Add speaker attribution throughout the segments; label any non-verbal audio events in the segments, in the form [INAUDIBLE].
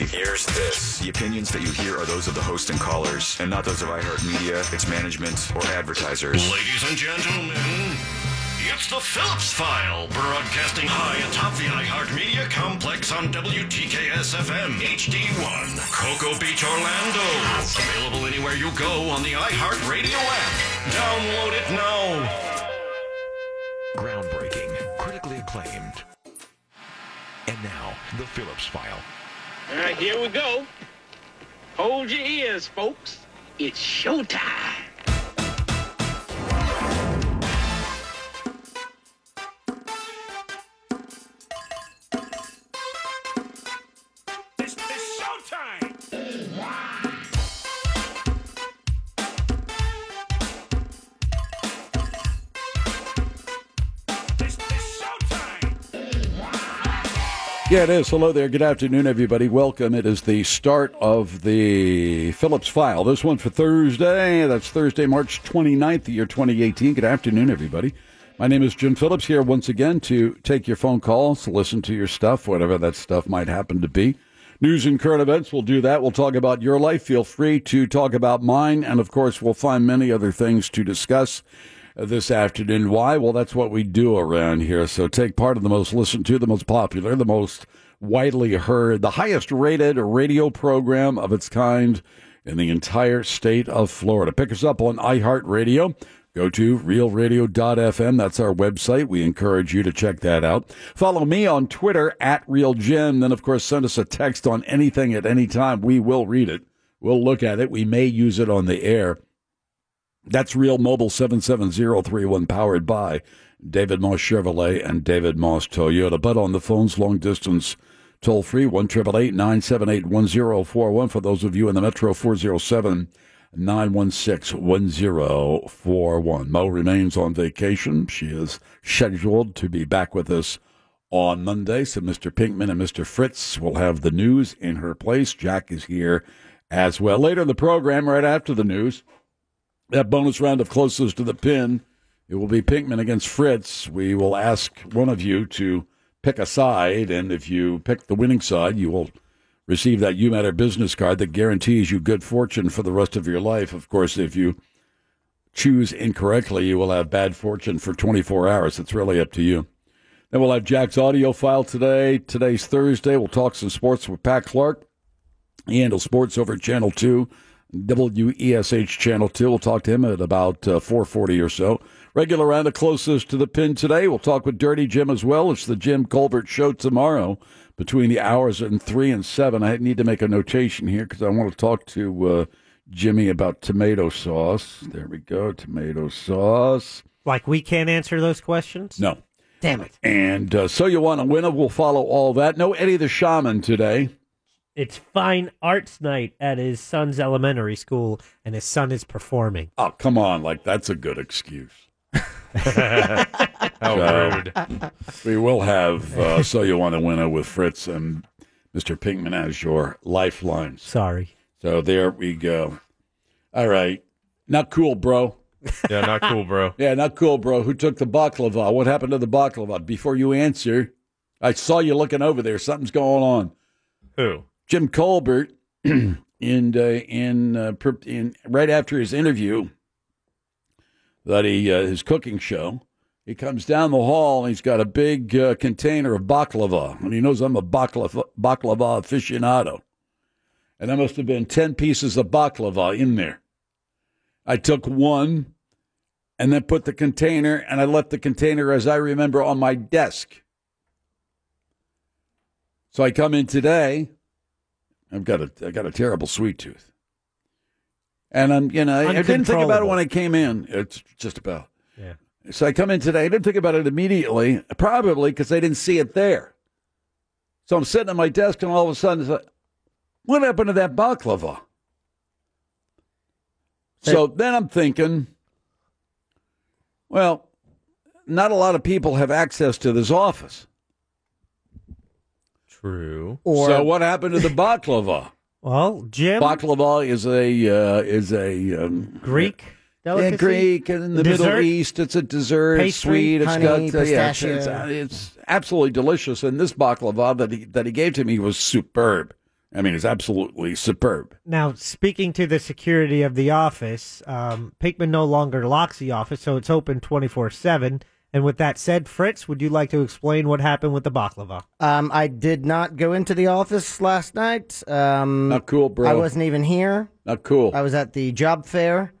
Speaker 1: Here's this.
Speaker 2: The opinions that you hear are those of the host and callers, and not those of iHeartMedia, its management, or advertisers.
Speaker 1: Ladies and gentlemen, it's the Phillips File, broadcasting high atop the iHeartMedia complex on WTKS FM HD1, Cocoa Beach, Orlando. Available anywhere you go on the iHeartRadio app. Download it now.
Speaker 3: Groundbreaking, critically acclaimed. And now, the Phillips File.
Speaker 4: All right, here we go. Hold your ears, folks. It's showtime.
Speaker 5: It's, it's showtime! It's, it's showtime!
Speaker 6: Yeah, it is. Hello there. Good afternoon, everybody. Welcome. It is the start of the Phillips File. This one for Thursday. That's Thursday, March 29th, the year 2018. Good afternoon, everybody. My name is Jim Phillips here once again to take your phone calls, listen to your stuff, whatever that stuff might happen to be. News and current events, we'll do that. We'll talk about your life. Feel free to talk about mine. And of course, we'll find many other things to discuss uh, this afternoon. Why? Well, that's what we do around here. So take part in the most listened to, the most popular, the most widely heard, the highest rated radio program of its kind in the entire state of Florida. Pick us up on iHeartRadio. Go to realradio.fm. That's our website. We encourage you to check that out. Follow me on Twitter at RealJim. Then, of course, send us a text on anything at any time. We will read it. We'll look at it. We may use it on the air. That's Real Mobile 77031 powered by David Moss Chevrolet and David Moss Toyota. But on the phones, long distance, toll free, 1 978 1041. For those of you in the metro, 407 916 1041. Mo remains on vacation. She is scheduled to be back with us on Monday. So Mr. Pinkman and Mr. Fritz will have the news in her place. Jack is here as well. Later in the program, right after the news, that bonus round of closest to the pin. It will be Pinkman against Fritz. We will ask one of you to pick a side, and if you pick the winning side, you will receive that You Matter business card that guarantees you good fortune for the rest of your life. Of course, if you choose incorrectly, you will have bad fortune for 24 hours. It's really up to you. Then we'll have Jack's audio file today. Today's Thursday. We'll talk some sports with Pat Clark. He handles sports over at Channel 2, WESH Channel 2. We'll talk to him at about uh, 440 or so. Regular round of closest to the pin today. We'll talk with Dirty Jim as well. It's the Jim Colbert Show tomorrow between the hours and 3 and 7. I need to make a notation here because I want to talk to uh, Jimmy about tomato sauce. There we go, tomato sauce.
Speaker 7: Like we can't answer those questions?
Speaker 6: No.
Speaker 7: Damn it.
Speaker 6: And uh, so you want to win it. We'll follow all that. No Eddie the Shaman today.
Speaker 7: It's fine arts night at his son's elementary school, and his son is performing.
Speaker 6: Oh, come on. Like, that's a good excuse.
Speaker 8: [LAUGHS] How
Speaker 6: So,
Speaker 8: rude.
Speaker 6: We will have uh, So You Want to Win It with Fritz and Mr. Pinkman as your lifelines.
Speaker 7: Sorry.
Speaker 6: So there we go. All right. Not cool, bro.
Speaker 8: Yeah, not cool, bro.
Speaker 6: [LAUGHS] Yeah, not cool, bro. Who took the baklava? What happened to the baklava? Before you answer, I saw you looking over there. Something's going on.
Speaker 8: Who?
Speaker 6: Jim Colbert [CLEARS THROAT] in uh, in, uh, per- in right after his interview that he uh, his cooking show, he comes down the hall and he's got a big uh, container of baklava, and he knows I'm a baklava, baklava aficionado, and there must have been ten pieces of baklava in there. I took one, and then put the container, and I left the container as I remember on my desk. So I come in today. I've got a I got a terrible sweet tooth, and I'm you know I I didn't think about it when I came in. It's just about
Speaker 7: Yeah.
Speaker 6: so I come in today. I didn't think about it immediately, probably because I didn't see it there. So I'm sitting at my desk, and all of a sudden, it's like, what happened to that baklava? So then I'm thinking, well, not a lot of people have access to this office.
Speaker 8: True.
Speaker 7: Or,
Speaker 6: so what happened to the
Speaker 7: [LAUGHS]
Speaker 6: baklava?
Speaker 7: well, Jim,
Speaker 6: Baklava is a uh, is a um,
Speaker 7: Greek
Speaker 6: Yeah,
Speaker 7: delicacy.
Speaker 6: Greek and in the Middle
Speaker 7: Dessert?
Speaker 6: East. It's a dessert. It's
Speaker 7: Pastry,
Speaker 6: sweet. It's
Speaker 9: honey,
Speaker 6: got uh, yeah, it's, it's,
Speaker 9: pistachio.
Speaker 6: it's absolutely delicious. And this baklava that he that he gave to me was superb. I mean, it's absolutely superb.
Speaker 7: Now, speaking to the security of the office, um, Pinkman no longer locks the office, so it's open 24 7. And with that said, Fritz, would you like to explain what happened with the baklava?
Speaker 9: Um, I did not go into the office last night. Um,
Speaker 6: Not cool, bro.
Speaker 9: I wasn't even here.
Speaker 6: Not cool.
Speaker 9: I was at the job fair.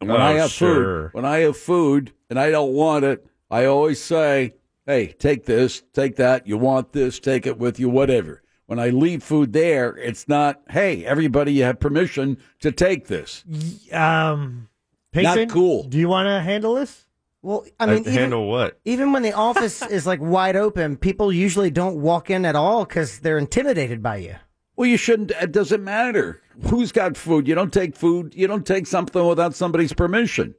Speaker 6: And when I
Speaker 8: Oh,
Speaker 6: have
Speaker 8: sure.
Speaker 6: food, when I have food and I don't want it, I always say, "Hey, take this, take that. You want this, take it with you, whatever." When I leave food there, it's not, "Hey, everybody, you have permission to take this."
Speaker 7: Um, Pinkman,
Speaker 6: Not cool.
Speaker 7: Do you want to handle this?
Speaker 9: Well, I mean, even,
Speaker 8: Uh, handle what?
Speaker 9: even when the
Speaker 6: [LAUGHS]
Speaker 9: office is like wide open, people usually don't walk in at all because they're intimidated by you.
Speaker 6: Well, you shouldn't. It doesn't matter who's got food. You don't take food. You don't take something without somebody's permission.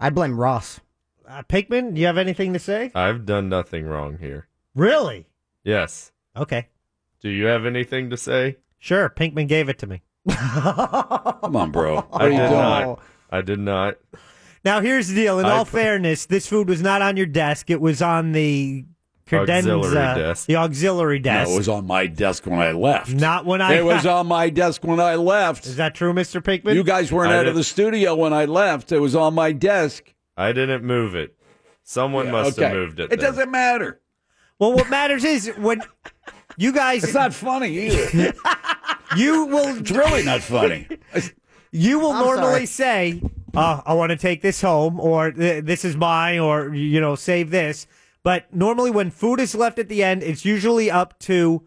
Speaker 9: I blame Ross.
Speaker 7: Uh, Pinkman, do you have anything to say?
Speaker 8: I've done nothing wrong here.
Speaker 7: Really?
Speaker 8: Yes.
Speaker 7: Okay.
Speaker 8: Do you have anything to say?
Speaker 7: Sure. Pinkman gave it to me.
Speaker 6: Come on, bro. What
Speaker 8: I
Speaker 6: are you
Speaker 8: did
Speaker 6: doing?
Speaker 8: not. I did not.
Speaker 7: Now, here's the deal. In
Speaker 8: I-
Speaker 7: all fairness, this food was not on your desk. It was on the credenza,
Speaker 8: Auxiliary desk.
Speaker 7: the uh, auxiliary
Speaker 6: No,
Speaker 7: desk.
Speaker 6: it was on my desk when I left.
Speaker 7: Not when I [LAUGHS]
Speaker 6: It was
Speaker 7: left.
Speaker 6: on my desk when I left.
Speaker 7: Is that true, Mr. Pinkman?
Speaker 6: you guys weren't
Speaker 8: I
Speaker 6: out of
Speaker 8: didn't-
Speaker 6: the studio when I left. It was on my desk.
Speaker 8: I didn't move it. Someone must have moved it.
Speaker 6: It
Speaker 8: then.
Speaker 6: doesn't matter.
Speaker 7: Well, what matters is when you guys
Speaker 6: It's not funny either.
Speaker 7: [LAUGHS] you will
Speaker 6: it's really not funny.
Speaker 7: you will
Speaker 9: I'm
Speaker 7: normally
Speaker 9: sorry.
Speaker 7: say, uh, "I want to take this home," or "Th- "This is mine," or you know, "Save this." But normally, when food is left at the end, it's usually up to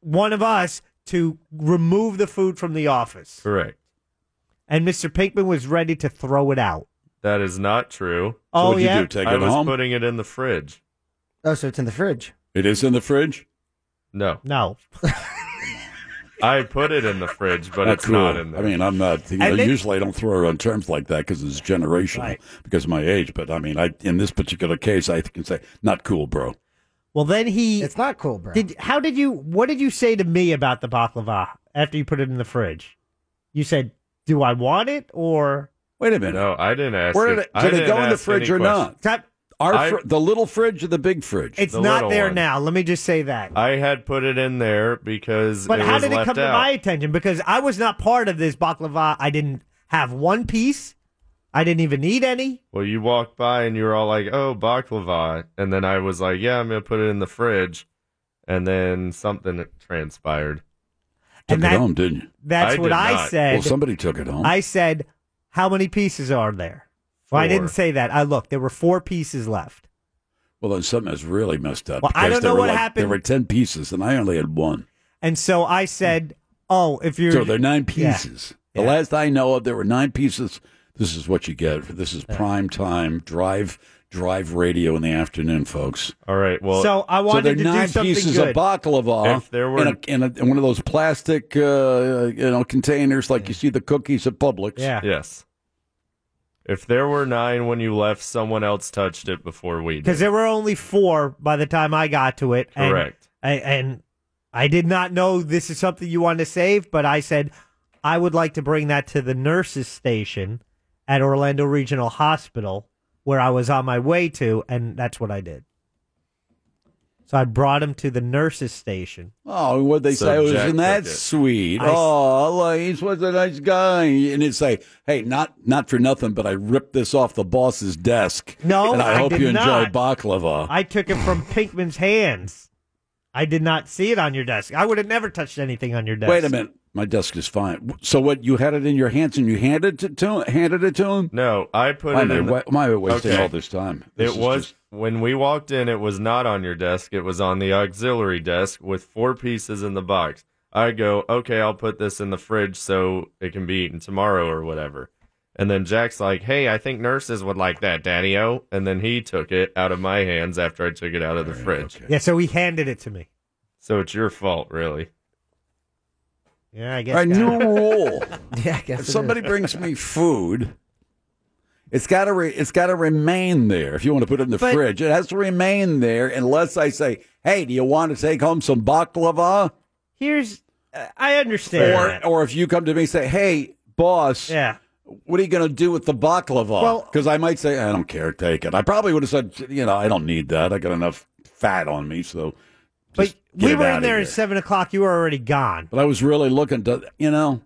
Speaker 7: one of us to remove the food from the office.
Speaker 8: Correct.
Speaker 7: And Mr. Pinkman was ready to throw it out.
Speaker 8: That is not true.
Speaker 7: Oh
Speaker 6: what'd you
Speaker 7: yeah,
Speaker 6: do, Ted? Take
Speaker 8: I
Speaker 6: it
Speaker 8: was
Speaker 6: home?
Speaker 8: putting it in the fridge.
Speaker 9: Oh, so it's in the fridge.
Speaker 6: It is in the fridge.
Speaker 8: No,
Speaker 7: no.
Speaker 8: I put it in the fridge, but
Speaker 6: Not
Speaker 8: it's
Speaker 6: cool.
Speaker 8: not in there.
Speaker 6: I mean, I'm not. You
Speaker 7: I
Speaker 6: know,
Speaker 7: think-
Speaker 6: usually, I don't throw around terms like that because it's generational,
Speaker 7: Right.
Speaker 6: because of my age. But I mean, I in this particular case, I can say, not cool, bro.
Speaker 7: Well, then he
Speaker 9: It's not cool, bro.
Speaker 7: Did how did you what did you say to me about the baklava after you put it in the fridge? You said, "Do I want it or
Speaker 6: Wait a minute.
Speaker 8: no, I didn't ask.
Speaker 6: Where did
Speaker 8: it.
Speaker 6: it,
Speaker 8: I
Speaker 6: did it
Speaker 8: didn't
Speaker 6: go in the
Speaker 8: ask any
Speaker 6: fridge or
Speaker 8: questions.
Speaker 6: not?
Speaker 7: That-
Speaker 6: Our
Speaker 8: I-
Speaker 6: fr- the little fridge or the big fridge?
Speaker 7: it's
Speaker 8: The
Speaker 7: not
Speaker 8: little
Speaker 7: there
Speaker 8: one.
Speaker 7: now?" Let me just say that.
Speaker 8: I had put it in there because.
Speaker 7: but
Speaker 8: it
Speaker 7: how
Speaker 8: was
Speaker 7: did it
Speaker 8: left
Speaker 7: come to
Speaker 8: out.
Speaker 7: my attention because I was not part of this baklava. I didn't have one piece. I didn't even eat any.
Speaker 8: Well, you walked by and you were all like, "Oh, baklava," and then I was like, "Yeah, I'm gonna put it in the fridge," and then something transpired.
Speaker 6: took
Speaker 7: and that-
Speaker 6: it home, didn't you?
Speaker 7: That's
Speaker 8: I
Speaker 7: what
Speaker 8: did
Speaker 7: I
Speaker 8: not.
Speaker 7: said.
Speaker 6: Well, somebody took it home.
Speaker 7: I said, "How many pieces are there?" Well, I didn't
Speaker 8: Four.
Speaker 7: say that. I looked. There were four pieces left.
Speaker 6: well, then something is really messed up.
Speaker 7: Well, I
Speaker 6: because
Speaker 7: don't
Speaker 6: there
Speaker 7: know
Speaker 6: were
Speaker 7: what
Speaker 6: like-
Speaker 7: happened.
Speaker 6: There were ten pieces, and I only had one.
Speaker 7: And so I said, "Oh, if you're
Speaker 6: So there are nine
Speaker 7: Yeah.
Speaker 6: pieces. The
Speaker 7: Yeah.
Speaker 6: last I know of, there were nine pieces. This is what you get. This is prime time drive drive radio in the afternoon, folks.
Speaker 8: All right. Well,
Speaker 7: so I
Speaker 6: so there
Speaker 7: wanted
Speaker 6: are
Speaker 7: to
Speaker 6: nine
Speaker 7: do something
Speaker 6: pieces
Speaker 7: good.
Speaker 6: of baklava
Speaker 8: If there were-
Speaker 6: in, a, in, a, in one of those plastic uh, you know containers like you see the cookies at Publix.
Speaker 7: yeah.
Speaker 8: yes. If there were nine when you left, someone else touched it before we did.
Speaker 7: because there were only four by the time I got to it. and-
Speaker 8: Correct.
Speaker 7: And, and I did not know this is something you want to save, but I said I would like to bring that to the nurses' station at Orlando Regional Hospital, where I was on my way to, and that's what I did. So I brought him to the nurses' station.
Speaker 6: Oh, what they
Speaker 8: So
Speaker 6: say was
Speaker 8: Jack
Speaker 6: in that
Speaker 8: took it.
Speaker 6: sweet.
Speaker 7: I-
Speaker 6: oh, like, he's was a nice guy, and he'd say, "Hey, not not for nothing, but I ripped this off the boss's desk.
Speaker 7: No,
Speaker 6: and I,
Speaker 7: I
Speaker 6: hope
Speaker 7: did
Speaker 6: you
Speaker 7: not.
Speaker 6: enjoy baklava."
Speaker 7: I took it from Pinkman's hands. I did not see it on your desk. I would have never touched anything on your desk.
Speaker 6: Wait a minute. My desk is fine. So what? You had it in your hands and you handed it to handed it to him.
Speaker 8: no, I put
Speaker 6: Why
Speaker 8: it
Speaker 6: am I,
Speaker 8: in. the-
Speaker 6: why, why am I wasting
Speaker 8: Okay.
Speaker 6: all this time? This
Speaker 8: It
Speaker 6: is
Speaker 8: was
Speaker 6: just-
Speaker 8: when we walked in. It was not on your desk. It was on the auxiliary desk with four pieces in the box. I go, okay, I'll put this in the fridge so it can be eaten tomorrow or whatever. And then Jack's like, hey, I think nurses would like that, Daddy O. And then he took it out of my hands after I took it out of the fridge.
Speaker 6: okay.
Speaker 7: Yeah, so he handed it to me.
Speaker 8: So it's your fault, really.
Speaker 7: Yeah, I guess.
Speaker 6: All right,
Speaker 7: that-
Speaker 6: new [LAUGHS] rule.
Speaker 9: yeah, I guess
Speaker 6: if
Speaker 9: it
Speaker 6: somebody
Speaker 9: is.
Speaker 7: [LAUGHS]
Speaker 6: brings me food, it's got to re, it's got to remain there. If you want to put it in the
Speaker 7: But-
Speaker 6: fridge, it has to remain there unless I say, "Hey, do you want to take home some baklava?"
Speaker 7: Here's, uh, I understand. that.
Speaker 6: Or or if you come to me and say, "Hey, boss,
Speaker 7: yeah,
Speaker 6: what are you going to do with the baklava?
Speaker 7: Well-
Speaker 6: Because I might say, I don't care, take it. I probably would have said, you know, I don't need that. I got enough fat on me, so
Speaker 7: But
Speaker 6: get
Speaker 7: we
Speaker 6: it
Speaker 7: were
Speaker 6: outta
Speaker 7: in there
Speaker 6: here.
Speaker 7: at seven o'clock. You were already gone.
Speaker 6: But I was really looking to, you know.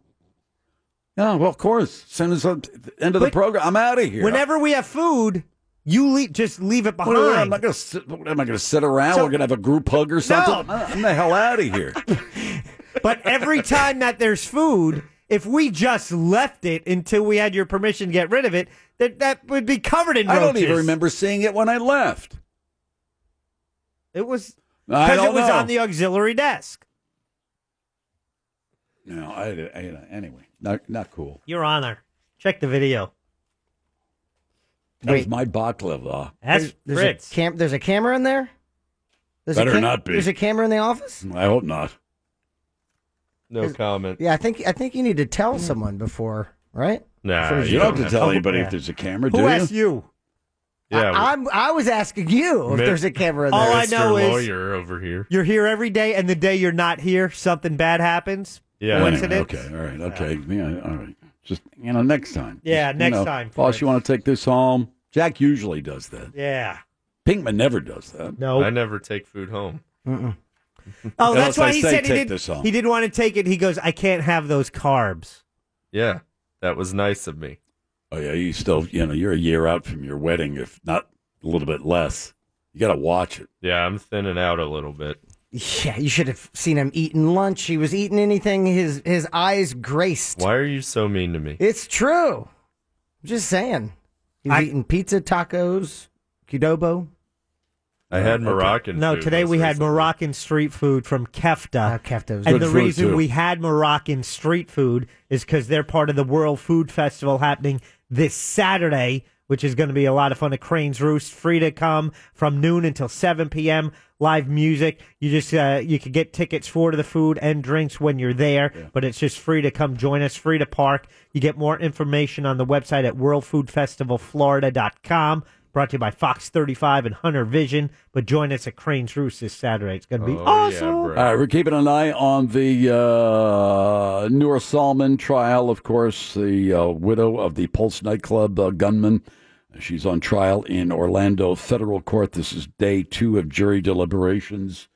Speaker 6: Yeah, well, of course. Soon as I'm end of the
Speaker 7: But-
Speaker 6: program, I'm out of here.
Speaker 7: Whenever we have food, you leave, just leave it
Speaker 6: What, am
Speaker 7: behind.
Speaker 6: I going to? Am I going to sit around?
Speaker 7: So-
Speaker 6: We're going to have a group hug or something? I'm the hell out of
Speaker 7: [LAUGHS]
Speaker 6: here.
Speaker 7: but every time that there's food, if we just left it until we had your permission to get rid of it, that that would be covered in
Speaker 6: I
Speaker 7: roaches.
Speaker 6: don't even remember seeing it when I left.
Speaker 7: It was
Speaker 6: I
Speaker 7: because
Speaker 6: don't
Speaker 7: it was
Speaker 6: know.
Speaker 7: on the auxiliary desk.
Speaker 6: No, I, I you know, anyway, not not cool.
Speaker 7: Your Honor, check the video.
Speaker 6: That was
Speaker 9: Wait.
Speaker 6: my baklava.
Speaker 7: That's
Speaker 9: There's
Speaker 7: Fritz.
Speaker 9: a cam- There's a camera in there. There's
Speaker 6: Better
Speaker 9: a cam-
Speaker 6: not be.
Speaker 9: There's a camera in the office.
Speaker 6: I hope not.
Speaker 8: No comment.
Speaker 9: Yeah, I think I think you need to tell someone before, right?
Speaker 8: Nah,
Speaker 6: You don't have to tell
Speaker 7: Oh,
Speaker 6: anybody
Speaker 7: yeah.
Speaker 6: if there's a camera, do
Speaker 7: Who
Speaker 6: you?
Speaker 7: asked you?
Speaker 8: Yeah,
Speaker 9: I, I'm, I was asking you if
Speaker 8: Mid-
Speaker 9: there's a camera in
Speaker 7: All
Speaker 9: there.
Speaker 7: I
Speaker 8: Mr.
Speaker 7: know is-
Speaker 8: lawyer over here.
Speaker 7: You're here every day, and the day you're not here, something bad happens.
Speaker 8: Yeah.
Speaker 6: Well,
Speaker 7: Coincidence?
Speaker 6: okay, all right, okay, yeah, all right. Just you know, next time.
Speaker 7: Yeah,
Speaker 6: Just, you
Speaker 7: next
Speaker 6: know,
Speaker 7: time,
Speaker 6: Boss,
Speaker 7: Fritz.
Speaker 6: you want to take this home? Jack usually does that.
Speaker 7: Yeah.
Speaker 6: Pinkman never does that.
Speaker 7: No.
Speaker 8: I never take food home. [LAUGHS]
Speaker 7: Oh,
Speaker 6: Unless
Speaker 7: that's
Speaker 6: I
Speaker 7: why he
Speaker 6: say
Speaker 7: said he
Speaker 6: take
Speaker 7: didn't.
Speaker 6: this home.
Speaker 7: He didn't want to take it. He goes, I can't have those carbs.
Speaker 8: Yeah, that was nice of me.
Speaker 6: Oh yeah, you still, you know, you're a year out from your wedding, if not a little bit less. You got to watch it.
Speaker 8: Yeah, I'm thinning out a little bit.
Speaker 9: Yeah, you should have seen him eating lunch. He was eating anything. His his eyes graced.
Speaker 8: Why are you so mean to me?
Speaker 9: It's true. I'm just saying. He was
Speaker 7: I-
Speaker 9: eating pizza, tacos, Qdobo.
Speaker 8: I had Moroccan.
Speaker 7: Uh, No,
Speaker 8: food
Speaker 7: today
Speaker 8: most
Speaker 7: we had
Speaker 8: recently.
Speaker 7: Moroccan street food from Kefta.
Speaker 9: Uh, Kefta was
Speaker 7: and
Speaker 6: Good
Speaker 7: the
Speaker 6: food,
Speaker 7: reason
Speaker 6: too.
Speaker 7: we had Moroccan street food is because they're part of the World Food Festival happening this Saturday, which is going to be a lot of fun at Crane's Roost. Free to come from noon until 7 p.m. Live music. You just uh, you can get tickets for to the food and drinks when you're there, but it's just free to come join us. Free to park. You get more information on the website at worldfoodfestivalflorida.com. Brought to you by Fox 35 and Hunter Vision. But join us at Crane's Roost this Saturday. It's going to be
Speaker 8: Oh,
Speaker 7: awesome.
Speaker 8: Yeah, bro.
Speaker 6: All right, we're keeping an eye on the uh, Noor Salman trial, of course, the uh, widow of the Pulse nightclub uh, gunman. She's on trial in Orlando federal court. This is day two of jury deliberations.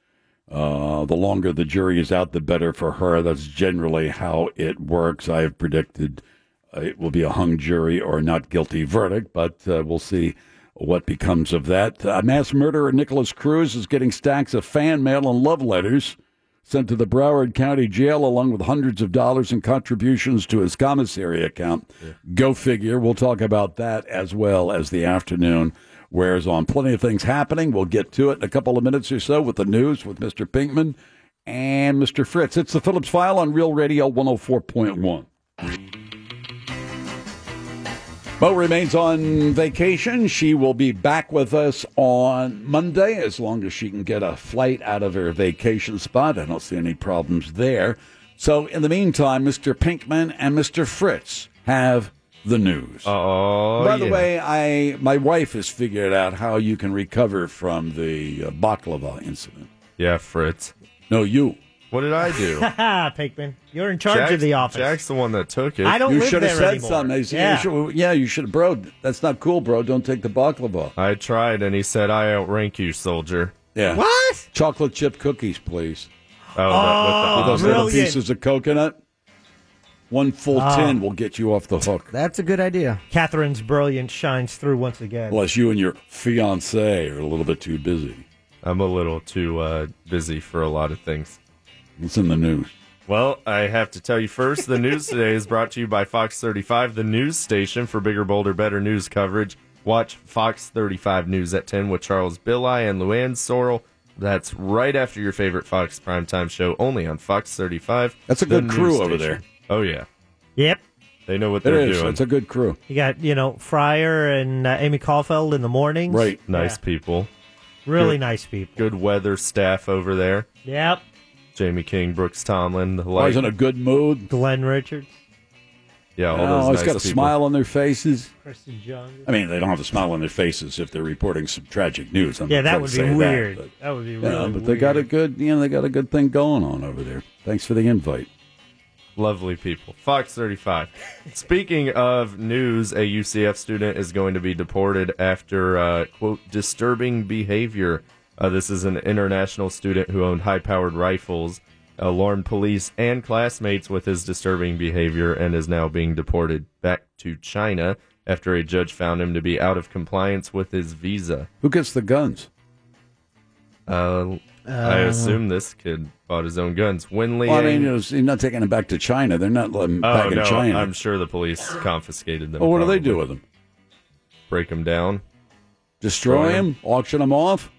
Speaker 6: Uh, the longer the jury is out, the better for her. That's generally how it works. I have predicted uh, it will be a hung jury or a not guilty verdict, but uh, we'll see what becomes of that. Uh, mass murderer Nicholas Cruz is getting stacks of fan mail and love letters sent to the Broward County Jail, along with hundreds of dollars in contributions to his commissary account. Go figure. We'll talk about that as well as the afternoon wears on. Plenty of things happening. We'll get to it in a couple of minutes or so with the news with Mr. Pinkman and Mr. Fritz. It's the Phillips File on Real Radio 104.1. Bo remains on vacation. She will be back with us on Monday as long as she can get a flight out of her vacation spot. I don't see any problems there. So, in the meantime, Mr. Pinkman and Mr. Fritz have the news.
Speaker 8: Oh,
Speaker 6: By the
Speaker 8: yeah.
Speaker 6: way, I my wife has figured out how you can recover from the uh, baklava incident.
Speaker 8: yeah, Fritz.
Speaker 6: No, you.
Speaker 8: What did I do?
Speaker 7: Ha, [LAUGHS] Pinkman. You're in charge of the office.
Speaker 8: Jack's the one that took it.
Speaker 7: I don't
Speaker 6: you
Speaker 7: live
Speaker 6: should
Speaker 7: there
Speaker 6: have said
Speaker 7: anymore.
Speaker 6: something. You should-
Speaker 7: yeah.
Speaker 6: You should, yeah, you should have, bro. That's not cool, bro. Don't take the baklava.
Speaker 8: I tried, and he said, "I outrank you, soldier."
Speaker 6: Yeah.
Speaker 7: What?
Speaker 6: Chocolate chip cookies, please.
Speaker 8: Oh, that,
Speaker 6: Those
Speaker 8: with the
Speaker 6: little
Speaker 7: brilliant. Ah.
Speaker 6: pieces of coconut. One full tin will get you off the hook.
Speaker 9: That's a good idea.
Speaker 7: Catherine's brilliance shines through once again.
Speaker 6: Unless you and your fiance are a little bit too busy.
Speaker 8: I'm a little too uh, busy for a lot of things.
Speaker 6: It's in the news.
Speaker 8: Well, I have to tell you first, the news today is brought to you by Fox 35, the news station for bigger, bolder, better news coverage. Watch Fox 35 News at 10 with Charles Billi and Luann Sorrell. That's right after your favorite Fox primetime show, only on Fox 35.
Speaker 6: That's a
Speaker 8: the
Speaker 6: good
Speaker 8: news
Speaker 6: crew
Speaker 8: station.
Speaker 6: over there.
Speaker 8: Oh, yeah.
Speaker 7: Yep.
Speaker 8: They know what
Speaker 6: It
Speaker 8: they're
Speaker 6: is.
Speaker 8: doing.
Speaker 6: It's a good crew.
Speaker 7: You got, you know, Fryer and uh, Amy Caulfield in the mornings.
Speaker 6: Right.
Speaker 8: nice people.
Speaker 7: Really
Speaker 8: Good.
Speaker 7: nice people.
Speaker 8: Good weather staff over there.
Speaker 7: Yep.
Speaker 8: Jamie King, Brooks Tomlin, the
Speaker 6: Always in
Speaker 8: like.
Speaker 6: a good mood.
Speaker 7: Glenn Richards,
Speaker 8: Yeah, all
Speaker 6: You know,
Speaker 8: those
Speaker 6: always
Speaker 8: nice
Speaker 6: Oh, got a
Speaker 8: people.
Speaker 6: smile on their faces.
Speaker 7: Kristen Jones.
Speaker 6: I mean, they don't have a smile on their faces if they're reporting some tragic news. I'm
Speaker 7: Yeah,
Speaker 6: not
Speaker 7: that
Speaker 6: trying
Speaker 7: would
Speaker 6: to
Speaker 7: be
Speaker 6: say that,
Speaker 7: weird. That,
Speaker 6: but-
Speaker 7: would be
Speaker 6: Yeah,
Speaker 7: really
Speaker 6: but they got a
Speaker 7: weird.
Speaker 6: good, you know, they got a good thing going on over there. Thanks for the invite.
Speaker 8: Lovely people. Fox 35. Speaking of news, a UCF student is going to be deported after, uh, quote, disturbing behavior Uh, this is an international student who owned high powered rifles, alarmed police and classmates with his disturbing behavior, and is now being deported back to China after a judge found him to be out of compliance with his visa.
Speaker 6: Who gets the guns?
Speaker 8: Uh, I assume this kid bought his own guns. Winley.
Speaker 6: Well, I mean, it's- you're not taking them back to China. They're not letting them
Speaker 8: oh
Speaker 6: back
Speaker 8: no,
Speaker 6: in China.
Speaker 8: I'm sure the police confiscated them.
Speaker 6: well, what do they
Speaker 8: probably.
Speaker 6: do with them?
Speaker 8: Break them down.
Speaker 6: Destroy
Speaker 8: Destroy 'em.
Speaker 6: them? Auction them off?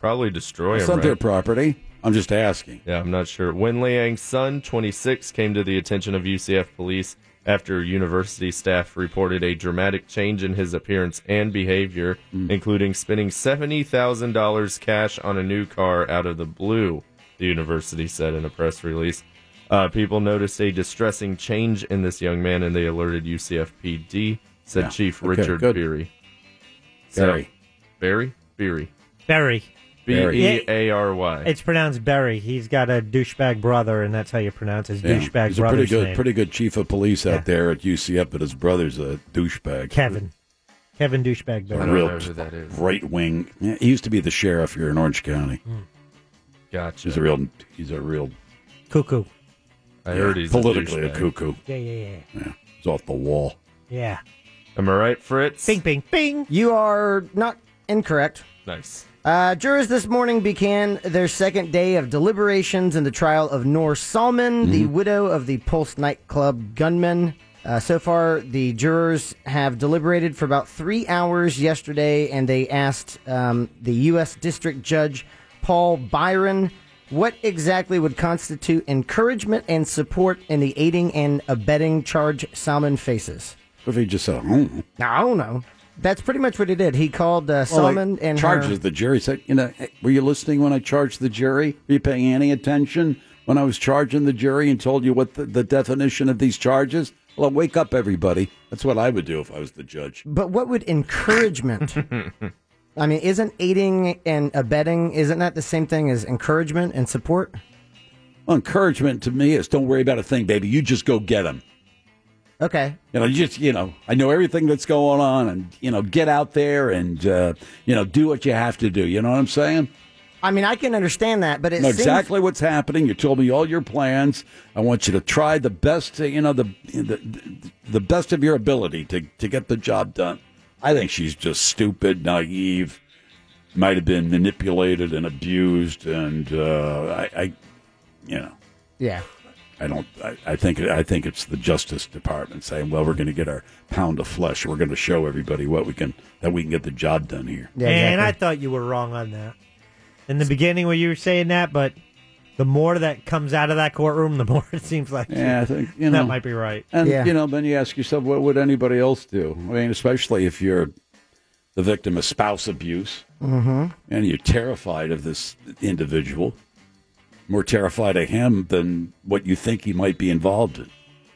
Speaker 8: Probably destroy
Speaker 6: It's
Speaker 8: them.
Speaker 6: not
Speaker 8: Right?
Speaker 6: their property. I'm just asking.
Speaker 8: Yeah, I'm not sure. Wen Liang's son, 26, came to the attention of UCF police after university staff reported a dramatic change in his appearance and behavior,
Speaker 6: Mm.
Speaker 8: including spending $70,000 cash on a new car out of the blue, the university said in a press release. Uh, people noticed a distressing change in this young man and they alerted UCF PD, said
Speaker 6: Yeah.
Speaker 8: Chief
Speaker 6: Okay,
Speaker 8: Richard
Speaker 6: good.
Speaker 8: Beery. So-
Speaker 6: Gary.
Speaker 8: Beery? Beery.
Speaker 7: Barry.
Speaker 8: B
Speaker 6: Beery.
Speaker 8: E A R Y.
Speaker 7: It's pronounced Barry. He's got a douchebag brother, and that's how you pronounce his
Speaker 6: Yeah.
Speaker 7: douchebag
Speaker 6: He's a
Speaker 7: brother's
Speaker 6: pretty good,
Speaker 7: name.
Speaker 6: pretty good chief of police
Speaker 7: Yeah.
Speaker 6: out there at UCF, but his brother's a douchebag.
Speaker 7: Kevin. Kevin douchebag
Speaker 6: A
Speaker 7: Barry.
Speaker 8: don't
Speaker 6: real
Speaker 8: know who that is.
Speaker 6: Right wing. Yeah, he used to be the sheriff here in Orange County.
Speaker 8: Gotcha.
Speaker 6: He's a real. He's a real.
Speaker 7: Cuckoo.
Speaker 8: I heard he's
Speaker 6: politically a,
Speaker 8: douchebag.
Speaker 6: cuckoo.
Speaker 7: Yeah, yeah, yeah.
Speaker 6: Yeah, he's off the wall.
Speaker 7: Yeah.
Speaker 8: Am I right, Fritz?
Speaker 7: Bing, bing, bing.
Speaker 9: You are not incorrect.
Speaker 8: Nice.
Speaker 9: Uh, jurors this morning began their second day of deliberations in the trial of Noor Salman, the
Speaker 8: Mm-hmm.
Speaker 9: widow of the Pulse nightclub gunman. Uh, so far, the jurors have deliberated for about three hours yesterday, and they asked um, the U.S. District Judge Paul Byron what exactly would constitute encouragement and support in the aiding and abetting charge Salman faces.
Speaker 6: What if he just said, hmm.
Speaker 9: Now, I don't know. That's pretty much what he did. He called uh,
Speaker 6: Well, like,
Speaker 9: Salman and her-
Speaker 6: charges the jury. Said, you know, "Hey, were you listening when I charged the jury? Were you paying any attention when I was charging the jury and told you what the, the definition of these charges? Well, wake up, everybody. That's what I would do if I was the judge.
Speaker 9: But what would
Speaker 6: [LAUGHS]
Speaker 9: encouragement? I mean, isn't aiding and abetting isn't that the same thing as encouragement and support?
Speaker 6: Well, encouragement to me is don't worry about a thing, baby. You just go get them.
Speaker 9: Okay,
Speaker 6: You know, you just you know, I know everything that's going on, and you know, get out there and uh, you know, do what you have to do. You know what I'm saying?
Speaker 9: I mean, I can understand that, but it
Speaker 6: know
Speaker 9: seems
Speaker 6: exactly what's happening. You told me all your plans. I want you to try the best, you know, the the, the best of your ability to, to get the job done. I think she's just stupid, naive, might have been manipulated and abused, and uh, I, I, you know,
Speaker 9: yeah.
Speaker 6: I don't. I, I think I think it's the Justice Department saying, "Well, we're going to get our pound of flesh. We're going to show everybody what we can that we can get the job done here."
Speaker 9: yeah
Speaker 7: And I
Speaker 9: exactly.
Speaker 7: thought you were wrong on that. In the beginning, when you were saying that, but the more that comes out of that courtroom, the more [LAUGHS] it seems like
Speaker 6: Yeah, I think
Speaker 7: that
Speaker 6: you know
Speaker 7: might be right.
Speaker 6: And
Speaker 9: Yeah.
Speaker 6: you know, then you ask yourself, what would anybody else do? I mean, especially if you're the victim of spouse abuse and you're terrified of this individual, more terrified of him than what you think he might be involved in.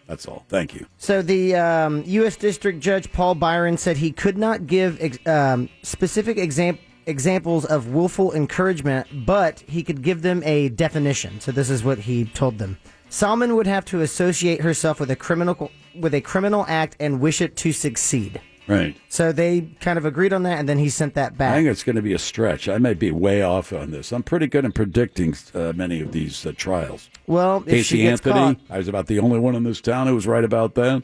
Speaker 6: That's all. Thank you.
Speaker 9: So the um, U.S. District Judge Paul Byron said he could not give ex- um, specific exam- examples of willful encouragement, but he could give them a definition. So this is what he told them: Salman would have to associate herself with a criminal with a criminal act and wish it to succeed.
Speaker 6: Right.
Speaker 9: So they kind of agreed on that, and then he sent that
Speaker 6: I think
Speaker 9: back.
Speaker 6: it's going to be a stretch. I may be way off on this. I'm pretty good in predicting uh, many of these uh, trials.
Speaker 9: Well, if she
Speaker 6: Casey
Speaker 9: gets
Speaker 6: Anthony.
Speaker 9: caught,
Speaker 6: I was about the only one in this town who was right about that.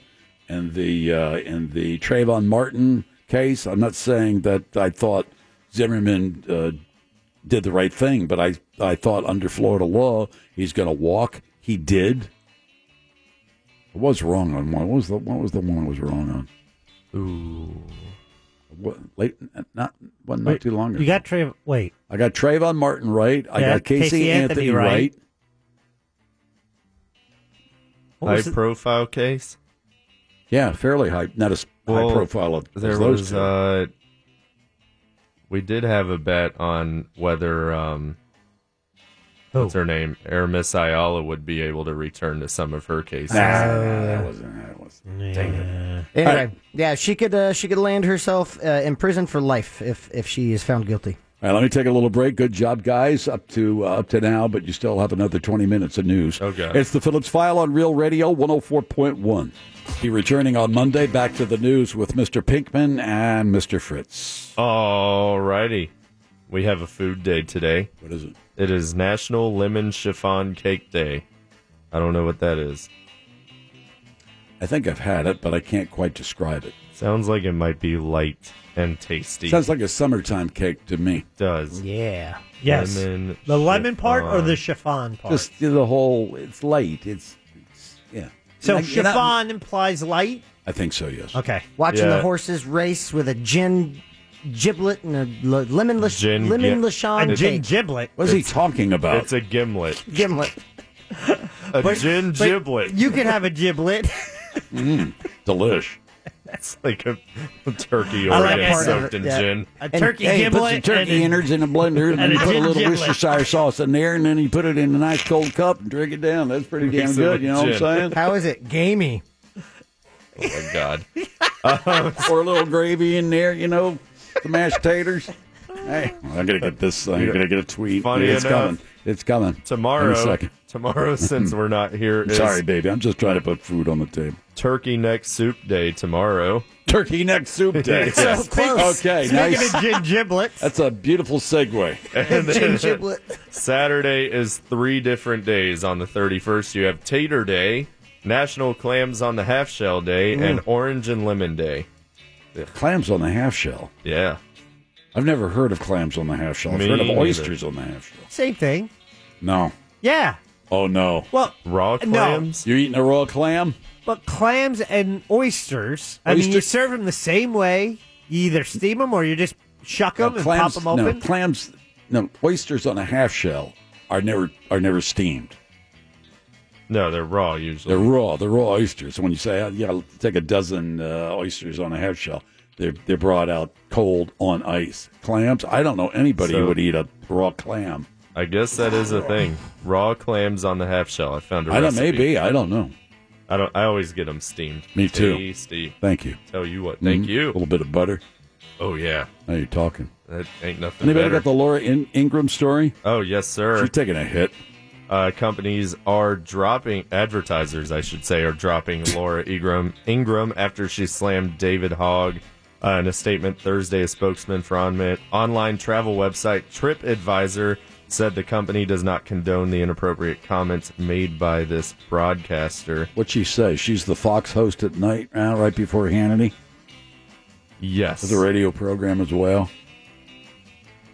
Speaker 6: And the uh, and the Trayvon Martin case. I'm not saying that I thought Zimmerman uh, did the right thing, but I I thought under Florida law he's going to walk. He did. I was wrong on one. What was the what was the one I was wrong on? Ooh. What, late, not well, not too long ago.
Speaker 7: You got Trey. Wait,
Speaker 6: I got Trayvon Martin right. I
Speaker 7: Yeah,
Speaker 6: got Casey,
Speaker 7: Casey
Speaker 6: Anthony,
Speaker 7: Anthony right.
Speaker 6: right.
Speaker 7: what
Speaker 8: High
Speaker 7: was it?
Speaker 8: profile case.
Speaker 6: Yeah, fairly high, not as
Speaker 8: Well,
Speaker 6: high profile of as
Speaker 8: There
Speaker 6: those
Speaker 8: was
Speaker 6: two.
Speaker 8: uh we did have a bet on whether um
Speaker 7: Who?
Speaker 8: what's her name? Aramis Ayala would be able to return to some of her cases.
Speaker 7: Ah.
Speaker 6: that wasn't. That wasn't.
Speaker 9: anyway,
Speaker 6: All right.
Speaker 9: yeah, she could uh, she could land herself uh, in prison for life if if she is found guilty.
Speaker 6: All right, let me take a little break. Good job, guys, up to uh, up to now, but you still have another twenty minutes of news.
Speaker 8: Okay.
Speaker 6: it's the Phillips File on Real Radio one hundred four point one. Be returning on Monday back to the news with Mr. Pinkman and Mr. Fritz.
Speaker 8: Alrighty. we have a food day today.
Speaker 6: What is it?
Speaker 8: It is National Lemon Chiffon Cake Day. I don't know what that is.
Speaker 6: I think I've had it, but I can't quite describe it.
Speaker 8: Sounds like it might be light and tasty.
Speaker 6: Sounds like a summertime cake to me.
Speaker 8: does.
Speaker 7: Yeah. Yes.
Speaker 8: Lemon
Speaker 7: the lemon part or the chiffon part?
Speaker 6: Just the whole. It's light. It's, it's yeah.
Speaker 7: so
Speaker 6: You're not- you're
Speaker 7: chiffon
Speaker 6: not-
Speaker 7: implies light.
Speaker 6: I think so. Yes.
Speaker 7: Okay.
Speaker 9: Watching
Speaker 8: Yeah.
Speaker 9: the horses race with a gin giblet and a le- lemon lish-
Speaker 8: Gin
Speaker 9: lemon
Speaker 8: gi-
Speaker 9: lashon
Speaker 7: A gin
Speaker 9: cake.
Speaker 7: giblet.
Speaker 6: What is he talking about?
Speaker 8: It's a gimlet.
Speaker 9: gimlet.
Speaker 8: A gin giblet.
Speaker 7: You can have a giblet.
Speaker 6: Mm, delish.
Speaker 8: It's like a, [LAUGHS] a turkey
Speaker 7: I like
Speaker 8: organ
Speaker 7: that part
Speaker 8: soaked in
Speaker 9: of it, yeah.
Speaker 8: gin.
Speaker 7: A
Speaker 6: And-
Speaker 7: turkey
Speaker 6: yeah, he
Speaker 7: giblet.
Speaker 6: puts the turkey
Speaker 7: and a-
Speaker 6: innards in a blender, and,
Speaker 7: and
Speaker 6: then
Speaker 7: a
Speaker 6: put a
Speaker 7: gin
Speaker 6: little
Speaker 7: giblet.
Speaker 6: Worcestershire sauce in there, and then you put it in a nice cold cup and drink it down. That's pretty damn
Speaker 8: Mix it
Speaker 6: good.
Speaker 8: with
Speaker 6: You know what I'm
Speaker 9: How is it?
Speaker 8: [LAUGHS]
Speaker 9: Gamey.
Speaker 8: Oh my god.
Speaker 6: [LAUGHS] saying? Pour a little gravy in there. You know, the mashed taters. Hey, I'm gonna get this. I'm gonna get a tweet.
Speaker 8: Funny
Speaker 6: it's
Speaker 8: enough,
Speaker 6: coming. It's coming. In a
Speaker 8: Tomorrow,
Speaker 6: second.
Speaker 8: tomorrow, [LAUGHS] since we're not here, is
Speaker 6: Sorry, baby. I'm just trying to put food on the table.
Speaker 8: Turkey Neck Soup Day tomorrow.
Speaker 6: Turkey
Speaker 8: [LAUGHS]
Speaker 6: neck soup day.
Speaker 8: So
Speaker 6: Yes. Okay, nice.
Speaker 7: Speaking of gin giblets,
Speaker 6: That's a beautiful segue.
Speaker 8: And
Speaker 9: Gin
Speaker 8: then
Speaker 9: giblet.
Speaker 8: Saturday is three different days. On the 31st, you have Tater Day, National Clams on the Half Shell Day,
Speaker 6: Mm.
Speaker 8: and Orange and Lemon Day.
Speaker 6: Clams on the half shell.
Speaker 8: Yeah.
Speaker 6: I've never heard of clams on the half shell. I've
Speaker 8: Me
Speaker 6: heard of
Speaker 8: neither.
Speaker 6: oysters on the half shell.
Speaker 7: same thing.
Speaker 6: No.
Speaker 7: Yeah.
Speaker 6: Oh no.
Speaker 7: Well,
Speaker 8: Raw
Speaker 7: No.
Speaker 8: clams?
Speaker 6: You're eating a raw clam?
Speaker 7: but clams and oysters. I mean, you
Speaker 6: Oyster-
Speaker 7: serve them the same way. You either steam them or you just shuck them and
Speaker 6: clams,
Speaker 7: pop them open.
Speaker 6: No, clams no, oysters on a half shell are never are never steamed.
Speaker 8: No, they're raw usually.
Speaker 6: They're raw. They're raw oysters. So when you say "Oh, yeah, I'll take a dozen uh, oysters on a half shell, they're they're brought out cold on ice. Clams, I don't know anybody who
Speaker 8: So-
Speaker 6: would eat a raw clam.
Speaker 8: I guess that is a thing. Raw clams on the half shell. I found a
Speaker 6: I don't
Speaker 8: recipe.
Speaker 6: maybe, I don't know.
Speaker 8: I don't. I always get them steamed.
Speaker 6: Me too.
Speaker 8: Tasty.
Speaker 6: Thank you.
Speaker 8: Tell you what. Thank
Speaker 6: Mhm. A
Speaker 8: you.
Speaker 6: little bit of butter.
Speaker 8: Oh yeah.
Speaker 6: Now you're talking.
Speaker 8: That ain't nothing.
Speaker 6: Anybody
Speaker 8: better.
Speaker 6: got the Laura in- Ingram story?
Speaker 8: Oh yes, sir.
Speaker 6: She's taking a hit.
Speaker 8: uh, companies are dropping advertisers, I should say, are dropping Laura Ingram Ingram after she slammed David Hogg. Uh, in a statement Thursday, a spokesman for on- online travel website TripAdvisor said the company does not condone the inappropriate comments made by this broadcaster.
Speaker 6: What'd she say? She's the Fox host at night, uh, right before Hannity.
Speaker 8: Yes,
Speaker 6: There's a radio program as well.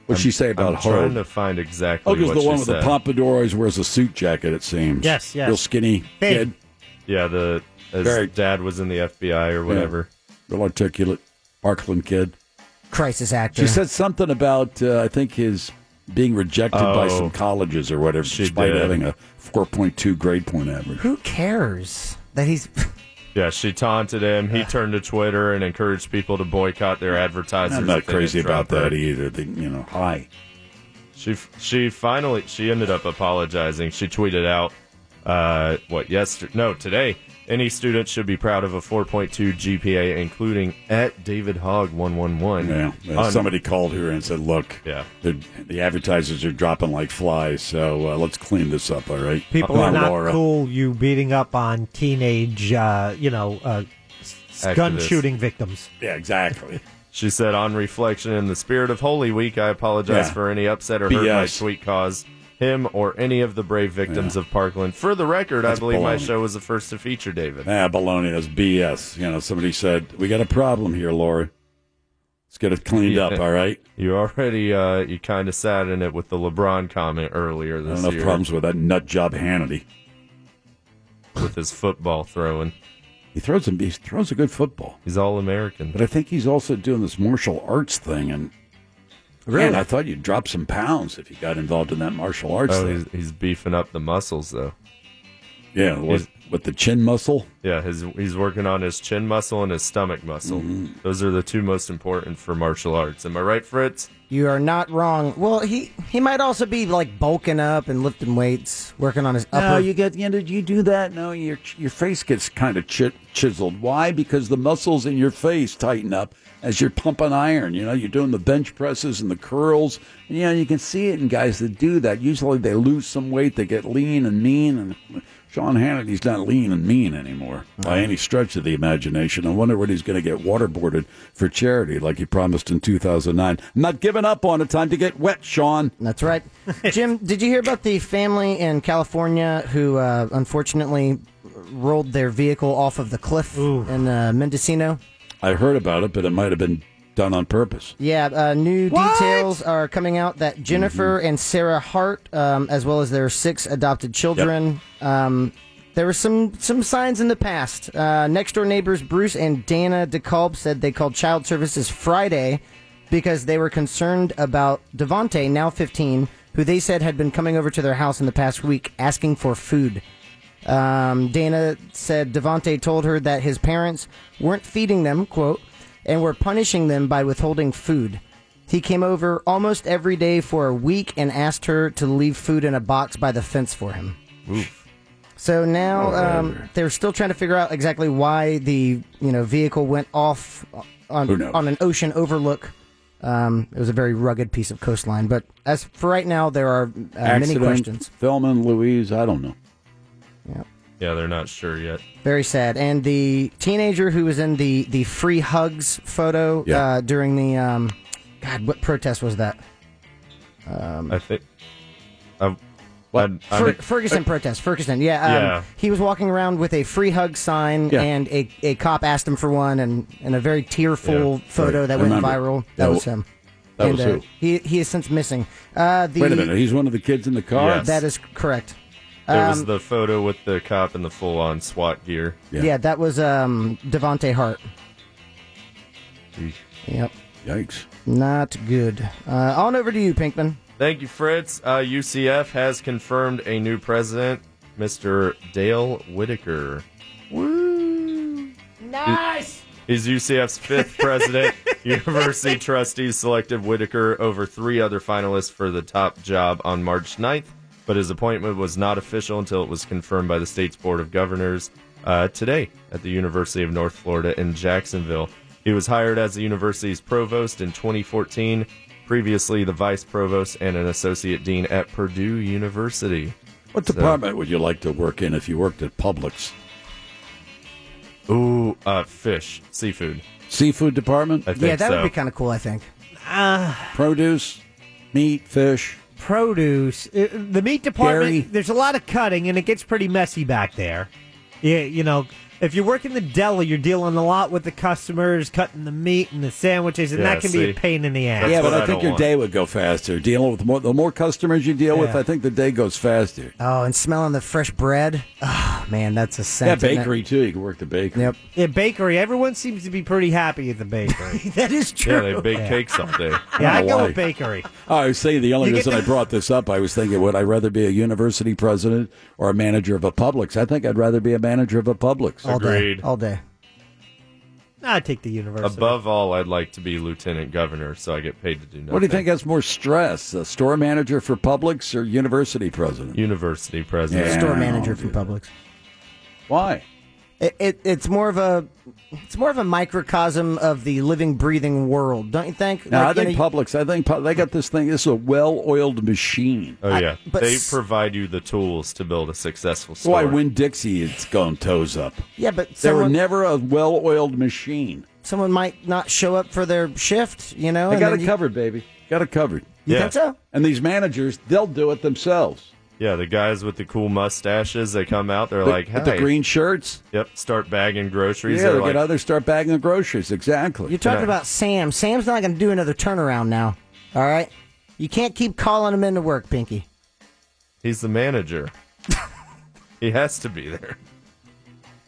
Speaker 6: What'd she say about
Speaker 8: I'm trying
Speaker 6: her?
Speaker 8: to find exactly.
Speaker 6: Oh, because
Speaker 8: what
Speaker 6: the
Speaker 8: she
Speaker 6: one with the
Speaker 8: said.
Speaker 6: pompadour always wears a suit jacket, it seems.
Speaker 7: Yes, yes.
Speaker 6: Real skinny
Speaker 7: Thin.
Speaker 6: kid,
Speaker 8: Yeah, the his
Speaker 6: Very-
Speaker 8: dad was in the FBI or whatever.
Speaker 6: real articulate, Parkland kid.
Speaker 9: Crisis actor.
Speaker 6: She said something about, uh, I think, his being rejected by
Speaker 8: Oh.
Speaker 6: some colleges or whatever,
Speaker 8: She
Speaker 6: despite
Speaker 8: did.
Speaker 6: having a 4.2 grade point average.
Speaker 9: Who cares that he's?
Speaker 8: Yeah, she taunted him. He turned to Twitter and encouraged people to boycott their advertisers.
Speaker 6: I'm not
Speaker 8: if they didn't
Speaker 6: crazy about
Speaker 8: drop her.
Speaker 6: that either. They, you know, hi.
Speaker 8: She she finally she ended up apologizing. She tweeted out, uh, what yesterday? No, today. Any student should be proud of a 4.2 GPA, including at David Hogg 111.
Speaker 6: Yeah, yeah,
Speaker 8: on-
Speaker 6: somebody called her and said, "Look,
Speaker 8: Yeah.
Speaker 6: the, the advertisers are dropping like flies, so uh, let's clean this up, all right?"
Speaker 7: People
Speaker 6: Come
Speaker 7: are
Speaker 6: on,
Speaker 7: not
Speaker 6: Laura.
Speaker 7: cool. You beating up on teenage, uh, you know, uh, s- gun
Speaker 8: Activists.
Speaker 7: shooting victims.
Speaker 6: Yeah, exactly.
Speaker 8: She said, on reflection, in the spirit of Holy Week, I apologize
Speaker 6: Yeah.
Speaker 8: for any upset or hurt my
Speaker 6: BS.
Speaker 8: tweet caused him or any of the brave victims of Parkland. For the record,
Speaker 6: That's
Speaker 8: I believe my
Speaker 6: baloney.
Speaker 8: show was the first to feature David.
Speaker 6: ah, baloney. That's BS. You know, somebody said, "We got a problem here, Laura. Let's get it cleaned
Speaker 8: Yeah.
Speaker 6: up, all right?"
Speaker 8: [LAUGHS] You already, uh, you kind of sat in it with the LeBron comment earlier
Speaker 6: I don't
Speaker 8: this
Speaker 6: have
Speaker 8: year
Speaker 6: problems with that nut job Hannity.
Speaker 8: with his football throwing.
Speaker 6: He throws a he throws a good football,
Speaker 8: He's all American.
Speaker 6: but I think he's also doing this martial arts thing. And man, I thought you'd drop some pounds if you got involved in that martial arts
Speaker 8: Oh,
Speaker 6: thing.
Speaker 8: he's, he's beefing up the muscles though.
Speaker 6: Yeah, with, with the chin muscle.
Speaker 8: Yeah, his he's working on his chin muscle and his stomach muscle.
Speaker 6: Mm-hmm.
Speaker 8: Those are the two most important for martial arts. Am I right, Fritz?
Speaker 9: you are not wrong. Well, he he might also be like bulking up and lifting weights, working on his
Speaker 6: No,
Speaker 9: upper.
Speaker 6: [LAUGHS] you get you know, you do that. No, your your face gets kind of chi- chiseled. Why? Because the muscles in your face tighten up as you're pumping iron. You know, you're doing the bench presses and the curls. And, you know, you can see it in guys that do that. Usually, they lose some weight, they get lean and mean and Sean Hannity's not lean and mean anymore
Speaker 9: Uh-huh.
Speaker 6: by any stretch of the imagination. I wonder when he's going to get waterboarded for charity like he promised in 2009. I'm not giving up on it. Time to get wet, Sean.
Speaker 9: That's right. Jim, did you hear about the family in California who uh, unfortunately rolled their vehicle off of the cliff in uh, Mendocino?
Speaker 6: I heard about it, but it might have been done on purpose.
Speaker 9: Yeah, uh, new details are coming out that Jennifer and Sarah Hart, um, as well as their six adopted children, um, there were some some signs in the past. Uh, next door neighbors Bruce and Dana DeKalb said they called Child Services Friday because they were concerned about Devonte, now 15, who they said had been coming over to their house in the past week asking for food. Um, Dana said Devonte told her that his parents weren't feeding them, quote, and were punishing them by withholding food. He came over almost every day for a week and asked her to leave food in a box by the fence for him. So now
Speaker 6: Oh,
Speaker 9: um, they're still trying to figure out exactly why the you know vehicle went off
Speaker 6: Who
Speaker 9: on
Speaker 6: knows?
Speaker 9: on an ocean overlook. Um, it was a very rugged piece of coastline, but as for right now, there are uh, many
Speaker 6: Accident,
Speaker 9: questions.
Speaker 6: Thelma and Louise, I don't know.
Speaker 8: Yeah, they're not sure yet.
Speaker 9: Very sad. And the teenager who was in the the free hugs photo
Speaker 6: Yeah.
Speaker 9: uh, during the um, God, what protest was that?
Speaker 8: I think. I, I, I
Speaker 6: Uh,
Speaker 9: Um, Fer-
Speaker 8: think-
Speaker 9: Ferguson protest. Ferguson. Yeah, um,
Speaker 8: Yeah.
Speaker 9: He was walking around with a free hug sign,
Speaker 6: Yeah.
Speaker 9: and a, a cop asked him for one, and, and a very tearful photo
Speaker 6: Right.
Speaker 9: that
Speaker 6: I
Speaker 9: went
Speaker 6: remember.
Speaker 9: viral.
Speaker 6: Yeah,
Speaker 9: That was
Speaker 6: well,
Speaker 9: him.
Speaker 6: that
Speaker 9: and, uh,
Speaker 6: was who?
Speaker 9: He he is since missing. Uh, the,
Speaker 6: Wait a minute. He's one of the kids in the car?
Speaker 8: Yes.
Speaker 9: That is correct.
Speaker 8: there was
Speaker 9: um,
Speaker 8: the photo with the cop in the full-on SWAT gear.
Speaker 6: Yeah.
Speaker 9: Yeah, that was um, Devonte Hart.
Speaker 8: Eesh.
Speaker 9: Yep,
Speaker 6: Yikes.
Speaker 9: not good. Uh, on over to you, Pinkman.
Speaker 8: Thank you, Fritz. Uh, UCF has confirmed a new president, Mr. Dale Whitaker.
Speaker 9: Nice.
Speaker 8: He's UCF's fifth president. University trustees selected Whitaker over three other finalists for the top job on March 9th, but his appointment was not official until it was confirmed by the state's Board of Governors uh, today at the University of North Florida in Jacksonville. He was hired as the university's provost in 2014, previously the vice provost and an associate dean at Purdue University.
Speaker 6: What department would you like to work in if you worked at Publix?
Speaker 8: Ooh, uh, fish, seafood.
Speaker 6: Seafood department?
Speaker 8: I think
Speaker 9: Yeah, that
Speaker 8: so.
Speaker 9: would be kind of cool. I think.
Speaker 6: Produce? Meat? Fish?
Speaker 7: produce. Uh, The meat department,
Speaker 6: Dairy.
Speaker 7: there's a lot of cutting, and it gets pretty messy back there. Yeah, you know, if you work in the deli, you're dealing a lot with the customers, cutting the meat and the sandwiches, and
Speaker 8: Yeah,
Speaker 7: that can be
Speaker 8: see?
Speaker 7: a pain in the ass.
Speaker 8: That's
Speaker 6: yeah, but
Speaker 8: what
Speaker 6: I,
Speaker 8: I
Speaker 6: think
Speaker 8: don't
Speaker 6: your
Speaker 8: want.
Speaker 6: day would go faster. Dealing with more, the more customers you deal with,
Speaker 7: Yeah.
Speaker 6: I think the day goes faster.
Speaker 9: Oh, and smelling the fresh bread. Oh, man, that's a
Speaker 6: Yeah,
Speaker 9: scent. isn't it?
Speaker 6: bakery too. You can work the bakery. [LAUGHS]
Speaker 9: Yep.
Speaker 7: Yeah, bakery. Everyone seems to be pretty happy at the
Speaker 6: [LAUGHS]
Speaker 7: bakery.
Speaker 9: That is true.
Speaker 8: Yeah,
Speaker 7: [LAUGHS]
Speaker 8: they bake cakes all day.
Speaker 7: yeah, I
Speaker 6: know
Speaker 7: go
Speaker 6: why.
Speaker 7: with bakery.
Speaker 6: Oh, I was saying the only
Speaker 7: You get
Speaker 6: reason I
Speaker 7: to-
Speaker 6: brought this up, I was thinking, would I rather be a university president or a manager of a Publix? I think I'd rather be a manager of a Publix.
Speaker 9: all
Speaker 8: Agreed.
Speaker 9: day. All day.
Speaker 7: I take the university.
Speaker 8: Above all, I'd like to be lieutenant governor, so I get paid to do nothing.
Speaker 6: What do you think has more stress, a store manager for Publix or university president?
Speaker 8: University president.
Speaker 6: Yeah.
Speaker 9: Store
Speaker 6: I'll
Speaker 9: manager
Speaker 6: do
Speaker 9: for
Speaker 6: that.
Speaker 9: Publix.
Speaker 6: Why?
Speaker 9: It, it, it's more of a it's more of a microcosm of the living, breathing world, don't you think?
Speaker 6: Now,
Speaker 9: Like,
Speaker 6: I
Speaker 9: you
Speaker 6: think
Speaker 9: know,
Speaker 6: Publix. I think Pub- they got this thing. This is a well-oiled machine.
Speaker 8: Oh yeah,
Speaker 9: but
Speaker 8: they
Speaker 9: s-
Speaker 8: provide you the tools to build a successful store.
Speaker 6: Why Win Dixie? It's gone toes up.
Speaker 9: yeah, but
Speaker 6: They were
Speaker 9: someone,
Speaker 6: never a well-oiled machine.
Speaker 9: someone might not show up for their shift, you know. Oh,
Speaker 6: They
Speaker 9: and
Speaker 6: got
Speaker 9: then
Speaker 6: it
Speaker 9: you-
Speaker 6: covered, baby. Got it covered.
Speaker 9: You
Speaker 8: Yeah.
Speaker 9: think so?
Speaker 6: And these managers, they'll do it themselves.
Speaker 8: Yeah, the guys with the cool mustaches, they come out. They're like, hey,
Speaker 6: with the green shirts.
Speaker 8: yep, start bagging groceries.
Speaker 6: Yeah,
Speaker 8: they're
Speaker 6: they
Speaker 8: like,
Speaker 6: get others start bagging the groceries. Exactly.
Speaker 9: You're talking
Speaker 8: Yeah.
Speaker 9: about Sam. Sam's not going to do another turnaround now. All right, you can't keep calling him into work, Pinky.
Speaker 8: he's the
Speaker 6: [LAUGHS]
Speaker 8: manager. he has to be there.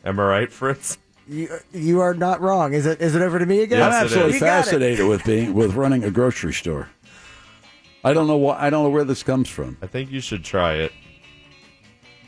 Speaker 8: Am I right, Fritz?
Speaker 9: You you are not wrong. Is it is it over to me again?
Speaker 6: I'm
Speaker 8: Yes, it
Speaker 6: absolutely
Speaker 9: You
Speaker 8: is.
Speaker 9: got it.
Speaker 6: fascinated with being with running a grocery store. I don't know why. I don't know where this comes from.
Speaker 8: I think you should try it.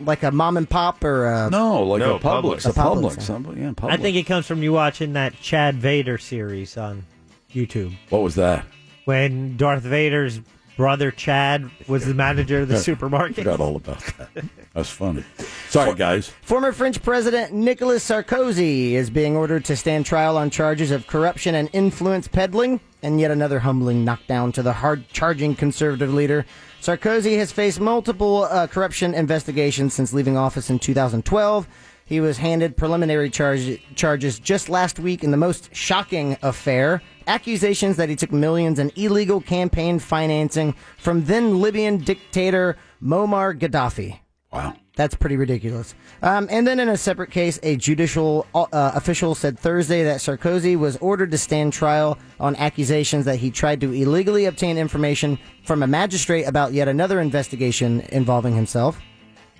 Speaker 9: Like a mom and pop or a
Speaker 6: No, like
Speaker 8: No,
Speaker 6: a Publix,
Speaker 8: Publix.
Speaker 6: a
Speaker 9: A Publix,
Speaker 6: Publix,
Speaker 9: yeah.
Speaker 6: Some- yeah, Publix.
Speaker 7: I think it comes from you watching that Chad Vader series on YouTube
Speaker 6: what was that?
Speaker 7: when Darth Vader's brother Chad was the manager
Speaker 6: [LAUGHS]
Speaker 7: of the supermarket.
Speaker 6: Forgot all about that. That's funny. Sorry, guys.
Speaker 9: Former French President Nicolas Sarkozy is being ordered to stand trial on charges of corruption and influence peddling. and yet another humbling knockdown to the hard charging conservative leader. Sarkozy has faced multiple uh, corruption investigations since leaving office in 2012. He was handed preliminary charge- charges just last week in the most shocking affair accusations that he took millions in illegal campaign financing from then Libyan dictator Muammar Gaddafi.
Speaker 6: Wow.
Speaker 9: That's pretty ridiculous. Um, and then in a separate case, a judicial uh, official said Thursday that Sarkozy was ordered to stand trial on accusations that he tried to illegally obtain information from a magistrate about yet another investigation involving himself.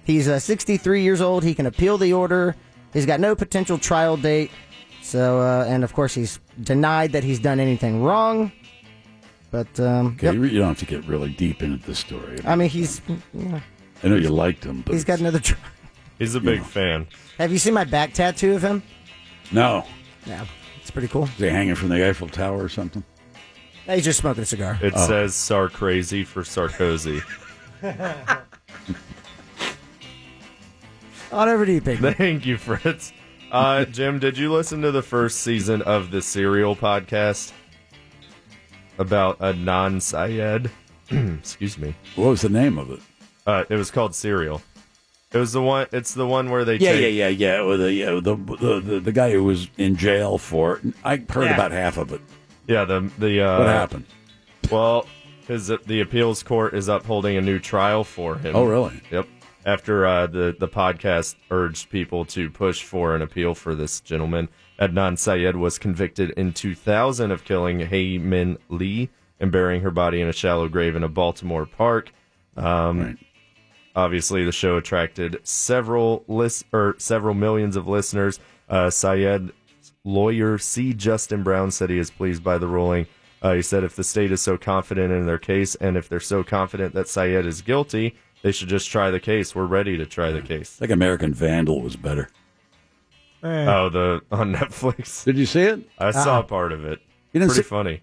Speaker 9: He's uh, 63 years old. He can appeal the order. He's got no potential trial date. So, uh, and of course, he's denied that he's done anything wrong. But, um,
Speaker 6: Okay,
Speaker 9: yep.
Speaker 6: you, re- you don't have to get really deep into this story.
Speaker 9: I mean, he's yeah,
Speaker 6: I know you liked him, but
Speaker 9: he's got another. Tri-
Speaker 8: He's a big fan.
Speaker 9: Have you seen my back tattoo of him?
Speaker 6: no.
Speaker 9: Yeah, it's pretty cool.
Speaker 6: Is he hanging from the Eiffel Tower or something?
Speaker 9: He's just smoking a cigar. [LAUGHS]
Speaker 8: It says "Sar crazy" for Sarkozy.
Speaker 9: On over to you, Pig.
Speaker 8: Thank you, Fritz. Uh, Jim, did you listen to the first season of the Serial podcast about Adnan Syed? [CLEARS THROAT] Excuse me.
Speaker 6: What was the name of it?
Speaker 8: Uh, it was called Serial. It was the one. It's the one where they
Speaker 6: Yeah,
Speaker 8: take,
Speaker 6: yeah, yeah, yeah. Well, the, yeah the, the, the the guy who was in jail for it. I heard
Speaker 7: Yeah.
Speaker 6: about half of it.
Speaker 8: yeah the the uh,
Speaker 6: What happened?
Speaker 8: Well, because the appeals court is upholding a new trial for him.
Speaker 6: Oh, really?
Speaker 8: Yep. After uh, the the podcast urged people to push for an appeal for this gentleman, Adnan Syed was convicted in 2000 of killing Haymin Lee and burying her body in a shallow grave in a Baltimore park. Um,
Speaker 6: Right.
Speaker 8: Obviously, the show attracted several list or several millions of listeners. Uh, Syed lawyer C. Justin Brown said he is pleased by the ruling. Uh, he said if the state is so confident in their case and if they're so confident that Syed is guilty, they should just try the case. We're ready to try the
Speaker 6: I
Speaker 8: case.
Speaker 6: think American Vandal was better.
Speaker 8: Oh, the on [LAUGHS] Netflix.
Speaker 6: Did you see it?
Speaker 8: I
Speaker 9: Uh-huh.
Speaker 8: saw part of it.
Speaker 6: You didn't
Speaker 8: Pretty
Speaker 6: see-
Speaker 8: funny.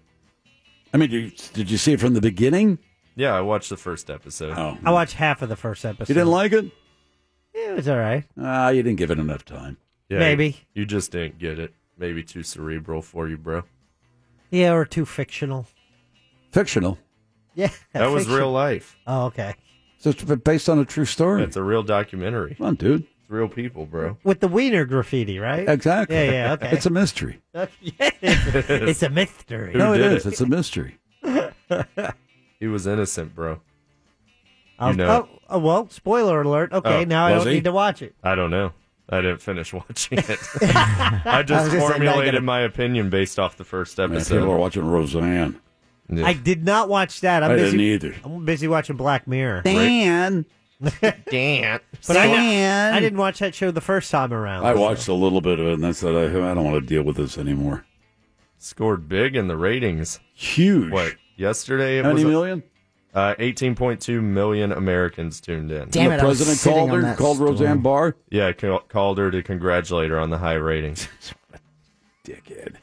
Speaker 6: I mean, did you, did you see it from the beginning?
Speaker 8: Yeah, I watched the first episode.
Speaker 6: Oh,
Speaker 7: I watched half of the first episode.
Speaker 6: you didn't like it?
Speaker 7: It was all right.
Speaker 6: Ah, you didn't give it enough time.
Speaker 8: Yeah,
Speaker 7: Maybe.
Speaker 8: you just didn't get it. Maybe too cerebral for you, bro.
Speaker 7: Yeah, or too fictional. [LAUGHS]
Speaker 6: Fictional.
Speaker 7: Yeah,
Speaker 8: That was
Speaker 7: fiction-
Speaker 8: real life.
Speaker 7: Oh, okay.
Speaker 6: So it's based on a true story.
Speaker 8: It's a real documentary.
Speaker 6: Come on, dude.
Speaker 8: It's real people, bro.
Speaker 7: With the wiener graffiti, right?
Speaker 6: Exactly.
Speaker 7: Yeah, yeah, okay.
Speaker 6: It's
Speaker 7: [LAUGHS]
Speaker 6: a mystery.
Speaker 7: Yeah, it's, a, it's a
Speaker 6: [LAUGHS]
Speaker 7: mystery.
Speaker 8: Who
Speaker 6: no,
Speaker 9: [LAUGHS]
Speaker 6: it
Speaker 8: did
Speaker 6: is. It's a mystery.
Speaker 8: He was innocent, bro.
Speaker 9: Um,
Speaker 7: I'll-
Speaker 8: know it.
Speaker 7: oh, oh, well, spoiler alert. Okay,
Speaker 8: Oh,
Speaker 7: now I
Speaker 6: was
Speaker 7: don't
Speaker 6: he?
Speaker 7: need to watch it.
Speaker 8: I don't know. I didn't finish [LAUGHS] watching
Speaker 9: [LAUGHS]
Speaker 8: it. I just
Speaker 9: gonna say, now I
Speaker 8: formulated
Speaker 9: gotta-
Speaker 8: my opinion based off the first
Speaker 6: Man, people are
Speaker 8: episode.
Speaker 6: watching Roseanne.
Speaker 8: Yeah.
Speaker 7: I did not watch that. I'm
Speaker 6: I
Speaker 7: busy.
Speaker 6: didn't either.
Speaker 7: I'm busy watching Black Mirror.
Speaker 6: Dan.
Speaker 9: [LAUGHS]
Speaker 7: But
Speaker 6: Dan.
Speaker 7: I, I didn't watch that show the first time around.
Speaker 6: I watched a little bit of it, and that's that. I, I don't want to deal with this anymore.
Speaker 8: Scored big in the ratings.
Speaker 6: Huge.
Speaker 8: What? Yesterday it
Speaker 6: How many
Speaker 8: was uh,
Speaker 6: million?
Speaker 8: uh, 18.2 million Americans tuned in.
Speaker 9: Damn it,
Speaker 6: the
Speaker 9: I was
Speaker 6: president
Speaker 9: sitting
Speaker 6: called
Speaker 9: on
Speaker 6: her,
Speaker 9: that
Speaker 6: called
Speaker 9: story.
Speaker 6: Roseanne Barr.
Speaker 8: Yeah, ca- called her to congratulate her on the high ratings.
Speaker 6: [LAUGHS] Dickhead.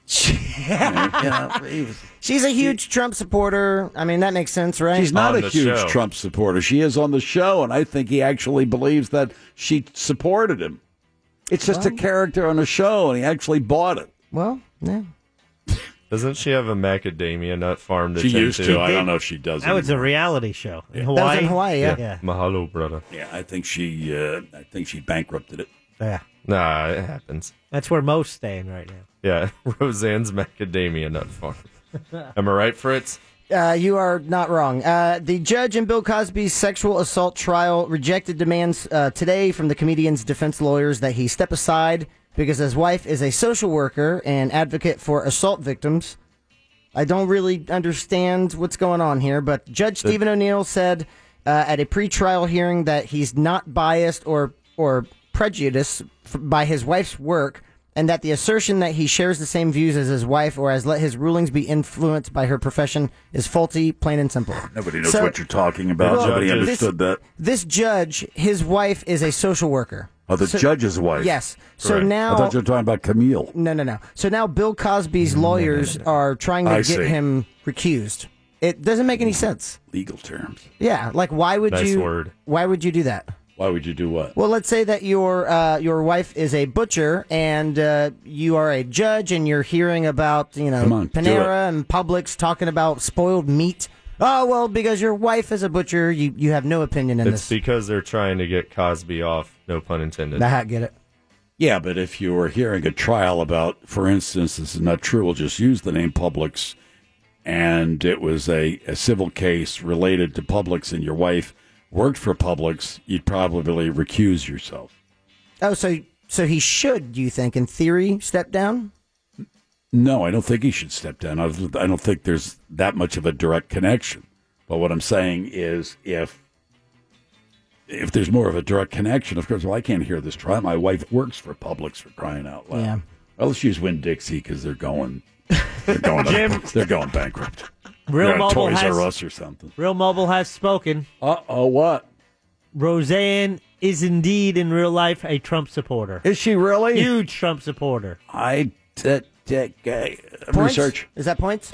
Speaker 9: She's a huge Trump supporter. I mean, that makes sense, right?
Speaker 6: She's not
Speaker 8: On
Speaker 6: a
Speaker 8: the
Speaker 6: huge
Speaker 8: show.
Speaker 6: Trump supporter. She is on the show, and I think he actually believes that she supported him. It's just a character on a show, and he actually bought it.
Speaker 9: well, yeah.
Speaker 8: Doesn't she have a macadamia nut farm to
Speaker 6: She
Speaker 8: tend
Speaker 6: used
Speaker 8: to?
Speaker 6: to. I
Speaker 7: did.
Speaker 6: don't know if she does.
Speaker 7: That was a
Speaker 6: anymore.
Speaker 7: reality show in
Speaker 9: That
Speaker 7: Hawaii.
Speaker 9: was in Hawaii, yeah.
Speaker 7: Yeah.
Speaker 8: Mahalo, brother.
Speaker 6: Yeah, I think she. Uh, I think she bankrupted it.
Speaker 7: Yeah.
Speaker 8: Nah, it happens.
Speaker 7: That's where Mo's staying right now.
Speaker 8: Yeah, [LAUGHS] Roseanne's macadamia
Speaker 7: [LAUGHS]
Speaker 8: nut farm. Am I right, Fritz?
Speaker 9: Uh, you are not wrong. Uh, the judge in Bill Cosby's sexual assault trial rejected demands uh, today from the comedian's defense lawyers that he step aside because his wife is a social worker and advocate for assault victims. I don't really understand what's going on here, but Judge Stephen O'Neill said uh, at a pretrial hearing that he's not biased or or prejudiced f- by his wife's work, and that the assertion that he shares the same views as his wife or has let his rulings be influenced by her profession is faulty, plain and simple.
Speaker 6: Nobody knows
Speaker 9: So-
Speaker 6: what you're talking about.
Speaker 9: Well,
Speaker 6: Nobody
Speaker 8: this-
Speaker 6: understood that.
Speaker 9: This judge, his wife is a social worker.
Speaker 6: Oh, the
Speaker 9: so-
Speaker 6: judge's wife.
Speaker 9: Yes. So
Speaker 8: Correct. I
Speaker 9: now
Speaker 6: I thought you were talking about Camille.
Speaker 9: No, no, no. So now Bill Cosby's lawyers are trying to
Speaker 6: I
Speaker 9: get
Speaker 6: see.
Speaker 9: him recused. It doesn't make any sense.
Speaker 6: Legal terms.
Speaker 9: Yeah, like why would
Speaker 8: Nice
Speaker 9: you?
Speaker 8: word.
Speaker 9: Why would you do that?
Speaker 6: Why would you do what?
Speaker 9: Well, let's say that your uh, your wife is a butcher and uh, you are a judge and you're hearing about you know
Speaker 6: Come on, do
Speaker 9: Panera and Publix talking about spoiled meat. Oh well, because your wife is a butcher, you, you have no opinion in
Speaker 8: It's
Speaker 9: this.
Speaker 8: because they're trying to get Cosby off. No pun intended.
Speaker 9: Nah, I get it.
Speaker 6: Yeah, but if you were hearing a trial about, for instance, this is not true, we'll just use the name Publix, and it was a, a civil case related to Publix and your wife worked for Publix, you'd probably recuse yourself.
Speaker 9: Oh, so so he should, you think, in theory, step down?
Speaker 8: [LAUGHS]
Speaker 6: No, I don't think he should step down. I I don't think there's that much of a direct connection. But what I'm saying is, if if there's more of a direct connection, of course, well, I can't hear this trial. My wife works for Publix for crying out loud.
Speaker 9: Yeah.
Speaker 6: Well, let's use Win Dixie because they're going, they're going, they're going bankrupt.
Speaker 7: Real
Speaker 6: They're at
Speaker 7: Mobile
Speaker 6: Toys R
Speaker 7: has
Speaker 6: Us or something.
Speaker 7: Real Mobile has spoken.
Speaker 6: Uh oh, what
Speaker 7: Roseanne is indeed in real life a Trump supporter.
Speaker 6: is she really?
Speaker 7: Huge Trump supporter.
Speaker 6: I that that guy
Speaker 9: Points?
Speaker 6: research.
Speaker 9: Is that
Speaker 6: [COUGHS]
Speaker 9: points?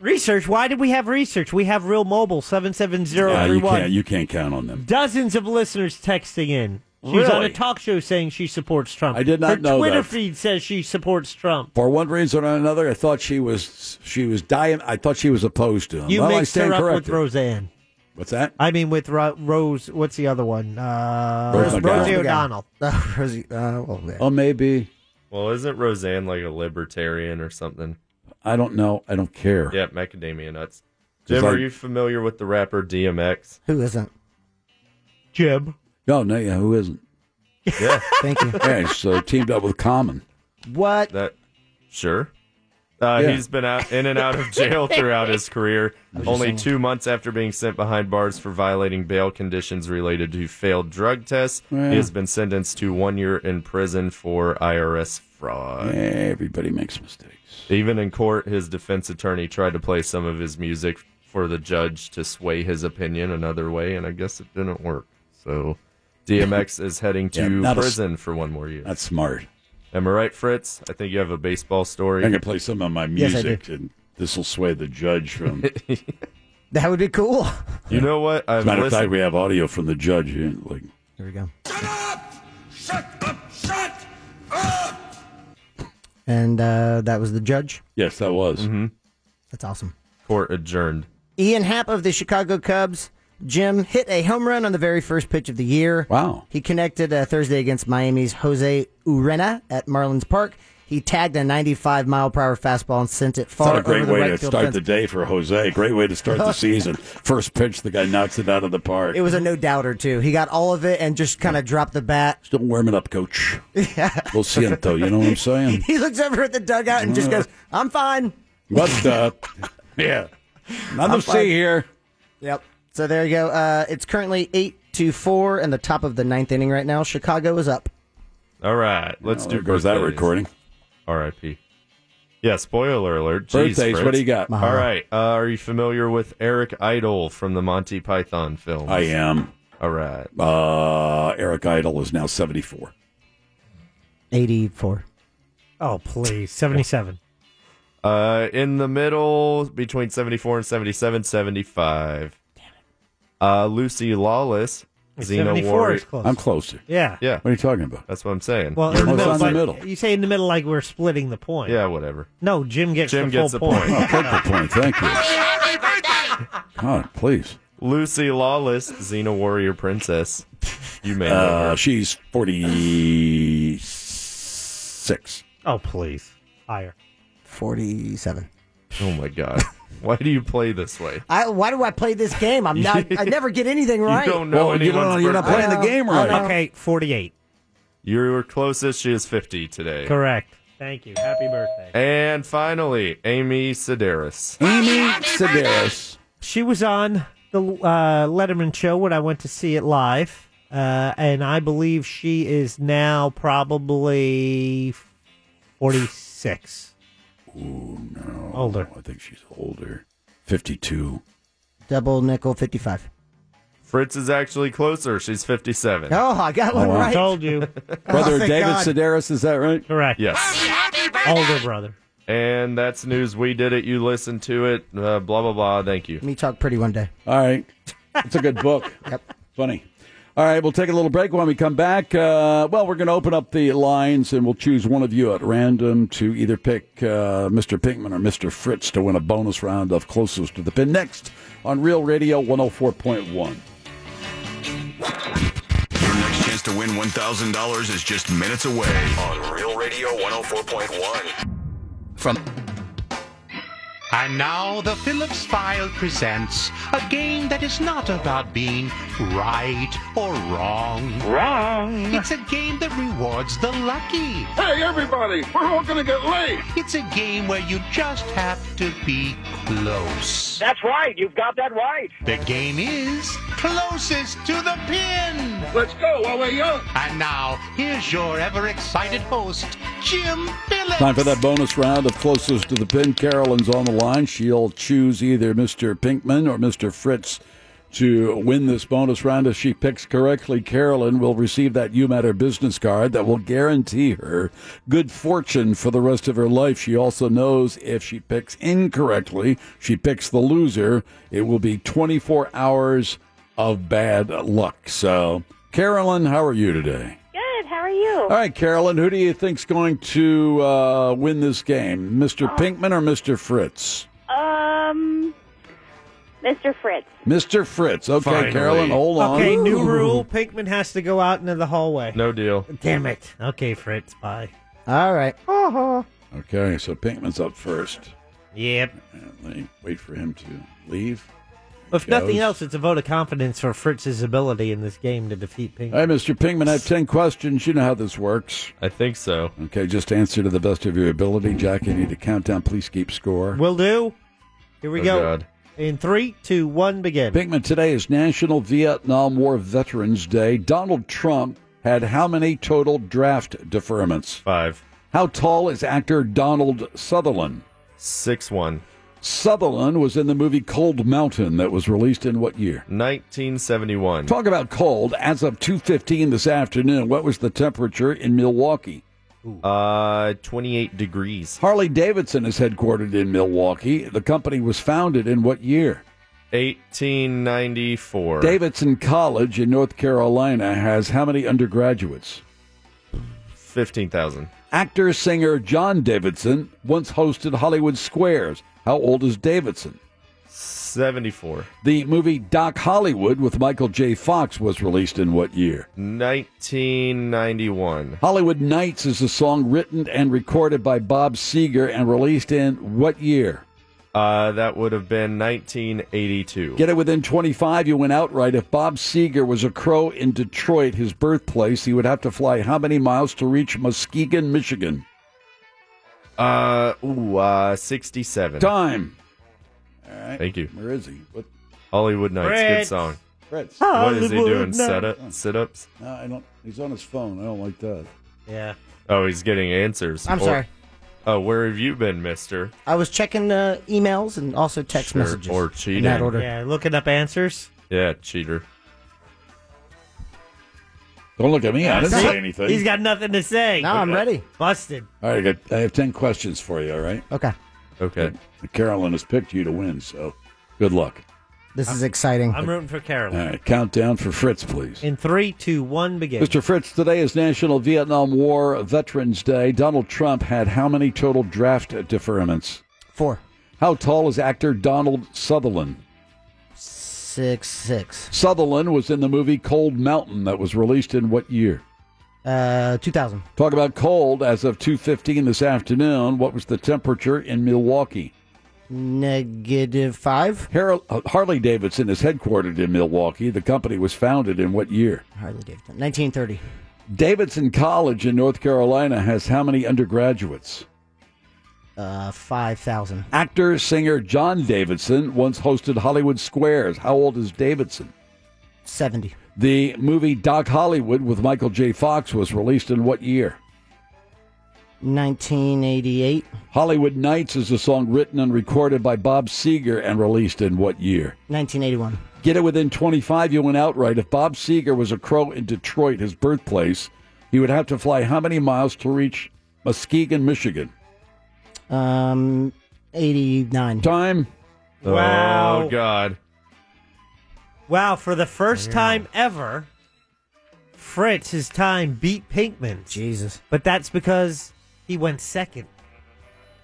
Speaker 7: Research. Why did we have research? We have Real Mobile seven seven
Speaker 6: Yeah,
Speaker 7: zero three
Speaker 6: you can't
Speaker 7: one.
Speaker 6: you can't count on them.
Speaker 7: Dozens of listeners texting in. She was on a
Speaker 6: Really?
Speaker 7: talk show saying she supports Trump.
Speaker 6: I did
Speaker 7: Her
Speaker 6: not know
Speaker 7: Twitter
Speaker 6: that.
Speaker 7: feed says she supports Trump.
Speaker 6: for one reason or another, I thought she was she was dying. I thought she was opposed to him.
Speaker 7: You
Speaker 6: well, I
Speaker 7: mixed her
Speaker 6: stand
Speaker 7: up
Speaker 6: corrected.
Speaker 7: with Roseanne.
Speaker 6: What's that?
Speaker 7: I mean, with Ro- Rose. What's the other one? Uh,
Speaker 6: Rose McGowan.
Speaker 7: Rosie O'Donnell.
Speaker 9: Oh, Rosie, uh, well, yeah.
Speaker 6: Oh, maybe
Speaker 8: Well, isn't Roseanne like a libertarian or something?
Speaker 6: I don't know. I don't care.
Speaker 8: Yeah, macadamia nuts.
Speaker 6: Just
Speaker 8: Jim,
Speaker 6: like-
Speaker 8: are you familiar with the rapper DMX?
Speaker 9: Who isn't?
Speaker 7: Jim.
Speaker 6: No, no, yeah, who isn't?
Speaker 8: Yeah,
Speaker 9: Thank you.
Speaker 6: Yeah, so teamed up with Common.
Speaker 9: what?
Speaker 8: that sure. Uh,
Speaker 6: Yeah.
Speaker 8: He's been out in and out of
Speaker 6: [LAUGHS]
Speaker 8: jail throughout his career. Only two months after being sent behind bars for violating bail conditions related to failed drug tests,
Speaker 6: Yeah.
Speaker 8: he has been sentenced to one year in prison for IRS fraud.
Speaker 6: Everybody makes mistakes.
Speaker 8: Even in court, his defense attorney tried to play some of his music for the judge to sway his opinion another way, and I guess it didn't work.
Speaker 6: [LAUGHS]
Speaker 8: So DMX is heading
Speaker 6: Yeah,
Speaker 8: to
Speaker 6: not a s-
Speaker 8: prison for one more year.
Speaker 6: That's smart.
Speaker 8: Am I right, Fritz? I think you have a baseball
Speaker 6: I
Speaker 8: story.
Speaker 6: can play some of my
Speaker 9: Yes, I
Speaker 6: music, and this will sway the judge
Speaker 9: [LAUGHS]
Speaker 6: from. As
Speaker 9: That would be cool.
Speaker 8: You know what? I've
Speaker 6: a matter of fact,
Speaker 8: listened.
Speaker 6: we have audio from the judge. Here, like,
Speaker 9: Here we go.
Speaker 5: Shut up! Shut up! Shut up!
Speaker 9: And uh, that was the judge.
Speaker 6: yes, that was.
Speaker 9: That's awesome.
Speaker 8: Mm-hmm. Court adjourned.
Speaker 9: Ian Happ of the Chicago Cubs. Jim hit a home run on the very first pitch of the year.
Speaker 6: Wow.
Speaker 9: He connected uh, Thursday against Miami's Jose Urena at Marlins Park. He tagged a 95 mile per hour fastball and sent it far
Speaker 6: What a great
Speaker 9: over the
Speaker 6: way
Speaker 9: right
Speaker 6: to
Speaker 9: field
Speaker 6: start
Speaker 9: fence.
Speaker 6: the day for Jose. Great way to
Speaker 9: [LAUGHS]
Speaker 6: start the season. First pitch, the guy knocks it out of the park.
Speaker 9: It was a no doubter too. He got all of it and just kind of dropped the bat.
Speaker 6: Still warming up, coach. We'll see him, though. You know what I'm saying?
Speaker 9: [LAUGHS] He looks over at the dugout and just goes, "I'm fine." [LAUGHS]
Speaker 6: What's up? yeah. Nothing to
Speaker 9: fine.
Speaker 6: see here.
Speaker 9: Yep. So there you go. Uh, it's currently eight to four in the top of the ninth inning right now. Chicago is up.
Speaker 8: All right, let's
Speaker 6: Oh,
Speaker 8: do
Speaker 6: there goes that
Speaker 8: birthdays.
Speaker 6: recording.
Speaker 8: R.I.P. Yeah, spoiler alert. Jeez,
Speaker 6: Birthdays, what
Speaker 8: Fritz.
Speaker 6: do you got?
Speaker 8: All right, uh, are you familiar with Eric Idle from the Monty Python film?
Speaker 6: I am.
Speaker 8: All right,
Speaker 6: Uh, Eric Idle is now 74.
Speaker 9: Eighty-four.
Speaker 7: Oh please, seventy seven.
Speaker 8: Uh, in the middle between 74 and 77, 75. Uh, Lucy Lawless, Xena
Speaker 7: 74
Speaker 8: Warrior.
Speaker 7: is close.
Speaker 6: I'm closer.
Speaker 7: yeah.
Speaker 8: Yeah,
Speaker 6: What are you talking about?
Speaker 8: that's what I'm saying.
Speaker 7: Well,
Speaker 6: You're
Speaker 7: in the, middle,
Speaker 6: close on the
Speaker 7: but
Speaker 6: middle.
Speaker 7: You say in the middle like we're splitting the point.
Speaker 8: yeah, whatever.
Speaker 7: No, Jim gets
Speaker 8: Jim
Speaker 7: the full
Speaker 8: gets the point.
Speaker 6: Oh, take the point. Thank you.
Speaker 5: Happy birthday!
Speaker 6: God, please.
Speaker 8: Lucy Lawless, Xena Warrior Princess. You may know
Speaker 6: Uh,
Speaker 8: her.
Speaker 6: she's 46.
Speaker 7: [LAUGHS] oh please, higher.
Speaker 9: Forty-seven.
Speaker 8: Oh my god. Why do you play this way?
Speaker 9: I, why do I play this game? I'm not.
Speaker 7: [LAUGHS]
Speaker 9: I never get anything right.
Speaker 8: You don't know
Speaker 6: well, you
Speaker 8: anyone's
Speaker 6: don't, you're not
Speaker 8: birthday.
Speaker 6: playing the game right.
Speaker 7: Okay, forty eight.
Speaker 8: You were closest. She is 50 today.
Speaker 7: Correct. Thank you. Happy birthday.
Speaker 8: And finally, Amy Sedaris.
Speaker 6: Amy Sedaris.
Speaker 7: She was on the uh, Letterman show when I went to see it live, uh, and I believe she is now probably forty six. Ooh no! Older.
Speaker 6: Oh, I think she's older. 52.
Speaker 9: Double nickel fifty-five.
Speaker 8: Fritz is actually closer. She's 57.
Speaker 9: Oh, I got one
Speaker 6: Oh, wow.
Speaker 9: right. [LAUGHS]
Speaker 7: Told you.
Speaker 6: Brother
Speaker 9: thank
Speaker 6: David
Speaker 9: God.
Speaker 6: Sedaris, is that right?
Speaker 7: Correct.
Speaker 8: Yes.
Speaker 7: Older brother.
Speaker 8: And that's news. We did it. You listened to it. Uh, blah, blah, blah. Thank you.
Speaker 9: Me talk pretty one day.
Speaker 6: All right. It's a good book. Funny. All right, we'll take a little break when we come back. Uh, well, we're going to open up the lines and we'll choose one of you at random to either pick uh, Mr. Pinkman or Mr. Fritz to win a bonus round of Closest to the Pin next on Real Radio 104.1.
Speaker 2: Your next chance to win $1,000 is just minutes away on Real Radio 104.1.
Speaker 10: From. And now the Phillips File presents a game that is not about being right or wrong. Wrong. It's a game that rewards the lucky.
Speaker 5: Hey, everybody, we're all gonna get laid.
Speaker 10: It's a game where you just have to be close.
Speaker 4: That's right. You've got that right.
Speaker 10: The game is closest to the pin.
Speaker 5: Let's go while we're young.
Speaker 10: And now here's your ever excited host, Jim Phillips.
Speaker 6: Time for that bonus round of closest to the pin. Carolyn's on the line. She'll choose either Mr. Pinkman or Mr. Fritz to win this bonus round. If she picks correctly, Carolyn will receive that You Matter business card that will guarantee her good fortune for the rest of her life. She also knows if she picks incorrectly, she picks the loser, it will be 24 hours of bad luck. So, Carolyn, how are you today?
Speaker 11: Good. How are you?
Speaker 6: All right, Carolyn, who do you think's going to uh, win this game,
Speaker 7: Oh.
Speaker 6: Mr. Pinkman or Mr. Fritz?
Speaker 11: Um, Mr. Fritz.
Speaker 6: Mr. Fritz. Okay,
Speaker 8: Finally.
Speaker 6: Carolyn, hold on.
Speaker 7: Okay, new rule. Pinkman has to go out into the hallway.
Speaker 8: No deal.
Speaker 7: Damn it. Okay, Fritz. Bye.
Speaker 9: All right.
Speaker 6: Okay, so Pinkman's up first.
Speaker 7: Yep.
Speaker 6: Let me wait for him to leave.
Speaker 7: If nothing
Speaker 6: goes.
Speaker 7: else, it's a vote of confidence for Fritz's ability in this game to defeat Pinkman.
Speaker 6: All right, Mr. Pinkman, I have 10 questions. You know how this works.
Speaker 8: I think so.
Speaker 6: Okay, just answer to the best of your ability. Jack, I need a countdown. Please keep score.
Speaker 7: Will do. Here we
Speaker 8: Oh,
Speaker 7: go.
Speaker 8: God.
Speaker 7: In three, two, one, begin.
Speaker 6: Pinkman, today is National Vietnam War Veterans Day. Donald Trump had how many total draft deferments?
Speaker 8: Five,
Speaker 6: How tall is actor Donald Sutherland?
Speaker 8: six, one,
Speaker 6: Sutherland was in the movie Cold Mountain that was released in what year?
Speaker 8: 1971.
Speaker 6: Talk about cold. As of 2:15 this afternoon, what was the temperature in Milwaukee?
Speaker 8: Uh, 28 degrees.
Speaker 6: Harley Davidson is headquartered in Milwaukee. The company was founded in what year?
Speaker 8: 1894.
Speaker 6: Davidson College in North Carolina has how many undergraduates?
Speaker 8: 15,000.
Speaker 6: Actor singer John Davidson once hosted Hollywood Squares. How old is Davidson?
Speaker 8: 74.
Speaker 6: The movie Doc Hollywood with Michael J. Fox was released in what year?
Speaker 8: 1991.
Speaker 6: Hollywood Nights is a song written and recorded by Bob Seger and released in what year?
Speaker 8: Uh, that would have been 1982.
Speaker 6: Get it within 25, you win outright. If Bob Seger was a crow in Detroit, his birthplace, he would have to fly how many miles to reach Muskegon, Michigan?
Speaker 8: Uh, ooh, uh, 67.
Speaker 6: Time.
Speaker 8: Thank you.
Speaker 6: Where is he? What?
Speaker 8: Hollywood Nights. Good
Speaker 7: Fritz.
Speaker 8: song.
Speaker 6: Fritz.
Speaker 8: What is he doing?
Speaker 7: Hollywood
Speaker 8: Set
Speaker 7: night.
Speaker 8: up, sit ups?
Speaker 6: No, I don't. He's on his phone. I don't like that.
Speaker 7: Yeah.
Speaker 8: Oh, he's getting answers.
Speaker 9: I'm
Speaker 8: Or-
Speaker 9: sorry.
Speaker 8: Oh, where have you been, mister?
Speaker 9: I was checking uh, emails and also text
Speaker 8: Sure,
Speaker 6: Oh,
Speaker 9: messages.
Speaker 8: or
Speaker 9: In that
Speaker 8: cheating.
Speaker 9: order.
Speaker 7: Yeah, looking up answers.
Speaker 8: Yeah, cheater.
Speaker 6: Don't look at me. [LAUGHS] I didn't
Speaker 9: See?
Speaker 6: say anything.
Speaker 7: He's got nothing to say.
Speaker 9: Now I'm ready.
Speaker 7: Busted.
Speaker 6: all right, I, got, I have 10 questions for you, all right? Uh,
Speaker 9: Okay.
Speaker 8: Okay.
Speaker 6: Carolyn has picked you to win, so good luck.
Speaker 9: This is exciting.
Speaker 7: I'm rooting for Carolyn.
Speaker 6: All right, countdown for Fritz, please.
Speaker 7: In three, two, one, begin.
Speaker 6: Mr. Fritz, today is National Vietnam War Veterans Day. Donald Trump had how many total draft deferments?
Speaker 9: Four,
Speaker 6: How tall is actor Donald Sutherland?
Speaker 9: six, six.
Speaker 6: Sutherland was in the movie Cold Mountain that was released in what year?
Speaker 9: Uh, 2000.
Speaker 6: Talk about cold as of 2:15 this afternoon. What was the temperature in Milwaukee? uh,
Speaker 9: Negative five.
Speaker 6: Harley Davidson is headquartered in Milwaukee. The company was founded in what year?
Speaker 9: Harley Davidson. 1930.
Speaker 6: Davidson College in North Carolina has how many undergraduates?
Speaker 9: Uh, 5,000.
Speaker 6: Actor, singer John Davidson once hosted Hollywood Squares. How old is Davidson?
Speaker 9: 70.
Speaker 6: The movie Doc Hollywood with Michael J. Fox was released in what year?
Speaker 9: 1988.
Speaker 6: Hollywood Nights is a song written and recorded by Bob Seger and released in what year?
Speaker 9: 1981.
Speaker 6: Get it within 25, you win outright. If Bob Seger was a crow in Detroit, his birthplace, he would have to fly how many miles to reach Muskegon, Michigan?
Speaker 9: Um, 89.
Speaker 6: Time?
Speaker 7: Wow.
Speaker 8: Oh, God.
Speaker 7: Wow, for the first time ever, Fritz's time beat Pinkman's. Jesus. But that's because he went second.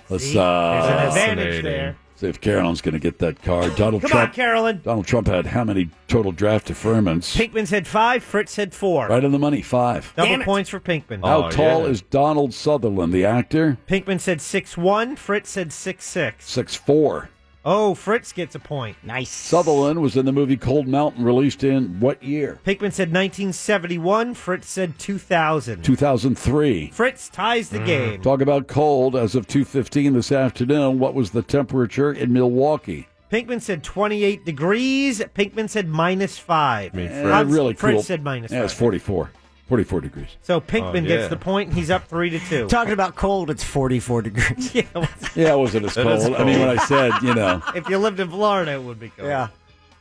Speaker 6: Let's,
Speaker 7: See?
Speaker 6: uh,
Speaker 7: There's an advantage there.
Speaker 6: See if Carolyn's going to get that card. Donald
Speaker 7: Come
Speaker 6: Trump.
Speaker 7: on, Carolyn.
Speaker 6: Donald Trump had how many total draft deferments?
Speaker 7: Pinkman said five, Fritz said four.
Speaker 6: Right on the money, five.
Speaker 7: Double points for Pinkman.
Speaker 6: How tall is Donald Sutherland, the actor?
Speaker 7: Pinkman said six one. Fritz said six six.
Speaker 6: Six four.
Speaker 7: Oh, Fritz gets a point. Nice.
Speaker 6: Sutherland was in the movie Cold Mountain, released in what year?
Speaker 7: Pinkman said 1971. Fritz said 2000.
Speaker 6: 2003.
Speaker 7: Fritz ties
Speaker 6: Mm.
Speaker 7: the game.
Speaker 6: Talk about cold. As of 2:15 this afternoon, what was the temperature in Milwaukee?
Speaker 7: Pinkman said 28 degrees. Pinkman said minus five.
Speaker 6: Eh,
Speaker 7: Hans-
Speaker 6: really
Speaker 7: Fritz
Speaker 6: cool.
Speaker 7: said minus
Speaker 6: Yeah, it's
Speaker 7: five.
Speaker 6: 44. 44 degrees.
Speaker 7: So Pinkman
Speaker 6: Oh, yeah.
Speaker 7: gets the point, and he's up three to two.
Speaker 9: Talking about cold, it's 44 degrees. [LAUGHS]
Speaker 6: Yeah, it wasn't as
Speaker 9: It is
Speaker 6: cold. I mean,
Speaker 9: cold.
Speaker 6: when I said, you know,
Speaker 7: [LAUGHS] if you lived in Florida, it would be cold. Yeah.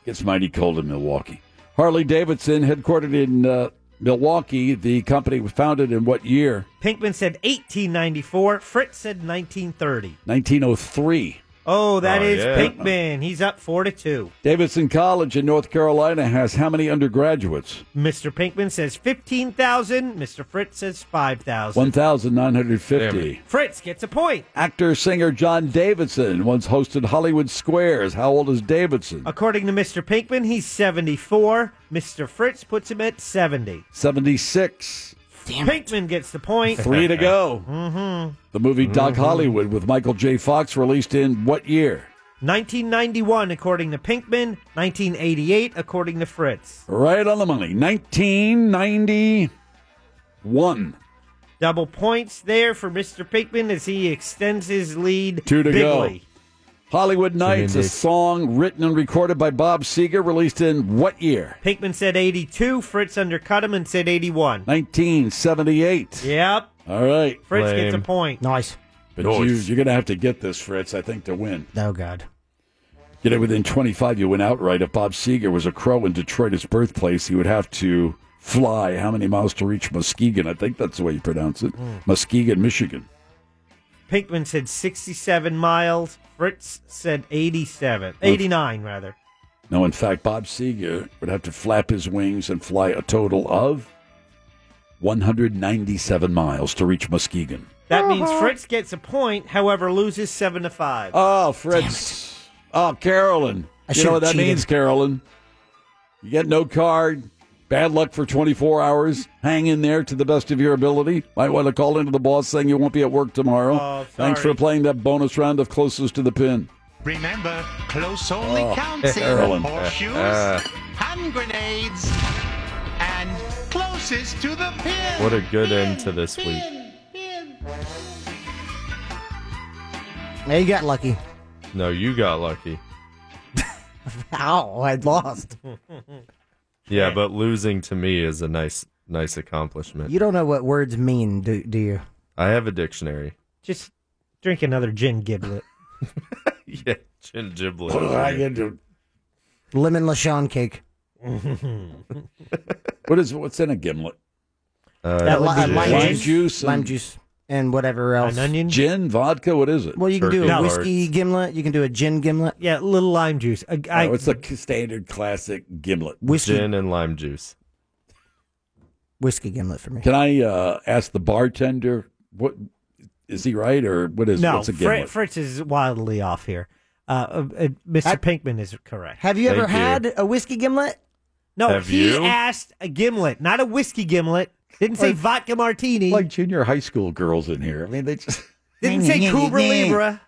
Speaker 6: It's mighty cold in Milwaukee. Harley Davidson, headquartered in uh, Milwaukee, the company was founded in what year?
Speaker 7: Pinkman said 1894. Fritz said 1930.
Speaker 6: 1903.
Speaker 7: Oh, that
Speaker 6: Oh,
Speaker 7: is
Speaker 6: yeah.
Speaker 7: Pinkman. He's up four to two.
Speaker 6: Davidson College in North Carolina has how many undergraduates?
Speaker 7: Mr. Pinkman says 15,000. Mr. Fritz says 5,000.
Speaker 6: 1,950.
Speaker 7: Fritz gets a point.
Speaker 6: Actor singer John Davidson once hosted Hollywood Squares. How old is Davidson?
Speaker 7: According to Mr. Pinkman, he's 74. Mr. Fritz puts him at 70.
Speaker 6: 76.
Speaker 7: Pinkman gets the point.
Speaker 6: [LAUGHS] Three to go.
Speaker 7: Mm-hmm.
Speaker 6: The movie Doc Hollywood with Michael J. Fox released in what year?
Speaker 7: 1991, according to Pinkman. 1988, according to Fritz.
Speaker 6: Right on the money. 1991.
Speaker 7: Double points there for Mr. Pinkman as he extends his lead
Speaker 6: Two to
Speaker 7: bigly.
Speaker 6: go. Hollywood Nights, a
Speaker 7: Indeed.
Speaker 6: song written and recorded by Bob Seger, released in what year?
Speaker 7: Pinkman said 82. Fritz undercut him and said 81.
Speaker 6: 1978.
Speaker 7: Yep.
Speaker 6: All right.
Speaker 7: Fritz gets a point.
Speaker 9: Nice.
Speaker 6: But you, you're going to have to get this, Fritz, I think, to win.
Speaker 9: Oh, God.
Speaker 6: Get it within 25, you win outright. If Bob Seger was a crow in Detroit, his birthplace, he would have to fly how many miles to reach Muskegon? I think that's the way you pronounce it.
Speaker 9: Hmm.
Speaker 7: Mm.
Speaker 6: Muskegon, Michigan.
Speaker 7: Pinkman said 67 miles. Fritz said 87. 89, rather.
Speaker 6: No, in fact, Bob Seger would have to flap his wings and fly a total of 197 miles to reach Muskegon.
Speaker 7: That means Fritz gets a point, however, loses 7 to 5.
Speaker 6: Oh, Fritz. Oh, Carolyn.
Speaker 7: I
Speaker 6: you know what that
Speaker 7: should've cheated.
Speaker 6: means, Carolyn. You get no card. Bad luck for 24 hours. Hang in there to the best of your ability. Might want to call into the boss saying you won't be at work tomorrow. Thanks for playing that bonus round of closest to the pin.
Speaker 10: Remember, close only
Speaker 6: Oh,
Speaker 10: counts in
Speaker 6: Carolyn.
Speaker 8: Uh,
Speaker 10: horseshoes, hand grenades, and closest to the pin.
Speaker 8: What a good end to this week.
Speaker 9: Now you got lucky.
Speaker 8: No, you got lucky.
Speaker 9: Ow, I lost.
Speaker 8: Yeah, but losing to me is a nice, nice accomplishment.
Speaker 9: You don't know what words mean, do, do you?
Speaker 8: I have a dictionary.
Speaker 7: [LAUGHS]
Speaker 8: [LAUGHS]
Speaker 7: Just drink another gin giblet.
Speaker 8: yeah, gin giblet.
Speaker 9: Lemon lashon cake.
Speaker 7: [LAUGHS]
Speaker 6: what is what's in a gimlet?
Speaker 8: Uh,
Speaker 9: Uh, li- uh,
Speaker 6: lime, juice, and
Speaker 9: lime juice, and whatever else.
Speaker 6: gin, vodka. What is it?
Speaker 9: Well, you can do a whiskey gimlet. You can do a gin gimlet.
Speaker 7: Yeah, little lime juice. I-
Speaker 6: No, Oh, it's a c- standard classic gimlet.
Speaker 9: Whiskey.
Speaker 8: Gin and lime juice.
Speaker 9: Whiskey gimlet for me.
Speaker 6: Can I uh, ask the bartender what is he right or what is
Speaker 7: no,
Speaker 6: what's a
Speaker 7: Fri-
Speaker 6: gimlet?
Speaker 7: Fritz is wildly off here. Uh, uh, uh, Mr. Pinkman is correct.
Speaker 9: Have you ever had a whiskey gimlet?
Speaker 7: No,
Speaker 6: Have
Speaker 7: he
Speaker 6: you?
Speaker 7: asked a gimlet, not a whiskey gimlet. Didn't say
Speaker 6: Like-
Speaker 7: vodka martini.
Speaker 6: like junior high school girls in here. I mean, they just
Speaker 7: [LAUGHS] Didn't say Cobra Libra.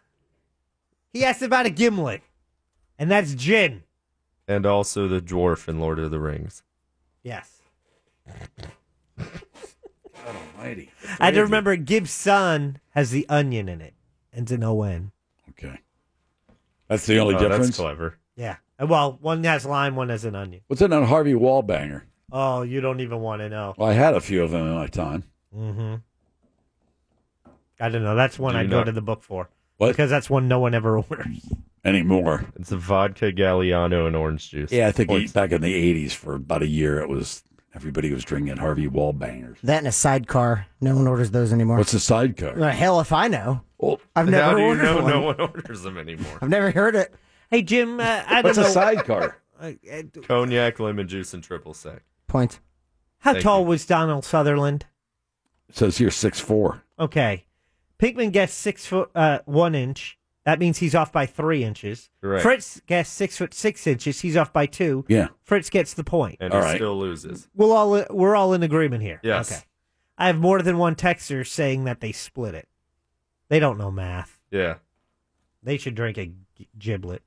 Speaker 7: He asked about a gimlet, and that's gin.
Speaker 8: And also the dwarf in Lord of the Rings.
Speaker 7: Yes.
Speaker 6: Almighty.
Speaker 7: I had to remember Gibson has the onion in it. Ends in O N.
Speaker 6: Okay. That's the only
Speaker 8: Oh, that's
Speaker 6: difference.
Speaker 8: clever.
Speaker 7: Yeah. Uh, Well, one has lime, one has an onion.
Speaker 6: What's in on Harvey Wallbanger?
Speaker 7: Oh, you don't even want to know.
Speaker 6: Well, I had a few of them in my time.
Speaker 7: Mm-hmm. I don't know. That's one
Speaker 8: Do
Speaker 7: I
Speaker 8: you
Speaker 7: go
Speaker 8: not-
Speaker 7: to the book for.
Speaker 6: What?
Speaker 7: Because that's one no one ever [LAUGHS] orders.
Speaker 6: Anymore.
Speaker 8: It's a vodka Galliano and orange juice.
Speaker 6: Yeah, I think
Speaker 8: Or
Speaker 6: he- back in the 80s for about a year, it was everybody was drinking Harvey Wallbangers.
Speaker 9: That and a sidecar. No one orders those anymore.
Speaker 6: What's a sidecar?
Speaker 9: Well, hell if I know.
Speaker 6: Well,
Speaker 9: I've
Speaker 8: How
Speaker 9: never
Speaker 8: do you
Speaker 9: ordered
Speaker 8: know
Speaker 9: one.
Speaker 8: no one [LAUGHS] orders them anymore?
Speaker 9: I've never heard it.
Speaker 7: Hey, Jim, uh, I don't [LAUGHS]
Speaker 6: What's
Speaker 7: know.
Speaker 6: a sidecar?
Speaker 7: Uh, uh,
Speaker 8: Cognac, lemon juice, and triple sec.
Speaker 9: Point.
Speaker 7: How
Speaker 6: Thank
Speaker 7: tall was Donald Sutherland?
Speaker 6: It says here six four.
Speaker 7: Okay. Pinkman guessed six foot uh, one inch. That means he's off by three inches.
Speaker 6: Correct.
Speaker 7: Fritz guessed six foot six inches. He's off by two.
Speaker 6: Yeah.
Speaker 7: Fritz gets the point.
Speaker 8: and
Speaker 6: All
Speaker 8: he
Speaker 6: right.
Speaker 8: still loses.
Speaker 7: We'll all uh, we're all in agreement here.
Speaker 8: Yes.
Speaker 7: Okay. I have more than one texter saying that they split it. They don't know math.
Speaker 8: Yeah,
Speaker 7: They should drink a gi- giblet,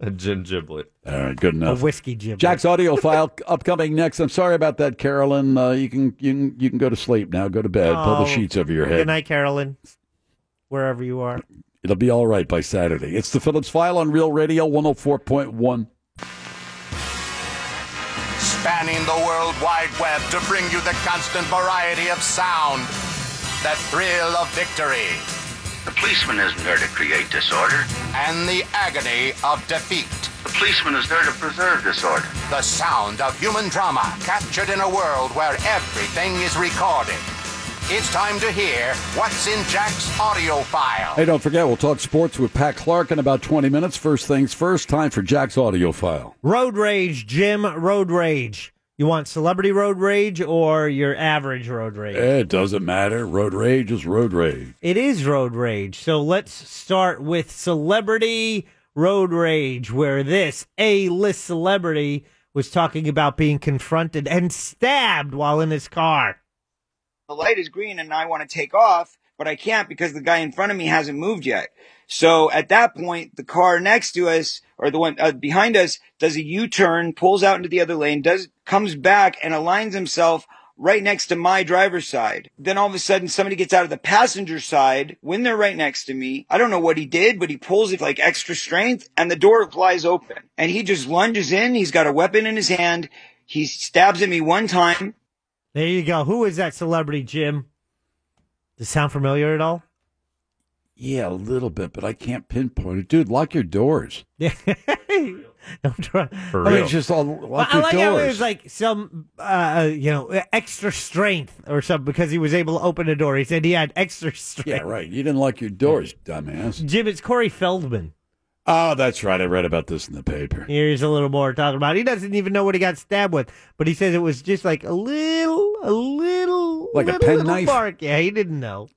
Speaker 8: a gin giblet.
Speaker 6: All right, good
Speaker 7: a
Speaker 6: enough.
Speaker 7: whiskey giblet.
Speaker 6: Jack's audio file [LAUGHS] upcoming next. I'm sorry about that, Carolyn. Uh, you can you can you can go to sleep now. Go to bed. Pull
Speaker 7: Oh.
Speaker 6: the sheets over your head.
Speaker 7: Good night, Carolyn. Wherever you are.
Speaker 6: It'll be all right by Saturday. It's the Phillips File on Real Radio 104.1.
Speaker 12: spanning the World Wide Web to bring you the constant variety of sound, the thrill of victory,
Speaker 13: The policeman isn't there to create disorder.
Speaker 12: and the agony of defeat.
Speaker 13: The policeman is there to preserve disorder.
Speaker 12: The sound of human drama captured in a world where everything is recorded. It's time to hear what's in Jack's audio file.
Speaker 6: Hey, don't forget, we'll talk sports with Pat Clark in about 20 minutes. First things first, time for Jack's audio file.
Speaker 7: Road rage, Jim. Road rage. You want celebrity road rage or your average road rage?
Speaker 6: Eh, It doesn't matter. Road rage is road rage.
Speaker 7: It is road rage. So let's start with celebrity road rage, where this A list celebrity was talking about being confronted and stabbed while in his car.
Speaker 14: the light is green and I want to take off, but I can't because the guy in front of me hasn't moved yet. So at that point, the car next to us or the one uh, behind us does a U-turn, pulls out into the other lane, does comes back and aligns himself right next to my driver's side. Then all of a sudden somebody gets out of the passenger side when they're right next to me. I don't know what he did, but he pulls it like extra strength and the door flies open and he just lunges in. He's got a weapon in his hand. He stabs at me one time.
Speaker 7: There you go. Who is that celebrity, Jim? Does it sound familiar at all?
Speaker 6: Yeah, a little bit, but I can't pinpoint it. Dude, lock
Speaker 7: [LAUGHS]
Speaker 6: your doors.
Speaker 7: Don't try.
Speaker 6: For
Speaker 7: I mean,
Speaker 6: real. just all lock
Speaker 7: I
Speaker 6: your
Speaker 7: like how it
Speaker 6: doors.
Speaker 7: was like some, uh, you know, extra strength or something because he was able to open a door. He said he had extra [LAUGHS] strength.
Speaker 6: yeah, right. You didn't lock your doors, dumbass.
Speaker 7: Jim, it's Corey Feldman.
Speaker 6: Oh, that's right. I read about this in the paper.
Speaker 7: Here's a little more talking about. He doesn't even know what he got stabbed with, but he says it was just like a little, a little,
Speaker 6: Like a
Speaker 7: little, little
Speaker 6: penknife?
Speaker 7: Bark. Yeah, he didn't know.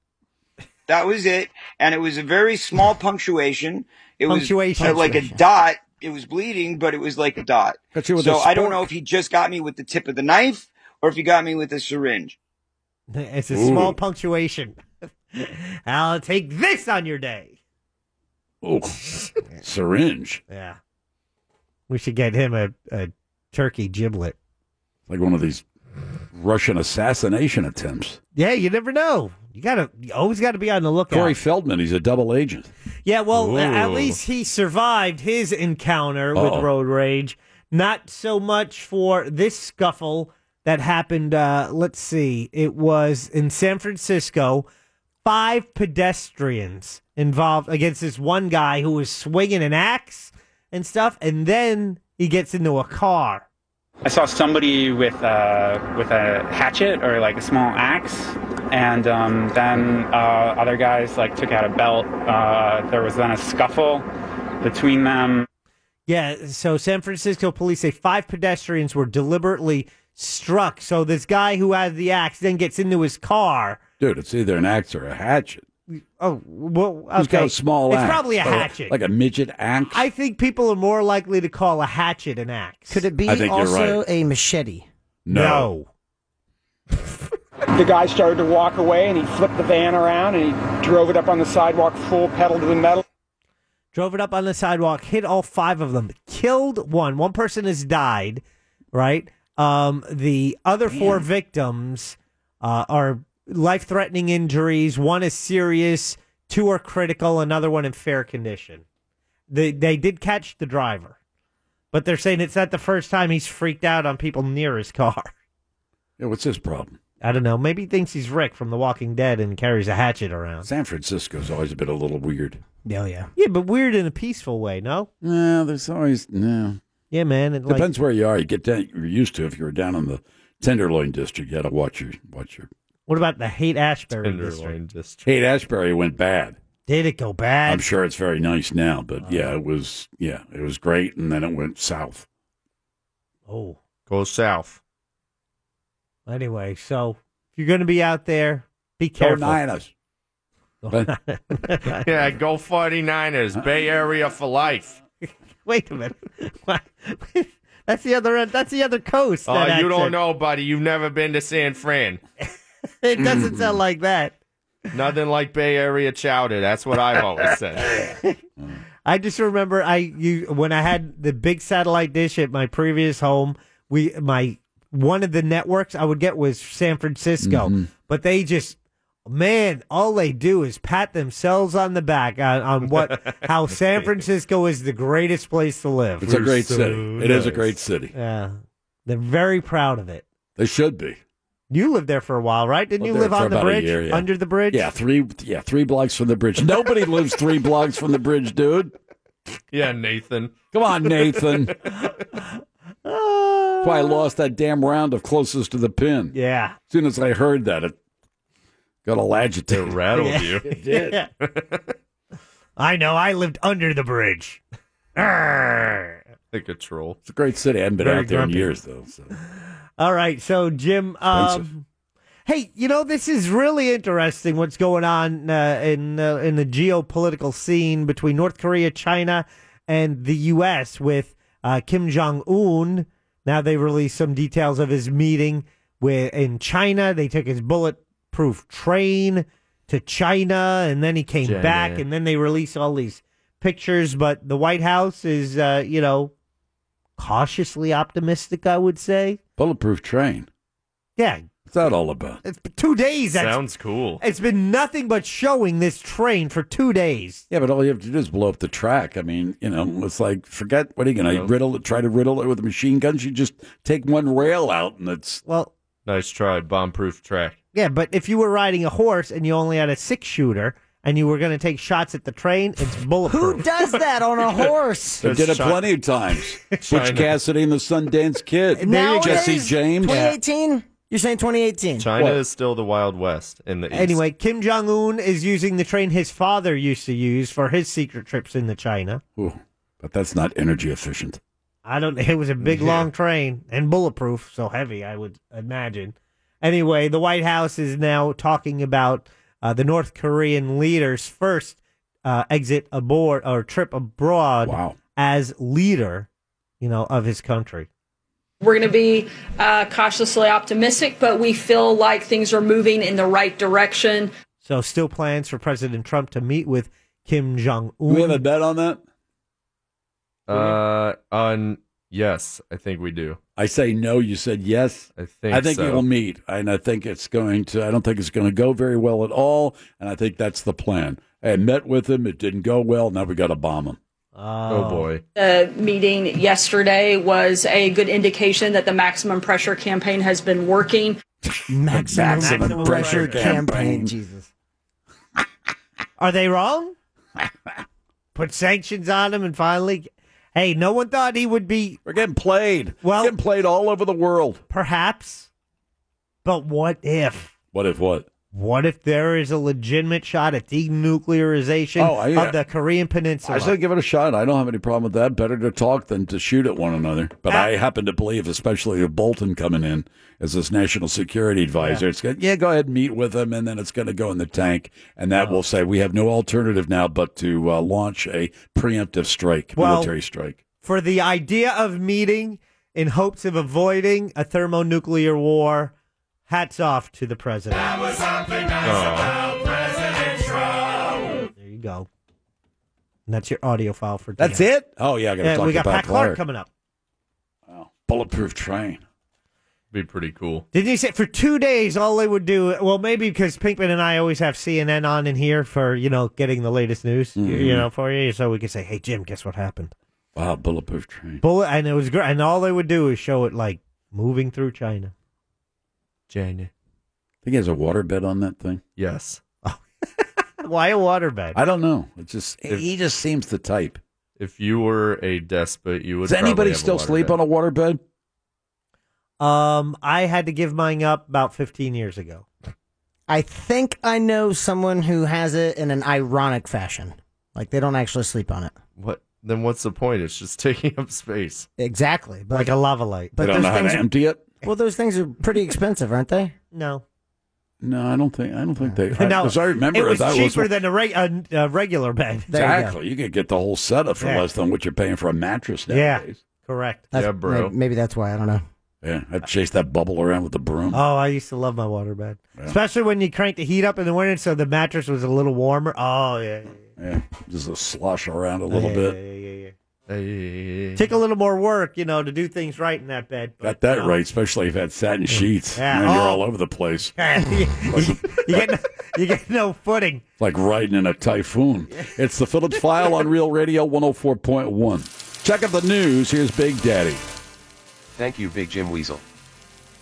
Speaker 14: That was it. And it was a very small punctuation. It
Speaker 7: Punctuation.
Speaker 14: was uh, like a dot. It was bleeding, but it was like a dot.
Speaker 6: Got you with
Speaker 14: so
Speaker 6: a
Speaker 14: I don't
Speaker 6: spork.
Speaker 14: know if he just got me with the tip of the knife or if he got me with a syringe.
Speaker 7: It's a
Speaker 14: Ooh.
Speaker 7: small punctuation. [LAUGHS] I'll take this on your day.
Speaker 6: Oh, syringe.
Speaker 7: Yeah. We should get him a, a turkey giblet.
Speaker 6: Like one of these Russian assassination attempts.
Speaker 7: Yeah, you never know. You gotta you always gotta be on the lookout.
Speaker 6: Corey Feldman, he's a double agent.
Speaker 7: Yeah, well,
Speaker 6: Ooh.
Speaker 7: at least he survived his encounter
Speaker 6: Uh-oh.
Speaker 7: with road rage. Not so much for this scuffle that happened. Uh, let's see, it was in San Francisco. Five pedestrians involved against this one guy who was swinging an axe and stuff, and then he gets into a car.
Speaker 15: I saw somebody with a with a hatchet or like a small axe, and um, then uh, other guys like took out a belt. Uh, there was then a scuffle between them.
Speaker 7: Yeah, so San Francisco police say five pedestrians were deliberately struck. So this guy who had the axe then gets into his car.
Speaker 6: Dude, it's either an axe or a hatchet.
Speaker 7: Oh, well, okay.
Speaker 6: He's got a small
Speaker 7: It's
Speaker 6: axe.
Speaker 7: probably a
Speaker 6: Like
Speaker 7: hatchet.
Speaker 6: Like a midget axe.
Speaker 7: I think people are more likely to call a hatchet an axe. Could
Speaker 9: it be
Speaker 6: I think you're
Speaker 9: also
Speaker 6: right.
Speaker 9: a machete.
Speaker 6: No.
Speaker 16: The guy started to walk away and he flipped the van around and he drove it up on the sidewalk full pedal to the metal.
Speaker 7: Drove it up on the sidewalk, hit all five of them, killed one. One person has died, right? Um, the other four victims uh, are life threatening injuries. One is serious, two are critical, another one in fair condition. They, they did catch the driver, but they're saying it's not the first time he's freaked out on people near his car. [LAUGHS]
Speaker 6: Yeah, what's his problem?
Speaker 7: I don't know. Maybe he thinks he's Rick from The Walking Dead and carries a hatchet around.
Speaker 6: San Francisco's always been a little weird.
Speaker 7: Yeah, oh, yeah. Yeah, but weird in a peaceful way, no?
Speaker 6: No, there's always no.
Speaker 7: Yeah, man. It, like,
Speaker 6: Depends where you are. You get down. You're used to if you were down in the Tenderloin district, you had to watch your watch your.
Speaker 7: what about the Haight Ashbury district?
Speaker 8: Tenderloin district.
Speaker 6: Haight Ashbury went bad.
Speaker 7: Did it go bad? Uh-huh.
Speaker 6: I'm sure it's very nice now, but yeah, it was yeah, it was great, and then it went south.
Speaker 7: Oh,
Speaker 8: Go south.
Speaker 7: Anyway, so if you're going to be out there, be careful. [LAUGHS]
Speaker 8: Niners. [LAUGHS] yeah, go 49ers. Bay Area for life.
Speaker 7: [LAUGHS] Wait a minute. What? That's the other. That's the other coast.
Speaker 8: Oh,
Speaker 7: that
Speaker 8: you don't
Speaker 7: accent.
Speaker 8: know, buddy. You've never been to San
Speaker 6: [LAUGHS]
Speaker 8: Fran. Mm.
Speaker 7: It doesn't sound like that.
Speaker 8: Nothing like Bay Area chowder. That's what I've always
Speaker 6: [LAUGHS]
Speaker 8: said.
Speaker 7: I just remember I you when I had the big satellite dish at my previous home. We my one of the networks I would get was San Francisco,
Speaker 6: Mm-hmm.
Speaker 7: but they just man, all they do is pat themselves on the back on, on
Speaker 6: [LAUGHS]
Speaker 7: what how San Francisco is the greatest place to live.
Speaker 6: It's a great city. It is a great city.
Speaker 7: Yeah, they're very proud of it.
Speaker 6: They should be.
Speaker 7: You lived there for a while, right? Didn't you live on the bridge? Under the bridge?
Speaker 6: Yeah, three yeah, three blocks from the bridge.
Speaker 7: [LAUGHS]
Speaker 6: Nobody lives three blocks from the bridge, dude.
Speaker 8: yeah, Nathan.
Speaker 6: Come on, Nathan.
Speaker 8: [LAUGHS]
Speaker 6: That's why I lost that damn round of closest to the pin.
Speaker 7: Yeah.
Speaker 6: As soon as I heard that, it got all agitated.
Speaker 7: [LAUGHS]
Speaker 8: rattled
Speaker 7: Yeah. you. It did. I know. I lived under the bridge. Arr.
Speaker 8: Like a troll.
Speaker 6: It's a great city. I haven't been
Speaker 7: Very
Speaker 6: out there
Speaker 7: grumpy.
Speaker 6: in years, though. So.
Speaker 7: All right, so Jim, um,
Speaker 6: Expensive.
Speaker 7: hey, you know this is really interesting. What's going on uh, in uh, in the geopolitical scene between North Korea, China, and the U.S. with uh, Kim Jong Un? Now they released some details of his meeting with in China. They took his bulletproof train to China, and then he came
Speaker 17: China.
Speaker 7: back, and then they released all these pictures. But the White House is, uh, you know, cautiously optimistic. I would say.
Speaker 6: Bulletproof train.
Speaker 7: Yeah.
Speaker 6: What's that all about?
Speaker 7: It's been two days. That's,
Speaker 8: Sounds cool.
Speaker 7: It's been nothing but showing this train for two days.
Speaker 6: Yeah, but all you have to do is blow up the track. I mean, you know, it's like forget what are you going to
Speaker 7: Yeah.
Speaker 6: riddle it? Try to riddle it with a machine gun? You just take one rail out, and it's
Speaker 7: well.
Speaker 8: Nice try, bomb-proof track.
Speaker 7: Yeah, but if you were riding a horse and you only had a six shooter and you were going to take shots at the train, it's bulletproof.
Speaker 9: Who does that on
Speaker 7: [LAUGHS]
Speaker 9: a horse?
Speaker 6: They did it plenty
Speaker 8: [LAUGHS]
Speaker 6: of times. Butch Cassidy and the Sundance Kid.
Speaker 9: Nowadays,
Speaker 6: Jesse James.
Speaker 9: 2018? You're saying 2018.
Speaker 8: China is still the Wild West in the East.
Speaker 7: Anyway, Kim Jong Un is using the train his father used to use for his secret trips into China.
Speaker 6: Ooh, but that's not energy efficient.
Speaker 7: I don't. [LAUGHS] It was a big,
Speaker 6: Yeah.
Speaker 7: long train and bulletproof, so heavy. I would imagine. Anyway, the White House is now talking about uh, the North Korean leader's first uh, exit aboard or trip abroad as leader, you know, of his country.
Speaker 18: We're going to be uh, cautiously optimistic, but we feel like things are moving in the right direction.
Speaker 7: So, still plans for President Trump to meet with Kim Jong Un.
Speaker 6: Do we have a bet on that?
Speaker 8: Uh, on yes, I think we do.
Speaker 6: I say no. You said yes.
Speaker 8: I think.
Speaker 6: I think
Speaker 8: so.
Speaker 6: it will meet, and I think it's going to. I don't think it's going to go very well at all, and I think that's the plan. I met with him; it didn't go well. Now we got to bomb him.
Speaker 7: Oh,
Speaker 8: boy!
Speaker 18: The meeting yesterday was a good indication that the maximum pressure campaign has been working.
Speaker 9: Maximum, pressure,
Speaker 6: Maximum pressure
Speaker 9: campaign.
Speaker 6: campaign.
Speaker 9: Jesus.
Speaker 7: Are they
Speaker 6: [LAUGHS]
Speaker 7: wrong? Put sanctions on him, and finally, hey, no one thought he would be.
Speaker 6: We're getting played. Well, getting played all over the world.
Speaker 7: Perhaps, but what if?
Speaker 6: What if what?
Speaker 7: What if there is a legitimate shot at denuclearization
Speaker 6: Oh, I-
Speaker 7: of the Korean Peninsula?
Speaker 6: I said give it a shot. I don't have any problem with that. Better to talk than to shoot at one another. But I happen to believe, especially with Bolton coming in as this national security advisor, it's going, yeah, go ahead and meet with him, and then it's going to go in the tank. And that will say we have no alternative now but to uh, launch a preemptive strike,
Speaker 7: Well-
Speaker 6: military strike.
Speaker 7: For the idea of meeting in hopes of avoiding a thermonuclear war, hats off to the president. There you go. And that's your audio file for today.
Speaker 6: That's it? Oh, yeah, I gotta
Speaker 7: Yeah,
Speaker 6: talk
Speaker 7: we got
Speaker 6: about
Speaker 7: Pat Clark.
Speaker 6: Clark.
Speaker 7: coming up.
Speaker 6: Bulletproof train.
Speaker 8: Be pretty cool.
Speaker 7: Didn't you say for two days all they would do? Well, maybe because Pinkman and I always have CNN on in here for you know getting the latest news, you-
Speaker 6: Mm-hmm.
Speaker 7: you know, for you, so we could say, "Hey, Jim, guess what happened?"
Speaker 6: Wow, bulletproof train.
Speaker 7: Bullet, and it was great. And all they would do is show it like moving through China.
Speaker 8: China.
Speaker 6: Think he has a waterbed on that thing?
Speaker 8: Yes.
Speaker 7: [LAUGHS] Why a waterbed?
Speaker 6: I don't know. It just he just seems the type.
Speaker 8: If you were a despot, you would.
Speaker 6: Does anybody
Speaker 8: probably have a
Speaker 6: still
Speaker 8: water
Speaker 6: sleep
Speaker 8: bed.
Speaker 6: on a waterbed?
Speaker 7: Um, I had to give mine up about 15 years ago.
Speaker 9: I think I know someone who has it in an ironic fashion. Like they don't actually sleep on it.
Speaker 8: What? Then what's the point? It's just [LAUGHS] taking up space.
Speaker 9: Exactly. But
Speaker 7: like a lava light.
Speaker 9: But there's things
Speaker 6: empty it.
Speaker 9: Well, those things are
Speaker 6: [LAUGHS]
Speaker 9: pretty expensive, aren't they?
Speaker 7: No.
Speaker 6: No, I don't think. I don't think they.
Speaker 7: [LAUGHS]
Speaker 6: [LAUGHS] I,
Speaker 7: No,
Speaker 6: 'cause I remember
Speaker 7: it was
Speaker 6: that
Speaker 7: cheaper
Speaker 6: was
Speaker 7: than a, reg- a, a regular bed.
Speaker 6: exactly. You, could get the whole setup for
Speaker 7: Yeah.
Speaker 6: less than what you're paying for a mattress now.
Speaker 7: Yeah, correct.
Speaker 9: That's- may- Maybe that's why. I don't know.
Speaker 6: Yeah, I chased that bubble around with the broom.
Speaker 7: Oh, I used to love my water bed,
Speaker 6: Yeah.
Speaker 7: especially when you crank the heat up in the winter, so the mattress was a little warmer. Oh yeah,
Speaker 6: Yeah, just a slosh around a little
Speaker 7: yeah,
Speaker 6: bit.
Speaker 8: Yeah, yeah, yeah, yeah.
Speaker 7: take a little more work, you know, to do things right in that bed.
Speaker 6: Got that right, especially if you had satin sheets.
Speaker 7: Yeah.
Speaker 6: Man, you're
Speaker 7: Oh.
Speaker 6: all over
Speaker 7: [LAUGHS]
Speaker 6: the place.
Speaker 7: you get no, you get no footing.
Speaker 6: It's like riding in a typhoon. It's the Phillips File on Real Radio 104.1. Check out the news. Here's Big Daddy.
Speaker 17: Thank you, Big Jim Weasel.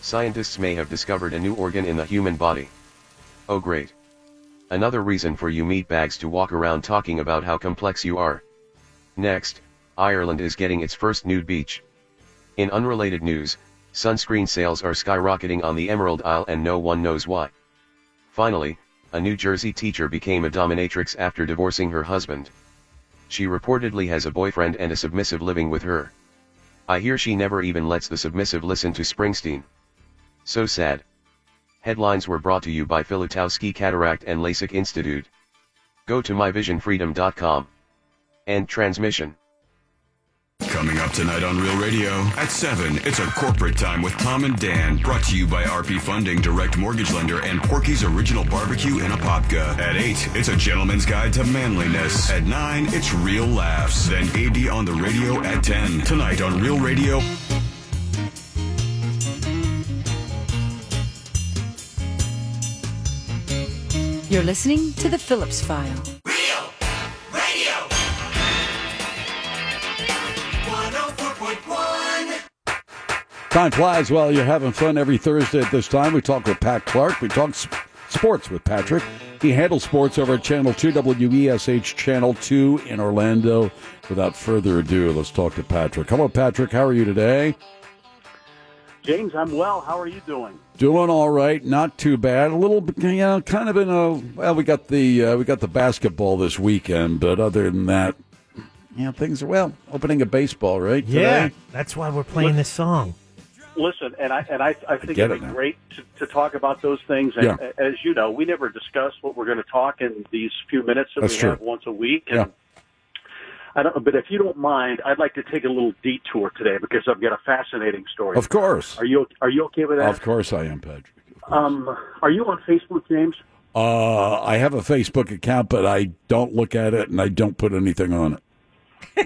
Speaker 17: Scientists may have discovered a new organ in the human body. Oh, great. Another reason for you meatbags to walk around talking about how complex you are. Next, Ireland is getting its first nude beach. In unrelated news, sunscreen sales are skyrocketing on the Emerald Isle and no one knows why. Finally, a New Jersey teacher became a dominatrix after divorcing her husband. She reportedly has a boyfriend and a submissive living with her. I hear she never even lets the submissive listen to Springsteen. So sad. Headlines were brought to you by Filutowski Cataract and LASIK Institute. Go to myvisionfreedom.com. End transmission.
Speaker 2: Coming up tonight on Real Radio at 7, it's a corporate time with Tom and Dan, brought to you by RP Funding, Direct Mortgage Lender, and Porky's Original Barbecue in Apopka. At 8, it's a gentleman's guide to manliness. At 9, it's Real Laughs. Then AD on the radio at 10. Tonight on Real Radio.
Speaker 19: You're listening to The Phillips File.
Speaker 5: Radio 104.1.
Speaker 6: Time flies while you're having fun every Thursday at this time. We talk with Pat Clark. We talk sp- sports with Patrick. He handles sports over at Channel 2, WESH Channel 2 in Orlando. Without further ado, let's talk to Patrick. Hello, Patrick. How are you today?
Speaker 20: James, I'm well. How are you doing?
Speaker 6: Doing all right, not too bad. A little, bit, you know, kind of in a. Well, we got the uh, we got the basketball this weekend, but other than that, yeah, things are well. Opening of baseball, right?
Speaker 7: Yeah,
Speaker 6: today?
Speaker 7: that's why we're playing this song.
Speaker 20: Listen, and I and I, I think
Speaker 6: get
Speaker 20: it'd
Speaker 6: it
Speaker 20: be
Speaker 6: now.
Speaker 20: great to, to talk about those things. And
Speaker 6: Yeah.
Speaker 20: a- as you know, we never discuss what we're going to talk in these few minutes that
Speaker 6: That's
Speaker 20: we
Speaker 6: true.
Speaker 20: have once a week. And
Speaker 6: Yeah.
Speaker 20: I don't. But if you don't mind, I'd like to take a little detour today because I've got a fascinating story.
Speaker 6: Of course.
Speaker 20: Are you Are you okay with that?
Speaker 6: Of course, I am, Patrick.
Speaker 20: Um, are you on Facebook, James?
Speaker 6: Uh, I have a Facebook account, but I don't look at it and I don't put anything on it.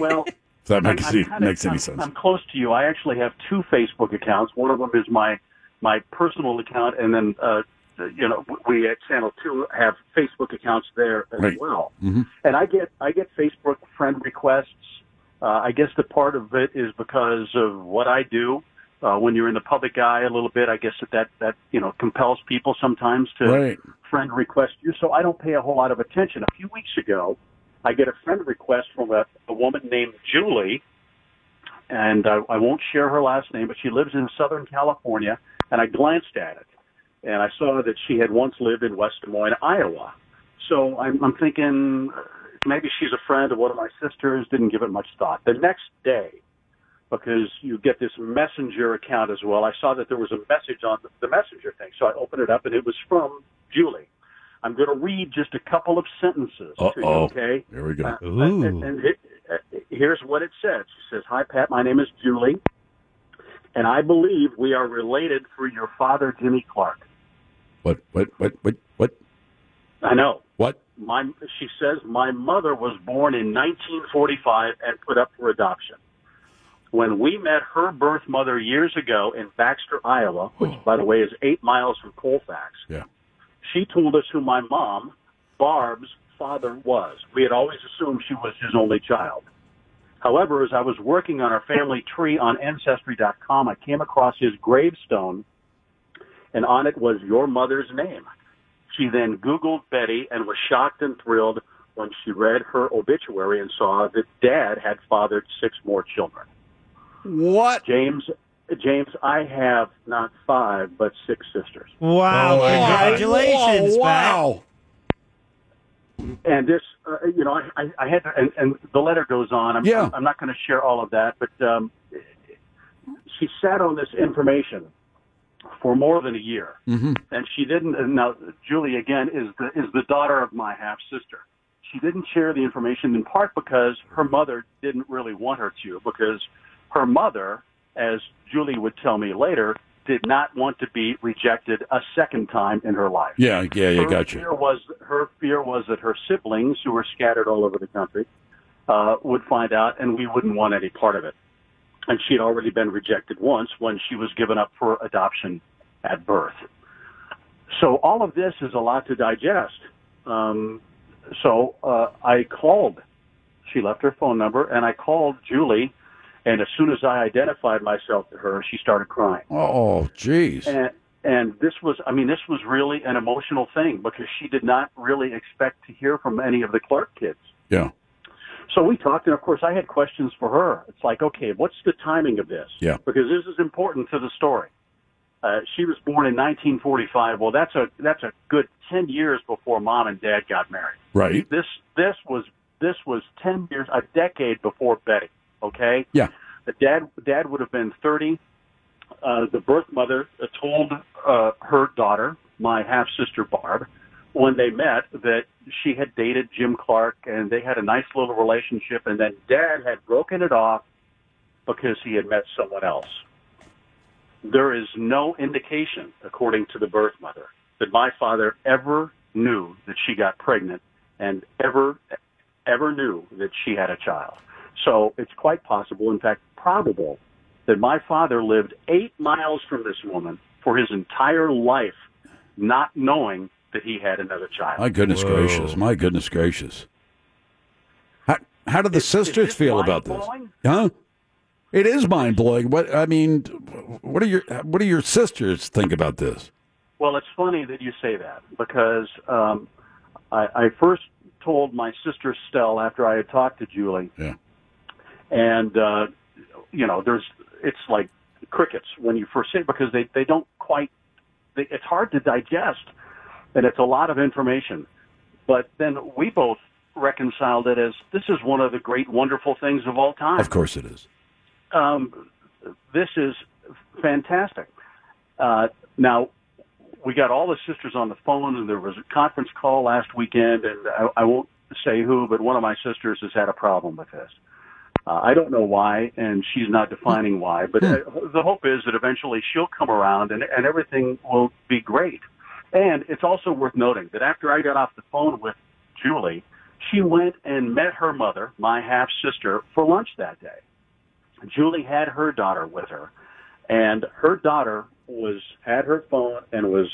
Speaker 20: [LAUGHS] Well,
Speaker 6: If that makes,
Speaker 20: I'm- I'm
Speaker 6: any-
Speaker 20: kinda-
Speaker 6: makes any
Speaker 20: I'm-
Speaker 6: sense.
Speaker 20: I'm close to you. I actually have two Facebook accounts. One of them is my my personal account, and then uh, you know we at Channel Two have Facebook accounts there as
Speaker 5: Right.
Speaker 20: well. And I get I get Facebook friend requests. Uh, I guess the part of it is because of what I do. Uh, when you're in the public eye a little bit, I guess that that, that you know compels people sometimes to
Speaker 6: Right.
Speaker 20: friend request you. So I don't pay a whole lot of attention. A few weeks ago, I get a friend request from a, a woman named Julie, and I, I won't share her last name, but she lives in Southern California. And I glanced at it, and I saw that she had once lived in West Des Moines, Iowa. So I'm, I'm thinking uh, maybe she's a friend of one of my sisters. Didn't give it much thought. The next day, because you get this messenger account as well, I saw that there was a message on the, the messenger thing. So I opened it up, and it was from Julie. I'm going to read just a couple of sentences. to you,
Speaker 6: Uh-oh.
Speaker 20: okay.
Speaker 6: Here we go.
Speaker 20: Uh, And, and it, uh, here's what it says. She says, "Hi Pat, my name is Julie, and I believe we are related through your father, Jimmy Clark.
Speaker 6: What, what, what, what, what?
Speaker 20: I know.
Speaker 6: What?
Speaker 20: My she says my mother was born in 1945 and put up for adoption. When we met her birth mother years ago in Baxter, Iowa, which by the way is eight miles from Colfax,
Speaker 6: Yeah.
Speaker 20: she told us who my mom, Barb's father was. We had always assumed she was his only child. However, as I was working on our family tree on Ancestry.com, I came across his gravestone, and on it was your mother's name. She then Googled Betty and was shocked and thrilled when she read her obituary and saw that Dad had fathered six more children.
Speaker 6: What?
Speaker 20: James, James, I have not five, but six sisters.
Speaker 7: Wow!
Speaker 20: Oh, my God.
Speaker 7: congratulations, Pat.
Speaker 20: Whoa, wow. And this, uh, you know, I, I, I had, to, and, and the letter goes on. I'm,
Speaker 6: Yeah.
Speaker 20: I'm not going to share all of that, but um, she sat on this information for more than a year.
Speaker 6: Mm-hmm.
Speaker 20: and she didn't. and Now, Julie again is the is the daughter of my half sister. She didn't share the information in part because her mother didn't really want her to, because her mother, as Julie would tell me later, did not want to be rejected a second time in her life.
Speaker 6: Yeah, yeah, yeah,
Speaker 20: her
Speaker 6: gotcha.
Speaker 20: Fear was her fear was that her siblings, who were scattered all over the country, uh, would find out, and we wouldn't want any part of it. And she had already been rejected once when she was given up for adoption at birth. So all of this is a lot to digest. Um, so uh, I called. She left her phone number, and I called Julie. And as soon as I identified myself to her, she started crying.
Speaker 6: Oh, jeez.
Speaker 20: And, and this was, I mean, this was really an emotional thing because she did not really expect to hear from any of the Clark kids.
Speaker 6: Yeah.
Speaker 20: So we talked, and of course, I had questions for her. It's like, okay, what's the timing of this?
Speaker 6: Yeah.
Speaker 20: Because this is important to the story. Uh, she was born in 1945. Well, that's a that's a good 10 years before mom and dad got married.
Speaker 6: Right.
Speaker 20: This this was this was 10 years, a decade before Betty. Okay.
Speaker 6: Yeah.
Speaker 20: The dad dad would have been 30. Uh, the birth mother uh, told uh, her daughter, my half sister Barb, when they met that she had dated Jim Clark and they had a nice little relationship, and then dad had broken it off because he had met someone else. There is no indication, according to the birth mother, that my father ever knew that she got pregnant and ever, ever knew that she had a child. So it's quite possible, in fact, probable, that my father lived eight miles from this woman for his entire life, not knowing that he had another child.
Speaker 6: My goodness gracious. My goodness gracious. How, how did the sisters feel about this? Huh? It is mind blowing. What I mean, what are your what do your sisters think about this?
Speaker 20: Well, it's funny that you say that because um, I, I first told my sister Stell after I had talked to Julie,
Speaker 6: Yeah.
Speaker 20: and uh, you know, there's it's like crickets when you first say it because they they don't quite. They, it's hard to digest, and it's a lot of information. But then we both reconciled it as this is one of the great, wonderful things of all time.
Speaker 6: Of course it is.
Speaker 20: um, this is fantastic. Uh, now, we got all the sisters on the phone, and there was a conference call last weekend, and I, I won't say who, but one of my sisters has had a problem with this. Uh, I don't know why, and she's not defining why, but uh, the hope is that eventually she'll come around and, and everything will be great. And it's also worth noting that after I got off the phone with Julie, she went and met her mother, my half sister, for lunch that day. Julie had her daughter with her, and her daughter was had her phone and was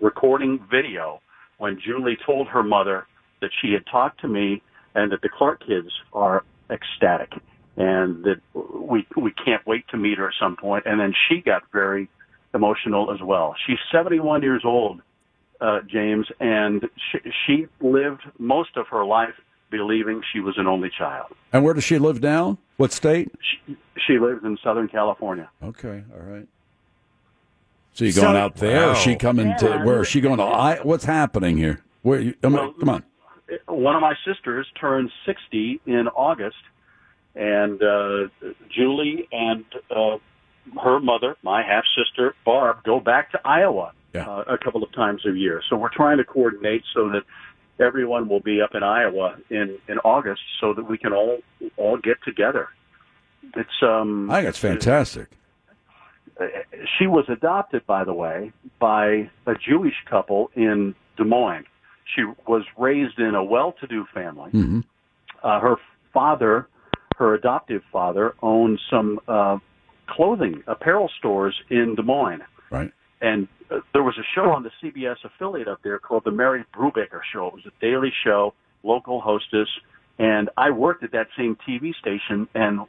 Speaker 20: recording video when Julie told her mother that she had talked to me and that the Clark kids are ecstatic and that we we can't wait to meet her at some point. And then she got very emotional as well. She's 71 years old, uh, James, and she, she lived most of her life believing she was an only child.
Speaker 6: And where does she live now? What state?
Speaker 20: She lives in Southern California.
Speaker 6: Okay, all right. So you going out there? Is she coming to where? Is she going to? I, what's happening here? Where? You, I mean, come on.
Speaker 20: one of my sisters turned 60 in August, and uh, Julie and uh, her mother, my half sister Barb, go back to Iowa uh, a couple of times a year. So we're trying to coordinate so that everyone will be up in Iowa in in August, so that we can all all get together. It's um.
Speaker 6: I think it's fantastic.
Speaker 20: she was adopted, by the way, by a Jewish couple in Des Moines. She was raised in a well-to-do family.
Speaker 6: Mm-hmm.
Speaker 20: Uh, her father, her adoptive father, owned some uh, clothing apparel stores in Des Moines.
Speaker 6: Right.
Speaker 20: And uh, there was a show on the CBS affiliate up there called the Mary Brubaker Show. It was a daily show, local hostess, and I worked at that same TV station, and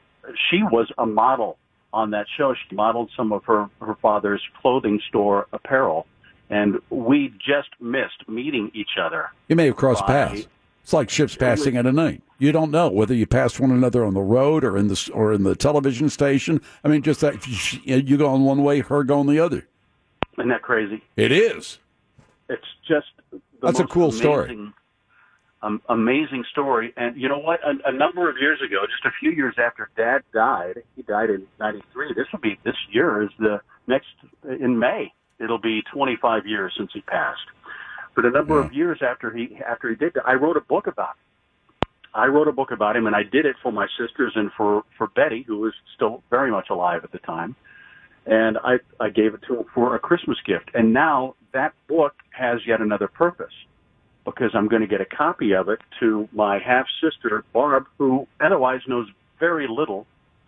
Speaker 20: she was a model on that show. She modeled some of her, her father's clothing store apparel, and we just missed meeting each other.
Speaker 6: You may have crossed
Speaker 20: Bye.
Speaker 6: paths. It's like ships passing in a night. You don't know whether you passed one another on the road or in the s- or in the television station. I mean, just that you go on one way, her going the other.
Speaker 20: Isn't that crazy?
Speaker 6: It is.
Speaker 20: It's just the
Speaker 6: That's a
Speaker 20: most
Speaker 6: cool story.
Speaker 20: amazing- Um, amazing story, and you know what? A, a number of years ago, just a few years after Dad died, he died in '93. This would be this year is the next in May. It'll be 25 years since he passed. But a number of years after he after he did that, I wrote a book about him. I wrote a book about him, and I did it for my sisters and for for Betty, who was still very much alive at the time. And I I gave it to him for a Christmas gift. And now that book has yet another purpose because I'm going to get a copy of it to my half sister Barb, who otherwise knows very little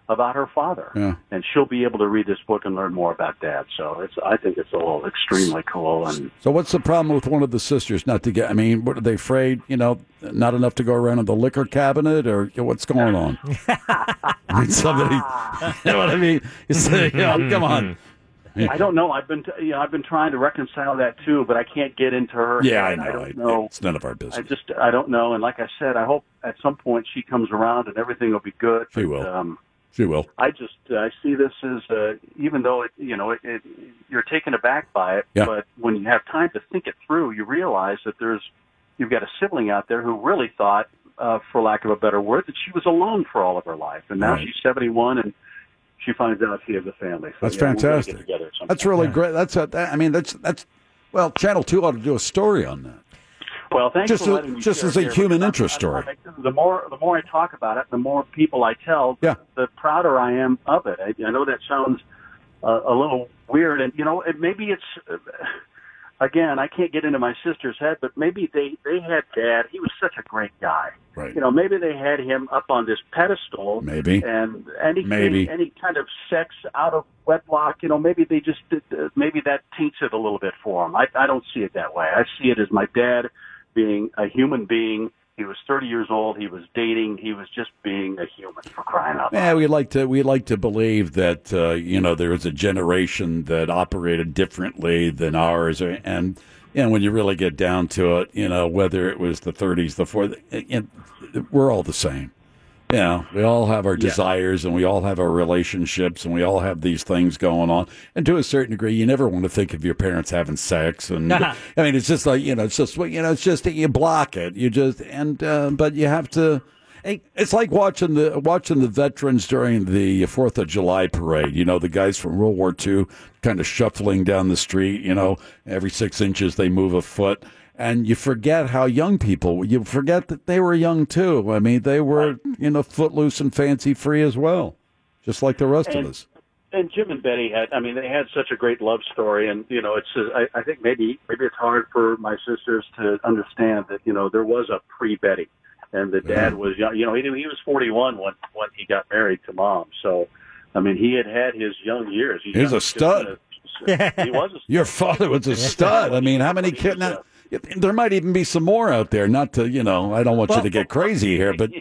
Speaker 20: about her father,
Speaker 6: Yeah.
Speaker 20: and she'll be able to read this book and learn more about Dad. So it's I think it's all extremely cool and.
Speaker 6: So what's the problem with one of the sisters not to get? I mean, what are they afraid? You know, not enough to go around in the liquor cabinet, or you know, what's going on? [LAUGHS] I mean, somebody, [LAUGHS] you know what I mean? You say, you know,
Speaker 20: [LAUGHS]
Speaker 6: come on.
Speaker 20: I don't know. I've been, you know, I've been trying to reconcile that too, but I can't get into her.
Speaker 6: Yeah, I
Speaker 20: head.
Speaker 6: know.
Speaker 20: don't
Speaker 6: It-
Speaker 20: know.
Speaker 6: It's none of our business.
Speaker 20: I just, I don't know. And like I said, I hope at some point she comes around and everything will be good.
Speaker 6: She will.
Speaker 20: Um,
Speaker 6: she will.
Speaker 20: I just, I see this as, uh, even though it, you know, it, it, you're taken aback by it,
Speaker 6: Yeah.
Speaker 20: but when you have time to think it through, you realize that there's, you've got a sibling out there who really thought, uh, for lack of a better word, that she was alone for all of her life, and now
Speaker 6: Right.
Speaker 20: she's 71 and. She finds out she has a family. So,
Speaker 6: That's
Speaker 20: yeah, we're gonna get
Speaker 6: fantastic.
Speaker 20: together at some
Speaker 6: That's
Speaker 20: point.
Speaker 6: really great. That's a, that, I mean, that's that's. Well, Channel Two ought to do a story on that.
Speaker 20: Well, thanks
Speaker 6: just
Speaker 20: for
Speaker 6: a-
Speaker 20: letting me
Speaker 6: just
Speaker 20: share
Speaker 6: as a
Speaker 20: here.
Speaker 6: human interest story.
Speaker 20: The more the more I talk about it, the more people I tell,
Speaker 6: Yeah.
Speaker 20: the prouder I am of it. I, I know that sounds uh, a little weird, and you know, it, maybe it's uh, again I can't get into my sister's head, but maybe they they had Dad. He was such a great guy.
Speaker 6: Right.
Speaker 20: You know, maybe they had him up on this pedestal.
Speaker 6: Maybe.
Speaker 20: And anything,
Speaker 6: Maybe.
Speaker 20: any kind of sex out of wedlock, you know, maybe they just did, uh, maybe that taints it a little bit for him. I, I don't see it that way. I see it as my dad being a human being. He was 30 years old. He was dating. He was just being a human for crying out
Speaker 6: Yeah, we like to we like to believe that uh, you know there was a generation that operated differently than ours, or- and you know when you really get down to it, you know whether it was the 30s, the 40s, you know, we're all the same. You know, we all have our desires, and we all have our relationships, and we all have these things going on. And to a certain degree, you never want to think of your parents having
Speaker 20: [LAUGHS]
Speaker 6: sex, and I mean, it's just like you know, it's just you know, it's just that you block it. You just and uh, but you have to. It's like watching the watching the veterans during the Fourth of July parade. You know, the guys from World War II kind of shuffling down the street. You know, every six inches they move a foot, and you forget how young people. You forget that they were young too. I mean, they were you know footloose and fancy free as well, just like the rest
Speaker 20: And-
Speaker 6: of us.
Speaker 20: And Jim and Betty had, I mean, they had such a great love story, and you know, it's. uh, I, I think maybe maybe it's hard for my sisters to understand that you know there was a pre Betty, and the dad was young. You know, he he was forty one when when he got married to mom. So, I mean, he had had his young years.
Speaker 6: He was
Speaker 20: got
Speaker 6: a stud.
Speaker 20: just a- he was a
Speaker 6: Your father was a stud. I mean, how many kids? now- There might even be some more out there. Not to you know, I don't want you to get crazy here, but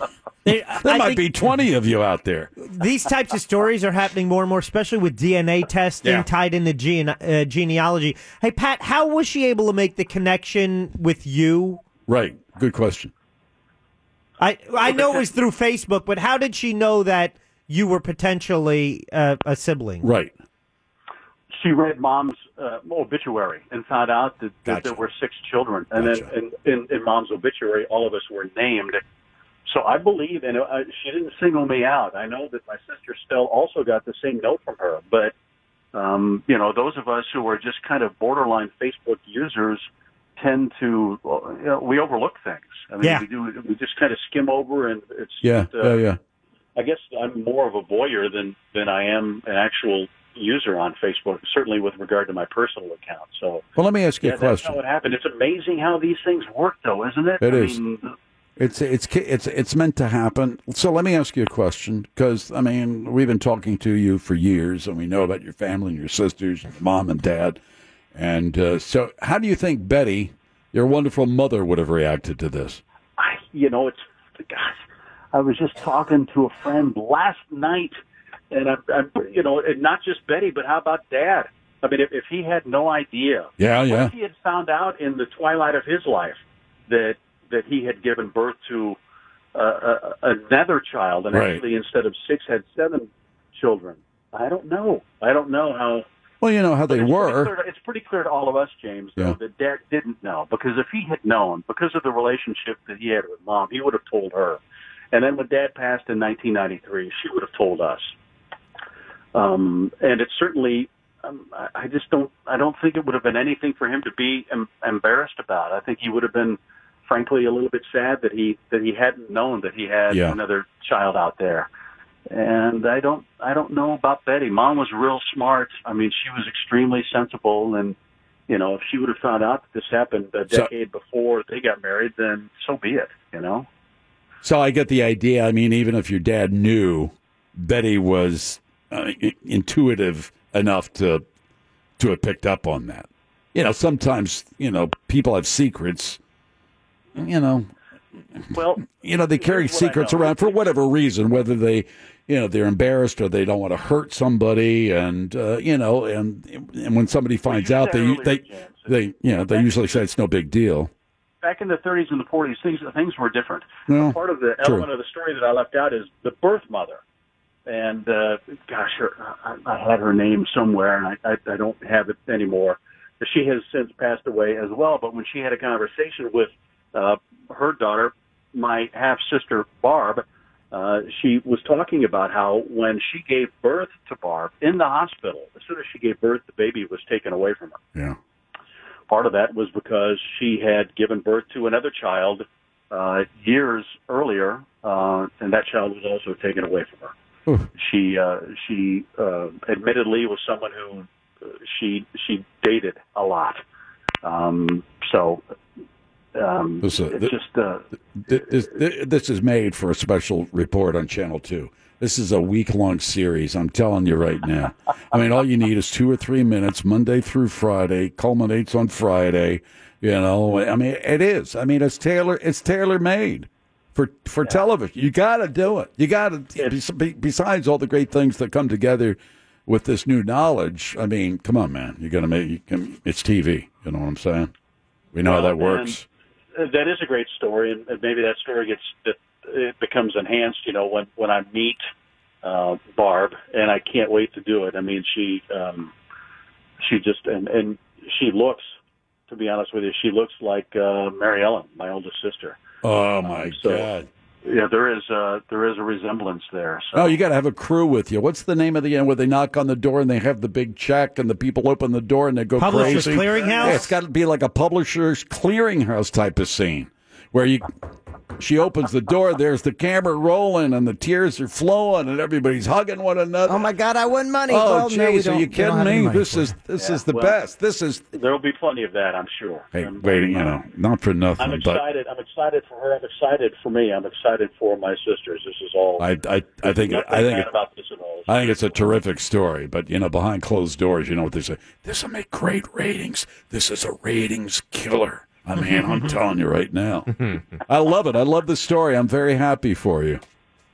Speaker 6: [LAUGHS] there might be twenty of you out there.
Speaker 7: These types of stories are happening more and more, especially with DNA testing
Speaker 6: Yeah.
Speaker 7: tied into gene, uh, genealogy. Hey, Pat, how was she able to make the connection with you?
Speaker 6: Right. Good question.
Speaker 7: I I know it was through Facebook, but how did she know that you were potentially uh, a sibling?
Speaker 6: Right.
Speaker 20: she read mom's uh, obituary and found out that, that there were six children, and then in, in, in mom's obituary, all of us were named. So I believe, and uh, she didn't single me out. I know that my sister Stell also got the same note from her, but um, you know, those of us who are just kind of borderline Facebook users tend to uh, you know, we overlook things. I mean,
Speaker 6: Yeah.
Speaker 20: we do. We just kind of skim over, and it's
Speaker 6: Yeah.
Speaker 20: uh,
Speaker 6: Yeah. Yeah.
Speaker 20: I guess I'm more of a voyeur than than I am an actual user on Facebook. Certainly with regard to my personal account. So
Speaker 6: Well, let me ask you
Speaker 20: yeah,
Speaker 6: a
Speaker 20: that's
Speaker 6: question.
Speaker 20: how it happened. It's amazing how these things work, though, isn't it?
Speaker 6: It
Speaker 20: I
Speaker 6: is.
Speaker 20: mean,
Speaker 6: It's it's it's it's meant to happen. So let me ask you a question, because I mean we've been talking to you for years, and we know about your family and your sisters, and your mom and dad, and uh, so how do you think Betty, your wonderful mother, would have reacted to this?
Speaker 20: I, you know, it's gosh. I was just talking to a friend last night, and I'm, I'm you know, and not just Betty, but how about Dad? I mean, if, if he had no idea,
Speaker 6: Yeah.
Speaker 20: What
Speaker 6: Yeah.
Speaker 20: if he had found out in the twilight of his life that that he had given birth to uh, uh, another child, and
Speaker 6: Right.
Speaker 20: actually instead of six had seven children? I don't know. I don't know how.
Speaker 6: Well, you know how they
Speaker 20: It's pretty,
Speaker 6: were.
Speaker 20: clear to, it's pretty clear to all of us, James, though,
Speaker 6: Yeah.
Speaker 20: that Dad didn't know because if he had known, because of the relationship that he had with Mom, he would have told her. And then when Dad passed in 1993, she would have told us. Um, and it certainly um, I- I just don't. I don't think it would have been anything for him to be em- embarrassed about. I think he would have been, frankly, a little bit sad that he that he hadn't known that he had
Speaker 6: Yeah.
Speaker 20: another child out there. And I don't. I don't know about Betty. Mom was real smart. I mean, she was extremely sensible and. You know, if she would have found out that this happened a
Speaker 6: So-
Speaker 20: decade before they got married, then so be it. You know.
Speaker 6: So I get the idea. I mean, even if your dad knew, Betty was uh, i- intuitive enough to to have picked up on that. You know, sometimes you know people have secrets. You know,
Speaker 20: well,
Speaker 6: you know they carry secrets around for whatever reason, whether they, you know, they're embarrassed or they don't want to hurt somebody, and uh, you know, and and when somebody finds out,
Speaker 20: said
Speaker 6: they
Speaker 20: earlier,
Speaker 6: they they you know they usually say it's no big deal.
Speaker 20: back in the 30s and the 40s, things things were different.
Speaker 6: Well,
Speaker 20: Part of the
Speaker 6: true.
Speaker 20: element of the story that I left out is the birth mother, and uh, gosh, her, I, I had her name somewhere, and I, I, I don't have it anymore. She has since passed away as well. But when she had a conversation with uh, her daughter, my half sister Barb, uh, she was talking about how when she gave birth to Barb in the hospital, as soon as she gave birth, the baby was taken away from her
Speaker 6: Yeah.
Speaker 20: part of that was because she had given birth to another child uh, years earlier, uh, and that child was also taken away from her.
Speaker 6: Oof.
Speaker 20: She uh, she uh, admittedly was someone who uh, she she dated a lot. Um, so um,
Speaker 6: This, uh,
Speaker 20: it's
Speaker 6: th-
Speaker 20: just uh,
Speaker 6: Th- This, th- this is made for a special report on Channel 2. This is a week long series. I'm telling you right now. I mean, all you need is two or three minutes, Monday through Friday, culminates on Friday. You know, I mean, it is. I mean, it's tailor it's tailor made for for television. You got to do it. You got to. Be, besides all the great things that come together with this new knowledge, I mean, come on, man. You're gonna make you can, it's TV. You know what I'm saying? We know how that works.
Speaker 20: And that is a great story, and and maybe that story gets that it becomes enhanced. You know, when when I meet uh, Barb, and I can't wait to do it. I mean, she um, she just and and she looks, to be honest with you, she looks like uh, Mary Ellen, my oldest sister.
Speaker 6: Oh
Speaker 20: Um,
Speaker 6: my
Speaker 20: uh,
Speaker 6: God.
Speaker 20: Yeah, there is uh, there is a resemblance there. So
Speaker 6: Oh, you got to have a crew with you. What's the name of the end where they knock on the door and they have the big check and the people open the door and they go
Speaker 7: Publishers
Speaker 6: crazy?
Speaker 7: Clearinghouse?
Speaker 6: Yeah, it's got to be like a publisher's clearinghouse type of scene where you she opens the door, there's the camera rolling and the tears are flowing and everybody's hugging one another. Oh my
Speaker 9: God, I won money.
Speaker 6: Oh,
Speaker 9: Well, no, we
Speaker 6: geez,
Speaker 9: don't-
Speaker 6: are
Speaker 9: we
Speaker 6: you
Speaker 9: don't have
Speaker 6: kidding
Speaker 9: any
Speaker 6: me?
Speaker 9: money
Speaker 6: This
Speaker 9: for
Speaker 6: is
Speaker 9: it.
Speaker 6: this
Speaker 20: Yeah,
Speaker 6: is the
Speaker 20: well-
Speaker 6: best. This is
Speaker 20: there will be plenty of that, I'm sure.
Speaker 6: Hey, wait, you know, not for
Speaker 20: I'm
Speaker 6: nothing, but
Speaker 20: excited. I'm excited for her. I'm excited for me. I'm excited for my sisters. This is all.
Speaker 6: I I I think
Speaker 20: nothing
Speaker 6: I think
Speaker 20: bad about this at all.
Speaker 6: I think it's a terrific story, but you know, behind closed doors, you know what they say. This will make great ratings. This is a ratings killer. I
Speaker 20: Mm-hmm,
Speaker 6: mean, I'm
Speaker 20: [LAUGHS]
Speaker 6: telling you right now. I love it. I love the story. I'm very happy for you.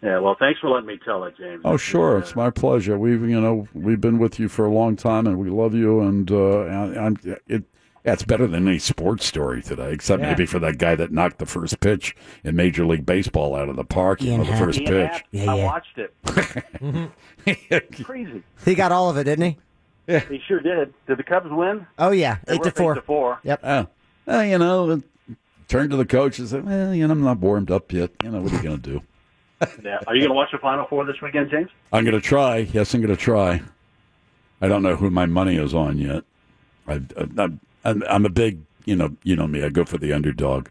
Speaker 20: Yeah, well, thanks for letting me tell it, James.
Speaker 6: Oh, [LAUGHS] sure, it's my pleasure. We've you know we've been with you for a long time, and we love you. And uh, and I'm it. That's better than any sports story today, except
Speaker 20: Yeah.
Speaker 6: maybe for that guy that knocked the first pitch in Major League Baseball out of the park. You know, the first
Speaker 20: Ian
Speaker 6: pitch.
Speaker 20: Happ, I watched it.
Speaker 6: [LAUGHS]
Speaker 20: Crazy.
Speaker 9: He got all of it, didn't he?
Speaker 20: He sure did. Did the Cubs win?
Speaker 9: Oh yeah,
Speaker 20: They
Speaker 9: eight
Speaker 20: were
Speaker 9: to four.
Speaker 20: Eight to four.
Speaker 9: Yep.
Speaker 6: Oh, well, you know, it- turn to the coach and say, well, you know, I'm not warmed up yet. You know, what are you going to do?
Speaker 20: Yeah. Are you going to watch the Final Four this weekend, James?
Speaker 6: I'm going to try. Yes, I'm going to try. I don't know who my money is on yet. I, I, I'm, I'm I'm a big, you know, you know me. I go for the underdog.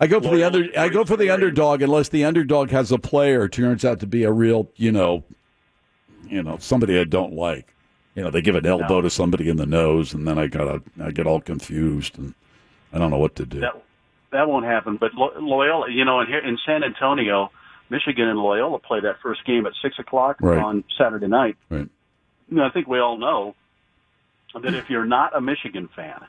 Speaker 6: I go for the under. I go for the underdog unless the underdog has a player who turns out to be a real, you know, you know, somebody I don't like. You know, they give an elbow to somebody in the nose, and then I gotta, I get all confused, and I don't know what to do.
Speaker 20: That that won't happen. But Lo- Loyola, you know, in here in San Antonio, Michigan and Loyola play that first game at six o'clock
Speaker 6: Right.
Speaker 20: on Saturday night.
Speaker 6: Right.
Speaker 20: And I think we all know that if you're not a Michigan fan,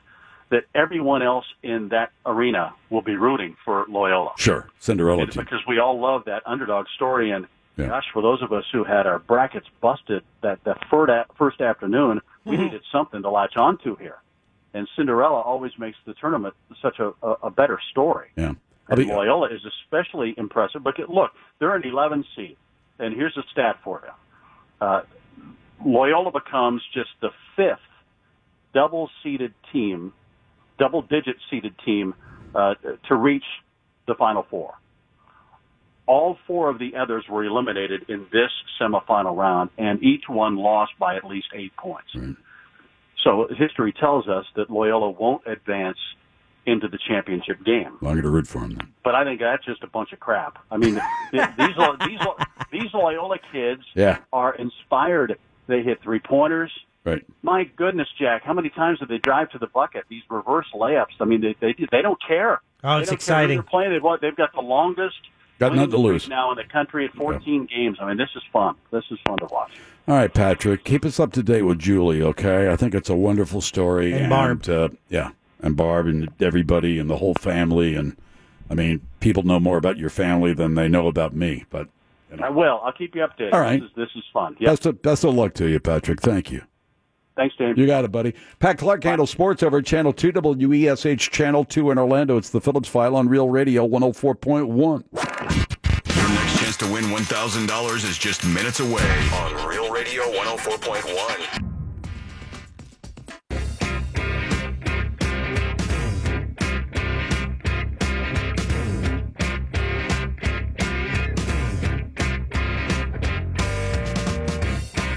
Speaker 20: that everyone else in that arena will be rooting for Loyola.
Speaker 6: Sure, Cinderella
Speaker 20: It's
Speaker 6: team.
Speaker 20: because we all love that underdog story. And gosh, for those of us who had our brackets busted that that first, a- first afternoon, we needed something to latch onto here. And Cinderella always makes the tournament such a, a, a better story.
Speaker 6: Yeah.
Speaker 20: And Loyola is especially impressive. But look, they're an 11 seed, and here's a stat for you: uh, Loyola becomes just the fifth double-seeded team, double-digit seeded team uh, to reach the Final Four. All four of the others were eliminated in this semifinal round, and each one lost by at least eight points. So history tells us that Loyola won't advance into the championship game.
Speaker 6: Well, I'm going to root for him then.
Speaker 20: But I think that's just a bunch of crap. I mean, [LAUGHS] th- these Lo- these Lo- these Loyola kids
Speaker 6: Yeah.
Speaker 20: are inspired. They hit three pointers.
Speaker 6: Right.
Speaker 20: My goodness, Jack, how many times did they drive to the bucket? These reverse layups. I mean, they they, they don't care.
Speaker 7: Oh, it's
Speaker 20: They don't care who
Speaker 7: exciting.
Speaker 20: They're playing. They've, won- they've got the longest.
Speaker 6: Got
Speaker 20: winning
Speaker 6: nothing to
Speaker 20: streak
Speaker 6: lose.
Speaker 20: now in the country at 14 games. I mean, this is fun. This is fun to watch.
Speaker 6: All right, Patrick, keep us up to date with Julie, okay? I think it's a wonderful story.
Speaker 20: And Barb.
Speaker 6: uh, yeah, and Barb and everybody and the whole family. And I mean, people know more about your family than they know about me. But
Speaker 20: I will. I'll keep you updated.
Speaker 6: All right.
Speaker 20: This is, this is fun. Yeah.
Speaker 6: best of, best of luck to you, Patrick. Thank you.
Speaker 20: Thanks, Dan.
Speaker 6: You got it, buddy. Pat Clark handles sports over at Channel 2, WESH Channel 2 in Orlando. It's the Phillips File on Real Radio 104.1.
Speaker 2: Your next chance to win $1,000 is just minutes away on Real Radio 104.1.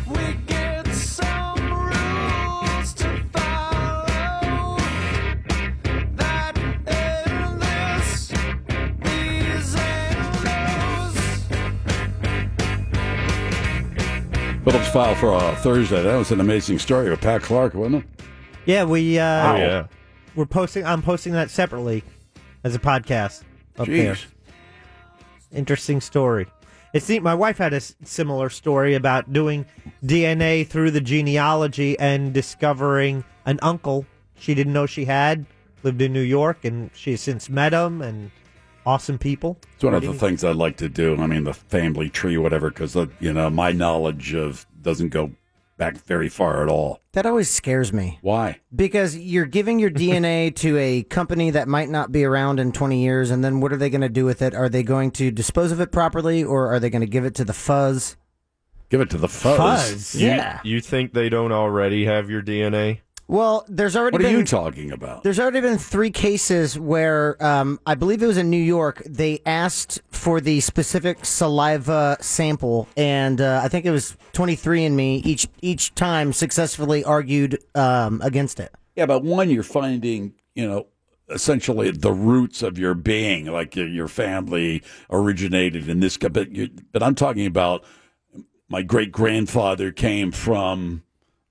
Speaker 5: We get some
Speaker 8: Oh,
Speaker 5: rules to follow. That and this, these and those.
Speaker 6: Phillips File for uh, Thursday. That was an amazing story with Pat Clark, wasn't it? Oh,
Speaker 7: Yeah, we. Uh,
Speaker 6: Wow. yeah.
Speaker 7: We're posting. I'm posting that separately as a podcast up there.
Speaker 6: Jeez.
Speaker 7: Interesting story. It's neat. My wife had a s- similar story about doing DNA through the genealogy and discovering an uncle she didn't know she had lived in New York, and she has since met him and awesome people.
Speaker 6: It's one of the
Speaker 7: Pretty-
Speaker 6: things I like to do. I mean, the family tree, whatever, because you know my knowledge of doesn't go back very far at all.
Speaker 9: That always scares me.
Speaker 6: Why?
Speaker 9: Because you're giving your
Speaker 6: [LAUGHS]
Speaker 9: DNA to a company that might not be around in 20 years, and then what are they going to do with it? Are they going to dispose of it properly, or are they going to give it to the fuzz?
Speaker 6: Give it to the fuzz.
Speaker 9: Fuzz,
Speaker 8: You-
Speaker 9: yeah.
Speaker 8: You, think they don't already have your DNA?
Speaker 9: Well, there's already
Speaker 8: What are
Speaker 9: been,
Speaker 8: you talking about?
Speaker 9: There's already been three cases where um, I believe it was in New York. They asked for the specific saliva sample, and uh, I think it was 23andMe each each time successfully argued um, against it.
Speaker 6: Yeah, but one, you're finding, you know, essentially the roots of your being, like your, your family originated in this. co- But you, but I'm talking about my great grandfather came from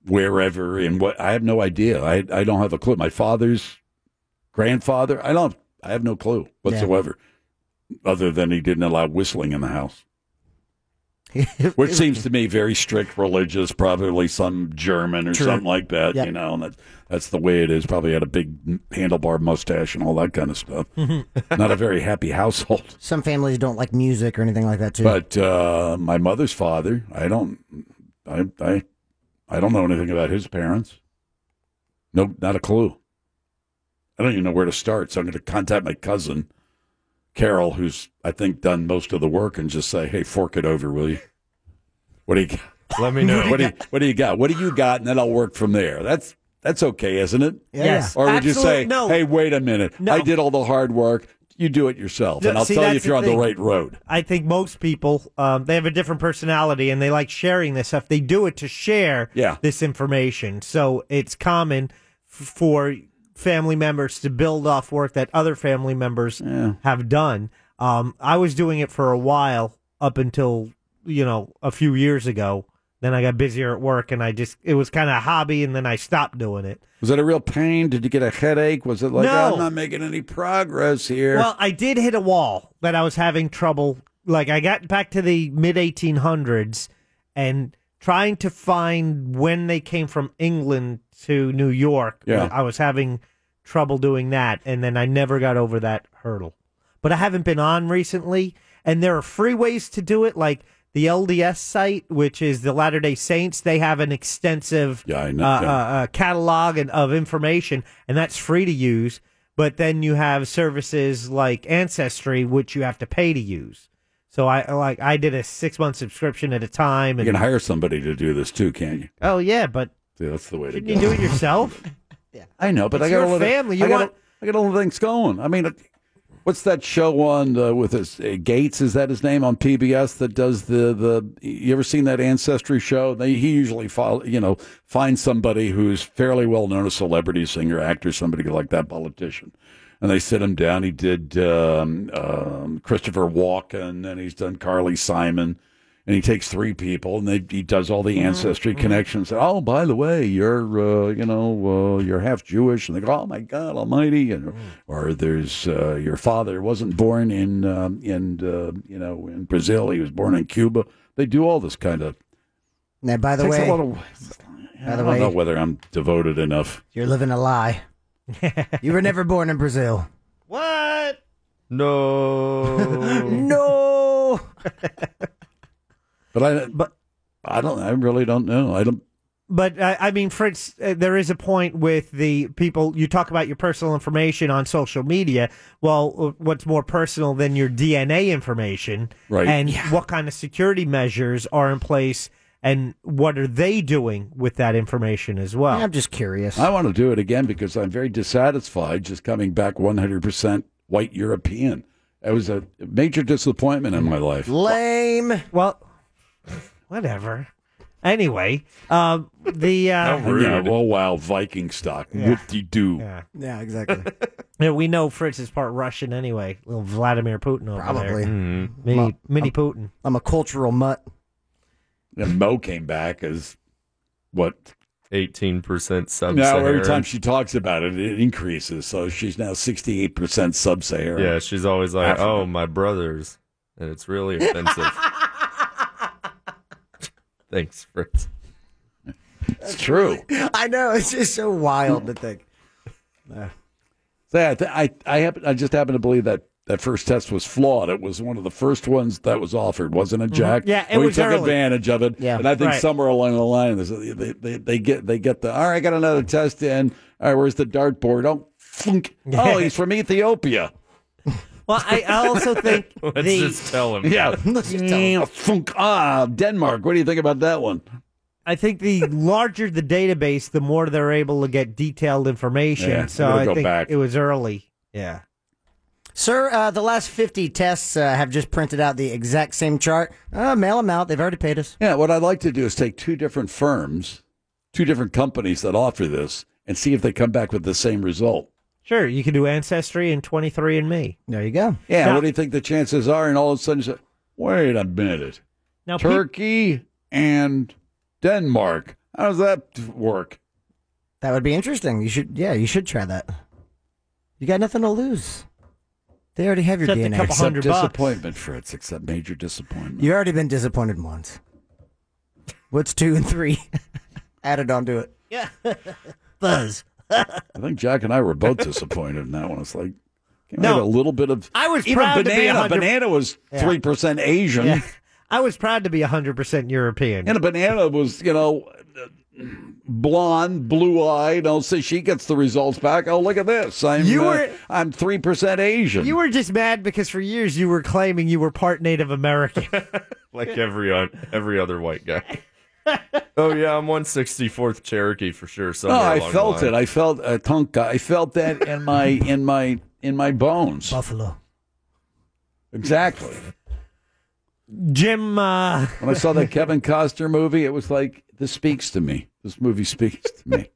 Speaker 6: wherever and what. I have no idea. I I don't have a clue. My father's grandfather. I don't. I have no clue whatsoever. Other than he didn't allow whistling in the house. Which seems to me very strict religious, probably some German or
Speaker 2: True.
Speaker 6: something like that,
Speaker 2: Yep.
Speaker 6: you know, and that, that's the way it is. Probably had a big handlebar mustache and all that kind of stuff.
Speaker 9: Mm-hmm.
Speaker 6: Not a very happy household.
Speaker 9: Some families don't like music or anything like that too.
Speaker 6: But uh, my mother's father, I don't, I, I, I don't know anything about his parents. No, not a clue. I don't even know where to start. So I'm going to contact my cousin, Carol, who's I think done most of the work, and just say, "Hey, fork it over, will you? What do you? Got?
Speaker 8: Let me know.
Speaker 6: [LAUGHS] what do you, What do you got? What do you got? And then I'll work from there. That's that's okay, isn't it?
Speaker 7: Yeah. Yes.
Speaker 6: Or would you
Speaker 7: Absolute-
Speaker 6: say,
Speaker 7: no.
Speaker 6: "Hey, wait a minute.
Speaker 7: No.
Speaker 6: I did all the hard work. You do it yourself, and
Speaker 7: No,
Speaker 6: I'll
Speaker 7: see,
Speaker 6: tell you
Speaker 7: that's
Speaker 6: if you're on
Speaker 7: thing.
Speaker 6: the right road."
Speaker 7: I think most people um, they have a different personality and they like sharing this stuff. They do it to share
Speaker 6: Yeah.
Speaker 7: this information, so it's common f- for family members to build off work that other family members have done. Um, I was doing it for a while up until you know a few years ago. Then I got busier at work, and I just it was kind of a hobby, and then I stopped doing it.
Speaker 6: Was it a real pain? Did you get a headache? Was it like
Speaker 7: No.
Speaker 6: I'm not making any progress here?
Speaker 7: Well, I did hit a wall that I was having trouble. Like I got back to the mid 1800s and trying to find when they came from England to New York.
Speaker 6: Yeah.
Speaker 7: I was having trouble doing that, and then I never got over that hurdle. But I haven't been on recently, and there are free ways to do it, like. The LDS site, which is the Latter Day Saints, they have an extensive
Speaker 6: Yeah, I know.
Speaker 7: uh,
Speaker 6: Yeah.
Speaker 7: uh, uh, catalog and, of information, and that's free to use. But then you have services like Ancestry, which you have to pay to use. So I like I did a six month subscription at a time,
Speaker 6: you
Speaker 7: and
Speaker 6: can hire somebody to do this too, can't you?
Speaker 7: oh yeah, but
Speaker 6: See, that's the way to
Speaker 7: shouldn't
Speaker 6: go.
Speaker 7: you do it
Speaker 6: [LAUGHS]
Speaker 7: yourself?
Speaker 6: I know, but
Speaker 7: It's
Speaker 6: I got
Speaker 7: your
Speaker 6: a little
Speaker 7: family. You
Speaker 6: I got
Speaker 7: want-
Speaker 6: a, I got a little things going. I mean, What's that show on uh, with his, uh, Gates? Is that his name on PBS that does the the? You ever seen that ancestry show? They, he usually follow, you know finds somebody who's fairly well known, a celebrity, singer, actor, somebody like that, politician, and they sit him down. He did um, um, Christopher Walken, and he's done Carly Simon, and he takes three people, and they, he does all the
Speaker 7: Mm-hmm.
Speaker 6: ancestry
Speaker 9: Mm-hmm.
Speaker 6: connections. And, oh, by the way, you're uh, you know uh, you're half Jewish, and they go, oh my God Almighty, and
Speaker 9: Mm.
Speaker 6: or there's uh, your father wasn't born in um, in uh, you know in Brazil, he was born in Cuba. They do all this kind of.
Speaker 9: Now, by the
Speaker 6: Takes a
Speaker 9: way,
Speaker 6: lot I
Speaker 9: by the
Speaker 6: don't know
Speaker 9: way,
Speaker 6: whether I'm devoted enough.
Speaker 9: you're living a
Speaker 6: [LAUGHS]
Speaker 9: lie. you were never born in Brazil.
Speaker 7: What?
Speaker 8: Oh,
Speaker 9: Uh,
Speaker 6: Oh.
Speaker 8: No.
Speaker 9: no.
Speaker 6: But I but I don't. I really don't know. I don't.
Speaker 7: But I, I mean, Fritz, uh, there is a point with the people you talk about your personal information on social media. Well, uh, what's more personal than your DNA information?
Speaker 6: Right.
Speaker 7: And what kind of security measures are in place, and what are they doing with that information as well?
Speaker 9: I'm just curious.
Speaker 6: I want to do it again because I'm very dissatisfied just coming back 100% white European. That was a major disappointment in my life.
Speaker 9: Lame.
Speaker 7: Well, whatever. Anyway, um, the
Speaker 6: [LAUGHS]
Speaker 7: uh,
Speaker 6: Yeah, well, wow, Viking stock.
Speaker 7: Yeah.
Speaker 6: Whoop de doo.
Speaker 7: Yeah.
Speaker 9: Yeah, exactly.
Speaker 7: [LAUGHS] Yeah, we know Fritz is part Russian anyway. Little Vladimir Putin over
Speaker 9: Probably.
Speaker 7: there.
Speaker 6: Mm-hmm.
Speaker 9: Mhm.
Speaker 7: Mini,
Speaker 9: Well,
Speaker 7: mini Putin.
Speaker 9: I'm a cultural mutt.
Speaker 6: And Mo came back as what?
Speaker 8: 18% sub
Speaker 6: Now, every time she talks about it, it increases. So she's now 68% sub Saharan.
Speaker 8: Yeah, she's always like,
Speaker 6: Africa.
Speaker 8: oh, my brothers. And it's
Speaker 9: [LAUGHS]
Speaker 8: really offensive. Thanks, Fritz.
Speaker 6: It's true.
Speaker 9: [LAUGHS] I know. It's just so wild to think.
Speaker 6: So, yeah, I th- I I, happen, I just happen to believe that that first test was flawed. It was one of the first ones that was offered, wasn't it, Jack?
Speaker 7: Mm-hmm. Yeah, it
Speaker 6: we
Speaker 7: was
Speaker 6: took
Speaker 7: early.
Speaker 6: advantage of it.
Speaker 7: Yeah.
Speaker 6: and I think
Speaker 7: Right.
Speaker 6: somewhere along the line, there's- they, they they get they get the all right. I got another test in. All right, where's the dartboard? Oh,
Speaker 7: [LAUGHS]
Speaker 6: flunk. Oh, he's from Ethiopia.
Speaker 7: Well, I I also think
Speaker 8: Let's
Speaker 7: the
Speaker 8: just tell him.
Speaker 6: [LAUGHS] Yeah, Yeah, flunk. Ah, Denmark. What do you think about that one?
Speaker 7: I think
Speaker 6: [LAUGHS]
Speaker 7: the larger the database, the more they're able to get detailed information.
Speaker 6: Yeah,
Speaker 7: so
Speaker 6: I'm gonna
Speaker 7: I
Speaker 6: go
Speaker 7: think
Speaker 6: back.
Speaker 7: it was early. Yeah.
Speaker 9: Sir, uh, the last 50 tests uh, have just printed out the exact same chart. Uh, mail them out. They've already paid us.
Speaker 6: Yeah, what I'd like to do is take two different firms, two different companies that offer this, and see if they come back with the same result.
Speaker 7: Sure, you can do ancestry and 23andMe.
Speaker 9: There you go.
Speaker 6: Yeah,
Speaker 7: Now-
Speaker 6: what do you think the chances are? And all of a sudden, you say, wait a minute.
Speaker 7: Now, peop-
Speaker 6: Turkey and Denmark. How does that work?
Speaker 9: That would be interesting. You should, yeah, you should try that. You got nothing to lose. They already have your
Speaker 6: Except a
Speaker 9: DNA.
Speaker 6: couple Except hundred bucks. disappointment, Fritz. Except major disappointment.
Speaker 9: You've already been disappointed once. What's two and three? [LAUGHS] Added onto it.
Speaker 7: Yeah.
Speaker 9: Buzz.
Speaker 6: [LAUGHS] I think Jack and I were both disappointed in that one. It's like, can't we
Speaker 7: No.
Speaker 6: have a little bit of.
Speaker 7: I was
Speaker 6: even
Speaker 7: proud to be
Speaker 6: banana.
Speaker 7: 100
Speaker 6: Banana was
Speaker 7: Yeah.
Speaker 6: 3% Asian,
Speaker 7: Yeah. [LAUGHS] I was proud to be 100% European.
Speaker 6: and a banana was, you know, blonde, blue eyed. Oh, so she gets the results back. Oh, look at this. I'm,
Speaker 7: You
Speaker 6: uh,
Speaker 7: were-
Speaker 6: I'm 3% Asian.
Speaker 7: You were just mad because for years you were claiming you were part Native American.
Speaker 6: [LAUGHS]
Speaker 8: [LAUGHS] Like every, on, every other white guy. oh, yeah, I'm 164th Cherokee for sure.
Speaker 6: No,
Speaker 8: somewhere
Speaker 6: Oh, I
Speaker 8: along the
Speaker 6: felt
Speaker 8: line.
Speaker 6: it. I felt a tonka. I felt that
Speaker 8: [LAUGHS]
Speaker 6: in my in my in my bones.
Speaker 9: Buffalo.
Speaker 6: Exactly.
Speaker 7: Jim. Uh...
Speaker 6: When
Speaker 7: [LAUGHS]
Speaker 6: I saw that Kevin Costner movie, it was like this speaks to me. This movie speaks to me.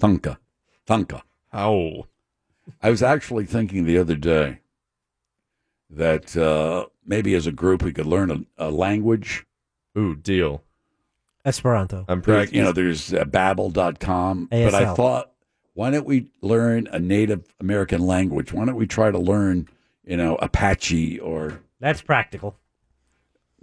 Speaker 6: tonka, tonka.
Speaker 8: How?
Speaker 6: I was actually thinking the other day that uh, maybe as a group we could learn a, a language.
Speaker 8: Ooh, deal.
Speaker 7: Esperanto.
Speaker 8: I'm pretty.
Speaker 6: Right, you know, there's uh, babbel.com. But I
Speaker 7: ASL.
Speaker 6: thought, why don't we learn a Native American language? Why don't we try to learn, you know, Apache or.
Speaker 7: That's practical.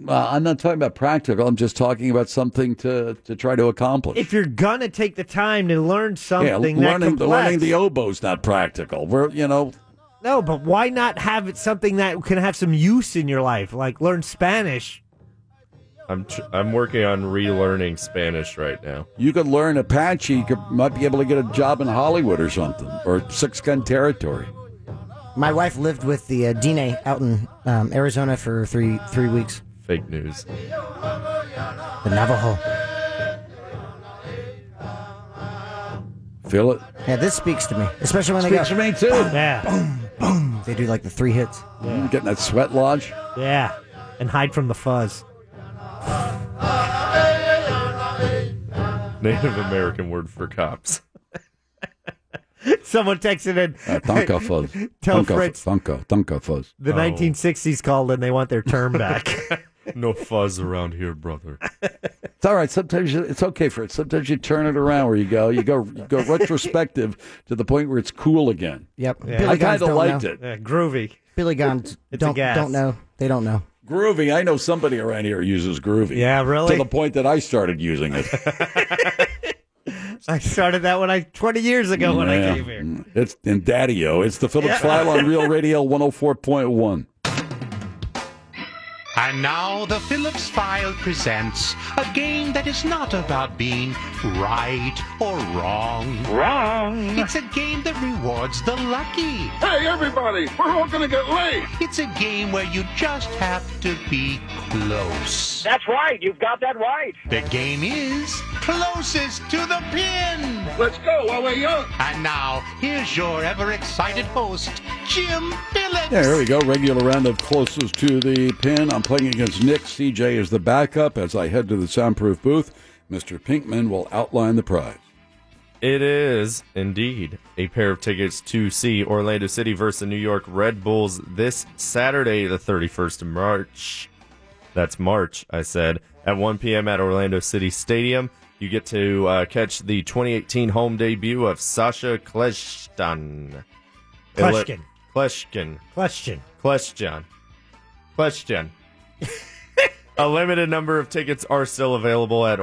Speaker 6: Well, I'm not talking about practical. I'm just talking about something to, to try to accomplish.
Speaker 7: If you're going to take the time to learn
Speaker 6: yeah,
Speaker 7: something that
Speaker 6: learning,
Speaker 7: complex,
Speaker 6: learning the oboe's not practical. We're, you know,
Speaker 7: No, but why not have it something that can have some use in your life? Like learn Spanish.
Speaker 8: I'm tr- I'm working on relearning Spanish right now.
Speaker 6: you could learn Apache, you could, might be able to get a job in Hollywood or something, or six gun territory.
Speaker 9: My wife lived with the uh, Dine out in um, Arizona for three three weeks.
Speaker 8: Fake news.
Speaker 9: The Navajo.
Speaker 6: Feel it?
Speaker 9: Yeah, this speaks to me, especially when
Speaker 6: Speaks
Speaker 9: they
Speaker 6: to
Speaker 9: go.
Speaker 6: me, too.
Speaker 7: Yeah.
Speaker 9: Boom, They do like the three hits.
Speaker 6: Mm, Getting that sweat lodge.
Speaker 7: Yeah, and hide from the fuzz.
Speaker 8: Native American word for cops.
Speaker 7: [LAUGHS] Someone texted in. [LAUGHS]
Speaker 6: Uh, Tonka fuzz.
Speaker 8: [LAUGHS]
Speaker 7: Tell
Speaker 6: Tonka,
Speaker 7: Fritz
Speaker 6: Tonka, Tonka fuzz.
Speaker 8: Oh,
Speaker 7: the 1960s called and they want their term
Speaker 8: [LAUGHS]
Speaker 7: back.
Speaker 8: no fuzz around here, brother.
Speaker 6: It's all right. Sometimes you- it's okay for it. Sometimes you turn it around where you go. You go you go retrospective
Speaker 7: [LAUGHS]
Speaker 6: to the point where it's cool again.
Speaker 9: Yep.
Speaker 6: I kind of liked it.
Speaker 7: groovy.
Speaker 9: Billy Gunn's
Speaker 6: It's a
Speaker 9: don't,
Speaker 6: gas.
Speaker 9: don't know. They don't know.
Speaker 6: Groovy. I know somebody around here uses groovy.
Speaker 7: Yeah, really?
Speaker 6: To the point that I started using
Speaker 7: [LAUGHS]
Speaker 6: it.
Speaker 7: I started that when I 20 years ago when I
Speaker 6: Yeah.
Speaker 7: came here.
Speaker 6: It's in Daddy-O. It's the Phillips
Speaker 7: Yeah.
Speaker 6: File on
Speaker 7: [LAUGHS]
Speaker 6: Real Radio 104.1.
Speaker 10: And now the Phillips File presents a game that is not about being right or wrong. Wrong. It's a game that rewards the lucky. Hey, everybody, we're all gonna get laid. It's a game where you just have to be close. That's right. You've got that right. The game is closest to the pin. Let's go while we're young. And now here's your ever-excited host, Jim Phillips.
Speaker 6: Yeah, here we go. Regular round of closest to the pin. I'm playing against Nick. CJ is the backup. As I head to the soundproof booth, Mr. Pinkman will outline the prize.
Speaker 8: It is indeed a pair of tickets to see Orlando City versus the New York Red Bulls this Saturday, the 31st of March. That's March, I said, at 1 p.m. at Orlando City Stadium. You get to uh, catch the 2018 home debut of Sasha Kleshtan.
Speaker 7: Kleshkin.
Speaker 8: Kleshkin.
Speaker 7: Question.
Speaker 8: Question. Question. A limited number of tickets are still available at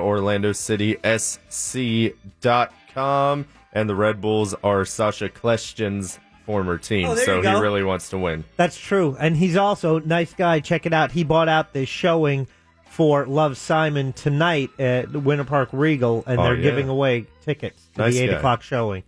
Speaker 8: OrlandoCitySC.com, and the Red Bulls are Sasha Kleshkin's former team,
Speaker 7: Oh, there
Speaker 8: so
Speaker 7: you
Speaker 8: he
Speaker 7: go.
Speaker 8: really wants to win.
Speaker 7: That's true. And he's also nice guy. Check it out. He bought out the showing for Love Simon tonight at the Winter Park Regal, and
Speaker 8: Oh,
Speaker 7: they're
Speaker 8: yeah.
Speaker 7: giving away tickets to
Speaker 8: Nice
Speaker 7: the eight
Speaker 8: guy.
Speaker 7: o'clock showing.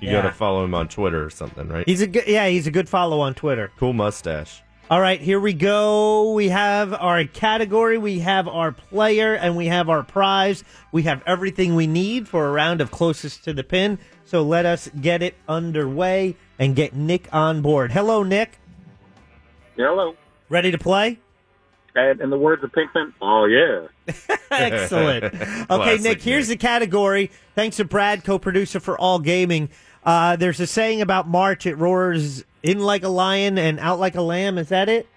Speaker 8: You
Speaker 7: Yeah.
Speaker 8: got to follow him on Twitter or something, right?
Speaker 7: He's a good, yeah, he's a good follow on Twitter.
Speaker 8: cool mustache.
Speaker 7: All right, here we go. We have our category, we have our player, and we have our prize. We have everything we need for a round of closest to the pin. So let us get it underway and get Nick on board. Hello, Nick.
Speaker 21: Hello.
Speaker 7: Ready to play?
Speaker 21: And in the words of Pinkman, oh yeah.
Speaker 7: [LAUGHS]
Speaker 10: [LAUGHS]
Speaker 7: Excellent. Okay, Nick, here's the category. Thanks to Brad, co producer for All Gaming. Uh, there's a saying about March it roars in like a lion and out like a lamb. Is that it?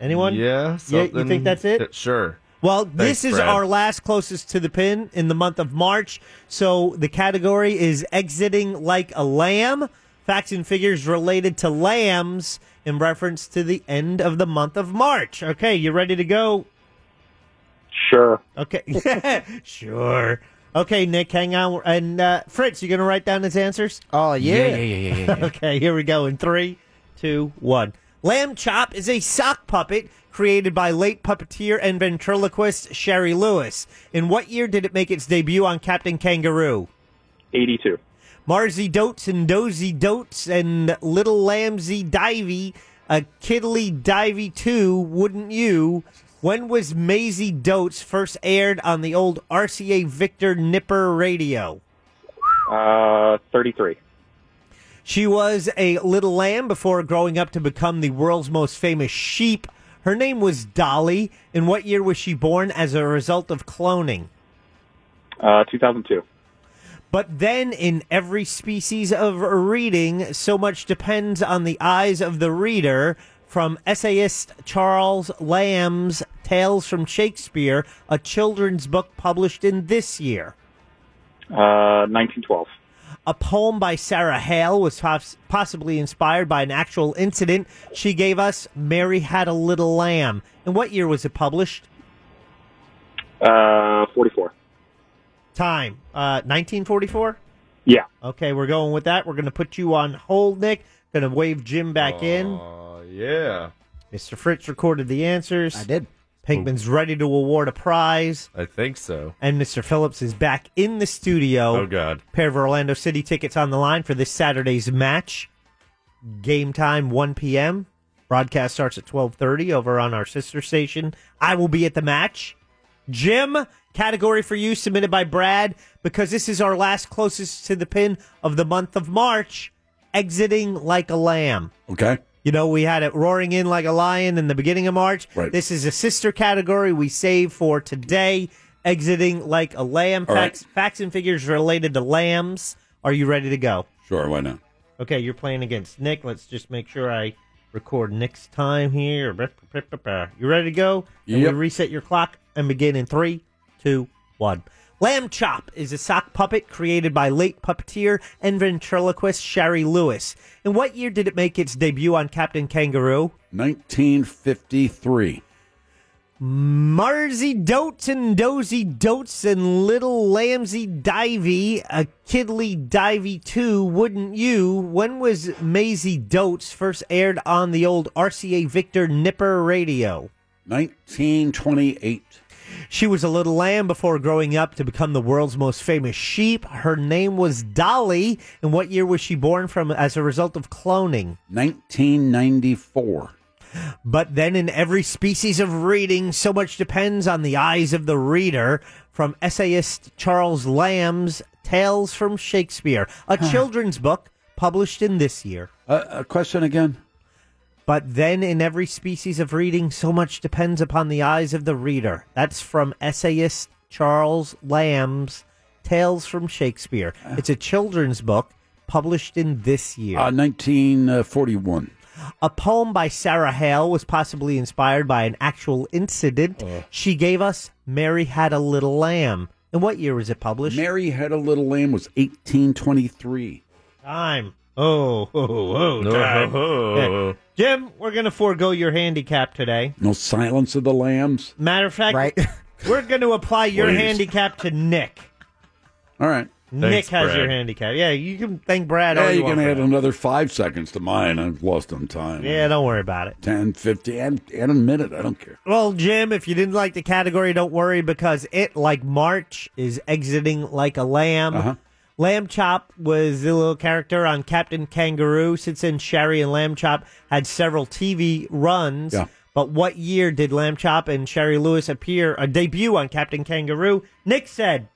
Speaker 7: Anyone?
Speaker 8: Yeah.
Speaker 7: You, you
Speaker 8: something-
Speaker 7: think that's it?
Speaker 8: Sure.
Speaker 7: Well,
Speaker 8: Thanks,
Speaker 7: this is
Speaker 8: Brad.
Speaker 7: our last closest to the pin in the month of March. So the category is exiting like a lamb. Facts and figures related to lambs in reference to the end of the month of March. Okay, you ready to go?
Speaker 21: Sure.
Speaker 7: Okay. [LAUGHS] sure. Okay, Nick, hang on. And uh, Fritz, you going to write down his answers?
Speaker 9: Oh,
Speaker 7: yeah.
Speaker 9: yeah, yeah, yeah, yeah, yeah.
Speaker 7: [LAUGHS] okay, here we go in three, two, one. Lamb Chop is a sock puppet created by late puppeteer and ventriloquist Sherry Lewis. In what year did it make its debut on Captain Kangaroo?
Speaker 21: 82.
Speaker 7: Marzy Dotes and Dozy Dotes and Little Lambsy Divey, a Kiddly Divey too, wouldn't you? When was Maisie Dotes first aired on the old RCA Victor Nipper radio?
Speaker 21: Uh, 33.
Speaker 7: She was a little lamb before growing up to become the world's most famous sheep. Her name was Dolly. In what year was she born as a result of cloning?
Speaker 21: Uh, 2002.
Speaker 7: But then, in every species of reading, so much depends on the eyes of the reader. From essayist Charles Lamb's Tales from Shakespeare, a children's book published in this year.
Speaker 21: Uh, 1912.
Speaker 7: A poem by Sarah Hale was pos- possibly inspired by an actual incident. She gave us Mary Had a Little Lamb. In what year was it published?
Speaker 21: Uh, 44.
Speaker 7: Time. Uh, 1944?
Speaker 21: Yeah.
Speaker 7: Okay, we're going with that. We're going to put you on hold, Nick. Going to wave Jim back in.
Speaker 8: Uh, yeah.
Speaker 7: Mr. Fritz recorded the answers. I did. Pinkman's ready to award a prize.
Speaker 8: I think so.
Speaker 7: And Mr. Phillips is back in the studio.
Speaker 8: Oh, God.
Speaker 7: Pair of Orlando City tickets on the line for this Saturday's match. Game time 1 p.m. Broadcast starts at 12:30 over on our sister station. I will be at the match. Jim, category for you submitted by Brad because this is our last closest to the pin of the month of March. Exiting like a lamb.
Speaker 6: Okay.
Speaker 7: You know, we had it roaring in like a lion in the beginning of March.
Speaker 6: Right.
Speaker 7: This is a sister category we save for today, exiting like a lamb.
Speaker 6: All right.
Speaker 7: Facts, facts and figures related to lambs. Are you ready to go?
Speaker 6: Sure, why not?
Speaker 7: Okay, you're playing against Nick. Let's just make sure I record Nick's time here. You ready to go? And
Speaker 6: Yep.
Speaker 7: we reset your clock and begin in three, two, one. Lamb Chop is a sock puppet created by late puppeteer and ventriloquist Shari Lewis. In what year did it make its debut on Captain Kangaroo?
Speaker 6: 1953.
Speaker 7: Marzy Dotes and Dozy Dotes and Little Lamsy Divey, a Kiddly Divey too, wouldn't you? When was Maisie Dotes first aired on the old RCA Victor Nipper radio?
Speaker 6: 1928.
Speaker 7: She was a little lamb before growing up to become the world's most famous sheep. Her name was Dolly. And what year was she born from as a result of cloning?
Speaker 6: 1994.
Speaker 7: But then, in every species of reading, so much depends on the eyes of the reader. From essayist Charles Lamb's Tales from Shakespeare, a children's book published in this year.
Speaker 6: Uh, a question again?
Speaker 7: But then, in every species of reading, so much depends upon the eyes of the reader. That's from essayist Charles Lamb's Tales from Shakespeare. It's a children's book published in this year.
Speaker 6: Uh, 1941.
Speaker 7: A poem by Sarah Hale was possibly inspired by an actual incident.
Speaker 6: Uh.
Speaker 7: She gave us Mary Had a Little Lamb. And what year was it published?
Speaker 6: Mary Had a Little Lamb was 1823.
Speaker 7: Time. Oh, [LAUGHS] ho, ho, ho,
Speaker 6: No,
Speaker 7: time.
Speaker 6: ho, ho.
Speaker 8: [LAUGHS]
Speaker 7: Yeah. Jim, we're going to forego your handicap today.
Speaker 6: Eh. No Silence of the Lambs.
Speaker 7: Matter of fact, [LAUGHS] we're going to apply your
Speaker 6: Please.
Speaker 7: handicap to Nick.
Speaker 6: All right.
Speaker 7: Nick has your handicap. Yeah, you can thank Brad. all
Speaker 6: Yeah,
Speaker 7: you
Speaker 6: you
Speaker 7: want
Speaker 6: can
Speaker 7: for
Speaker 6: add another five seconds to mine. I've lost on time.
Speaker 7: Yeah, don't worry about it.
Speaker 6: 10, 50, and, and a minute. I don't care.
Speaker 7: Well, Jim, if you didn't like the category, don't worry because it, like March, is exiting like a lamb.
Speaker 6: Uh-huh.
Speaker 7: Lamb Chop was the little character on Captain Kangaroo. Since then, Sherry and Lamb Chop had several TV runs.
Speaker 6: Yeah.
Speaker 7: But what year did Lamb Chop and Sherry Lewis appear a debut on Captain Kangaroo? Nick said.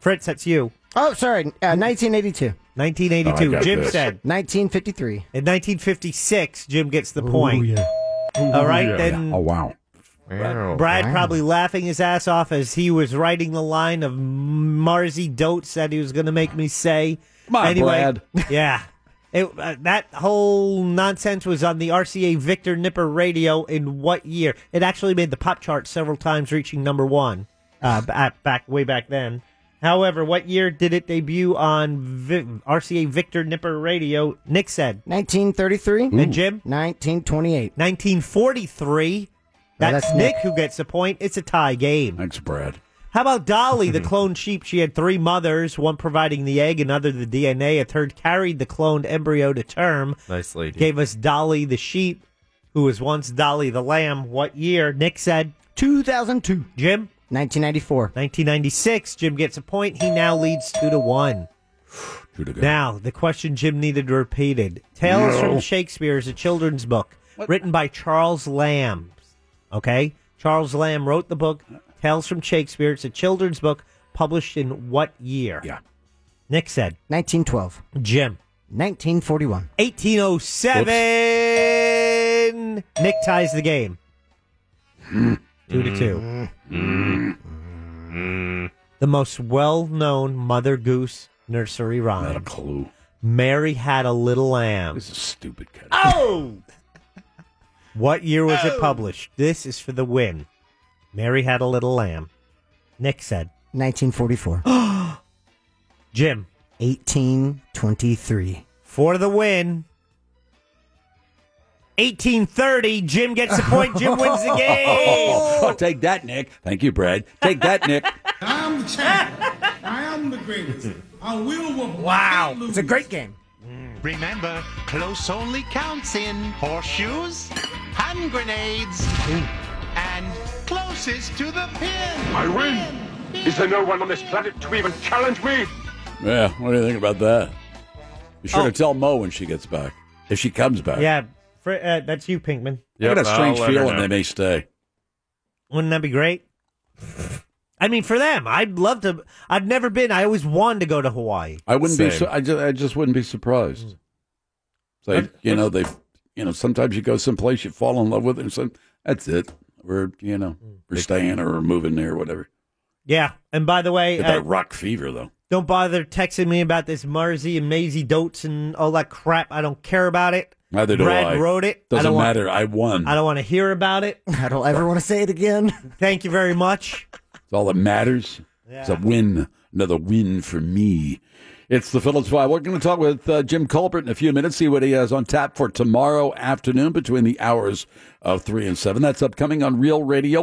Speaker 7: Fritz, that's you.
Speaker 9: Oh, sorry. Uh, 1982.
Speaker 7: 1982.
Speaker 6: Oh,
Speaker 7: Jim said.
Speaker 9: 1953.
Speaker 7: In 1956, Jim gets the point. All right, then.
Speaker 6: Oh, wow.
Speaker 7: Brad probably laughing his ass off as he was writing the line of Marzy Dotes that he was going to make me say.
Speaker 6: Come on,
Speaker 7: anyway,
Speaker 6: Brad.
Speaker 7: [LAUGHS] yeah. It, uh, that whole nonsense was on the RCA Victor Nipper radio in what year? It actually made the pop chart several times, reaching number one uh, b- at back way back then. However, what year did it debut on Vi- RCA Victor Nipper radio? Nick said
Speaker 9: 1933.
Speaker 7: And Jim?
Speaker 9: 1928.
Speaker 7: 1943.
Speaker 9: Well,
Speaker 7: That's,
Speaker 9: that's
Speaker 7: Nick who gets the point. It's a tie game.
Speaker 6: Thanks, Brad.
Speaker 7: How about Dolly,
Speaker 6: [LAUGHS]
Speaker 7: the cloned sheep? She had three mothers, one providing the egg, another the DNA. A third carried the cloned embryo to term.
Speaker 8: Nice lady.
Speaker 7: Gave us Dolly the sheep, who was once Dolly the lamb. What year? Nick said
Speaker 9: 2002.
Speaker 7: Jim?
Speaker 9: 1994.
Speaker 7: 1996. Jim gets a point. He now leads two to one.
Speaker 6: [SIGHS] Two to go.
Speaker 7: Now, the question Jim needed repeated. Tales
Speaker 6: No.
Speaker 7: from Shakespeare is a children's book written by Charles Lamb. Okay? Charles Lamb wrote the book Tales from Shakespeare. It's a children's book published in what year?
Speaker 6: Yeah.
Speaker 7: Nick said
Speaker 9: 1912.
Speaker 7: Jim.
Speaker 9: 1941.
Speaker 7: 1807. Nick ties the game.
Speaker 6: Hmm.
Speaker 7: two to
Speaker 9: Mm.
Speaker 7: two.
Speaker 6: Mm.
Speaker 7: The most well known Mother Goose nursery rhyme.
Speaker 6: Not a clue.
Speaker 7: Mary had a little lamb.
Speaker 6: This is stupid. Cat.
Speaker 7: Oh! what year was it published? This is for the win. Mary had a little lamb. Nick said.
Speaker 9: 1944.
Speaker 7: [GASPS] Jim.
Speaker 9: 1823.
Speaker 7: For the win. 1830. Jim gets the point. Jim wins
Speaker 6: [LAUGHS]
Speaker 7: the game.
Speaker 6: Oh, [LAUGHS] take that, Nick. Thank you, Brad. Take
Speaker 7: [LAUGHS]
Speaker 6: that, Nick.
Speaker 5: I'm the champion. I am the greatest. I will win.
Speaker 9: Wow. It's a great game.
Speaker 10: Mm. Remember, close only counts in horseshoes, hand grenades, and closest to the pin.
Speaker 13: I win! Is there no one on this planet to even challenge me?
Speaker 6: Yeah, what do you think about that? Be sure to tell Mo when she gets back, if she comes back.
Speaker 7: Oh. Yeah, Fr- uh, that's you, Pinkman.
Speaker 6: I got a strange
Speaker 8: I'll let her
Speaker 6: feeling
Speaker 8: know.
Speaker 6: they may stay.
Speaker 7: Wouldn't that be great? I mean, for them, I'd love to. I've never been. I always wanted to go to Hawaii.
Speaker 6: I wouldn't be.
Speaker 8: Same.
Speaker 6: Su- I just. I just wouldn't be surprised. So you know they, you know sometimes you go someplace you fall in love with it, and some that's it. We're you know we're staying or we're moving there, whatever.
Speaker 7: Yeah. And by the way,
Speaker 6: Get
Speaker 7: uh,
Speaker 6: that rock fever though.
Speaker 7: don't bother texting me about this Marzi and Maisie Dotes and all that crap. I don't care about it.
Speaker 6: Neither do
Speaker 7: Brad
Speaker 6: I.
Speaker 7: wrote it. I
Speaker 6: Doesn't
Speaker 7: don't want-
Speaker 6: matter. I won.
Speaker 7: I don't want to hear about it.
Speaker 9: I don't ever want to say it again.
Speaker 7: [LAUGHS] Thank you very much.
Speaker 6: It's all that matters. It's a win, another win for me. It's the Phillips Five. We're going to talk with uh, Jim Culpert in a few minutes, see what he has on tap for tomorrow afternoon between the hours of 3 and 7. That's upcoming on Real Radio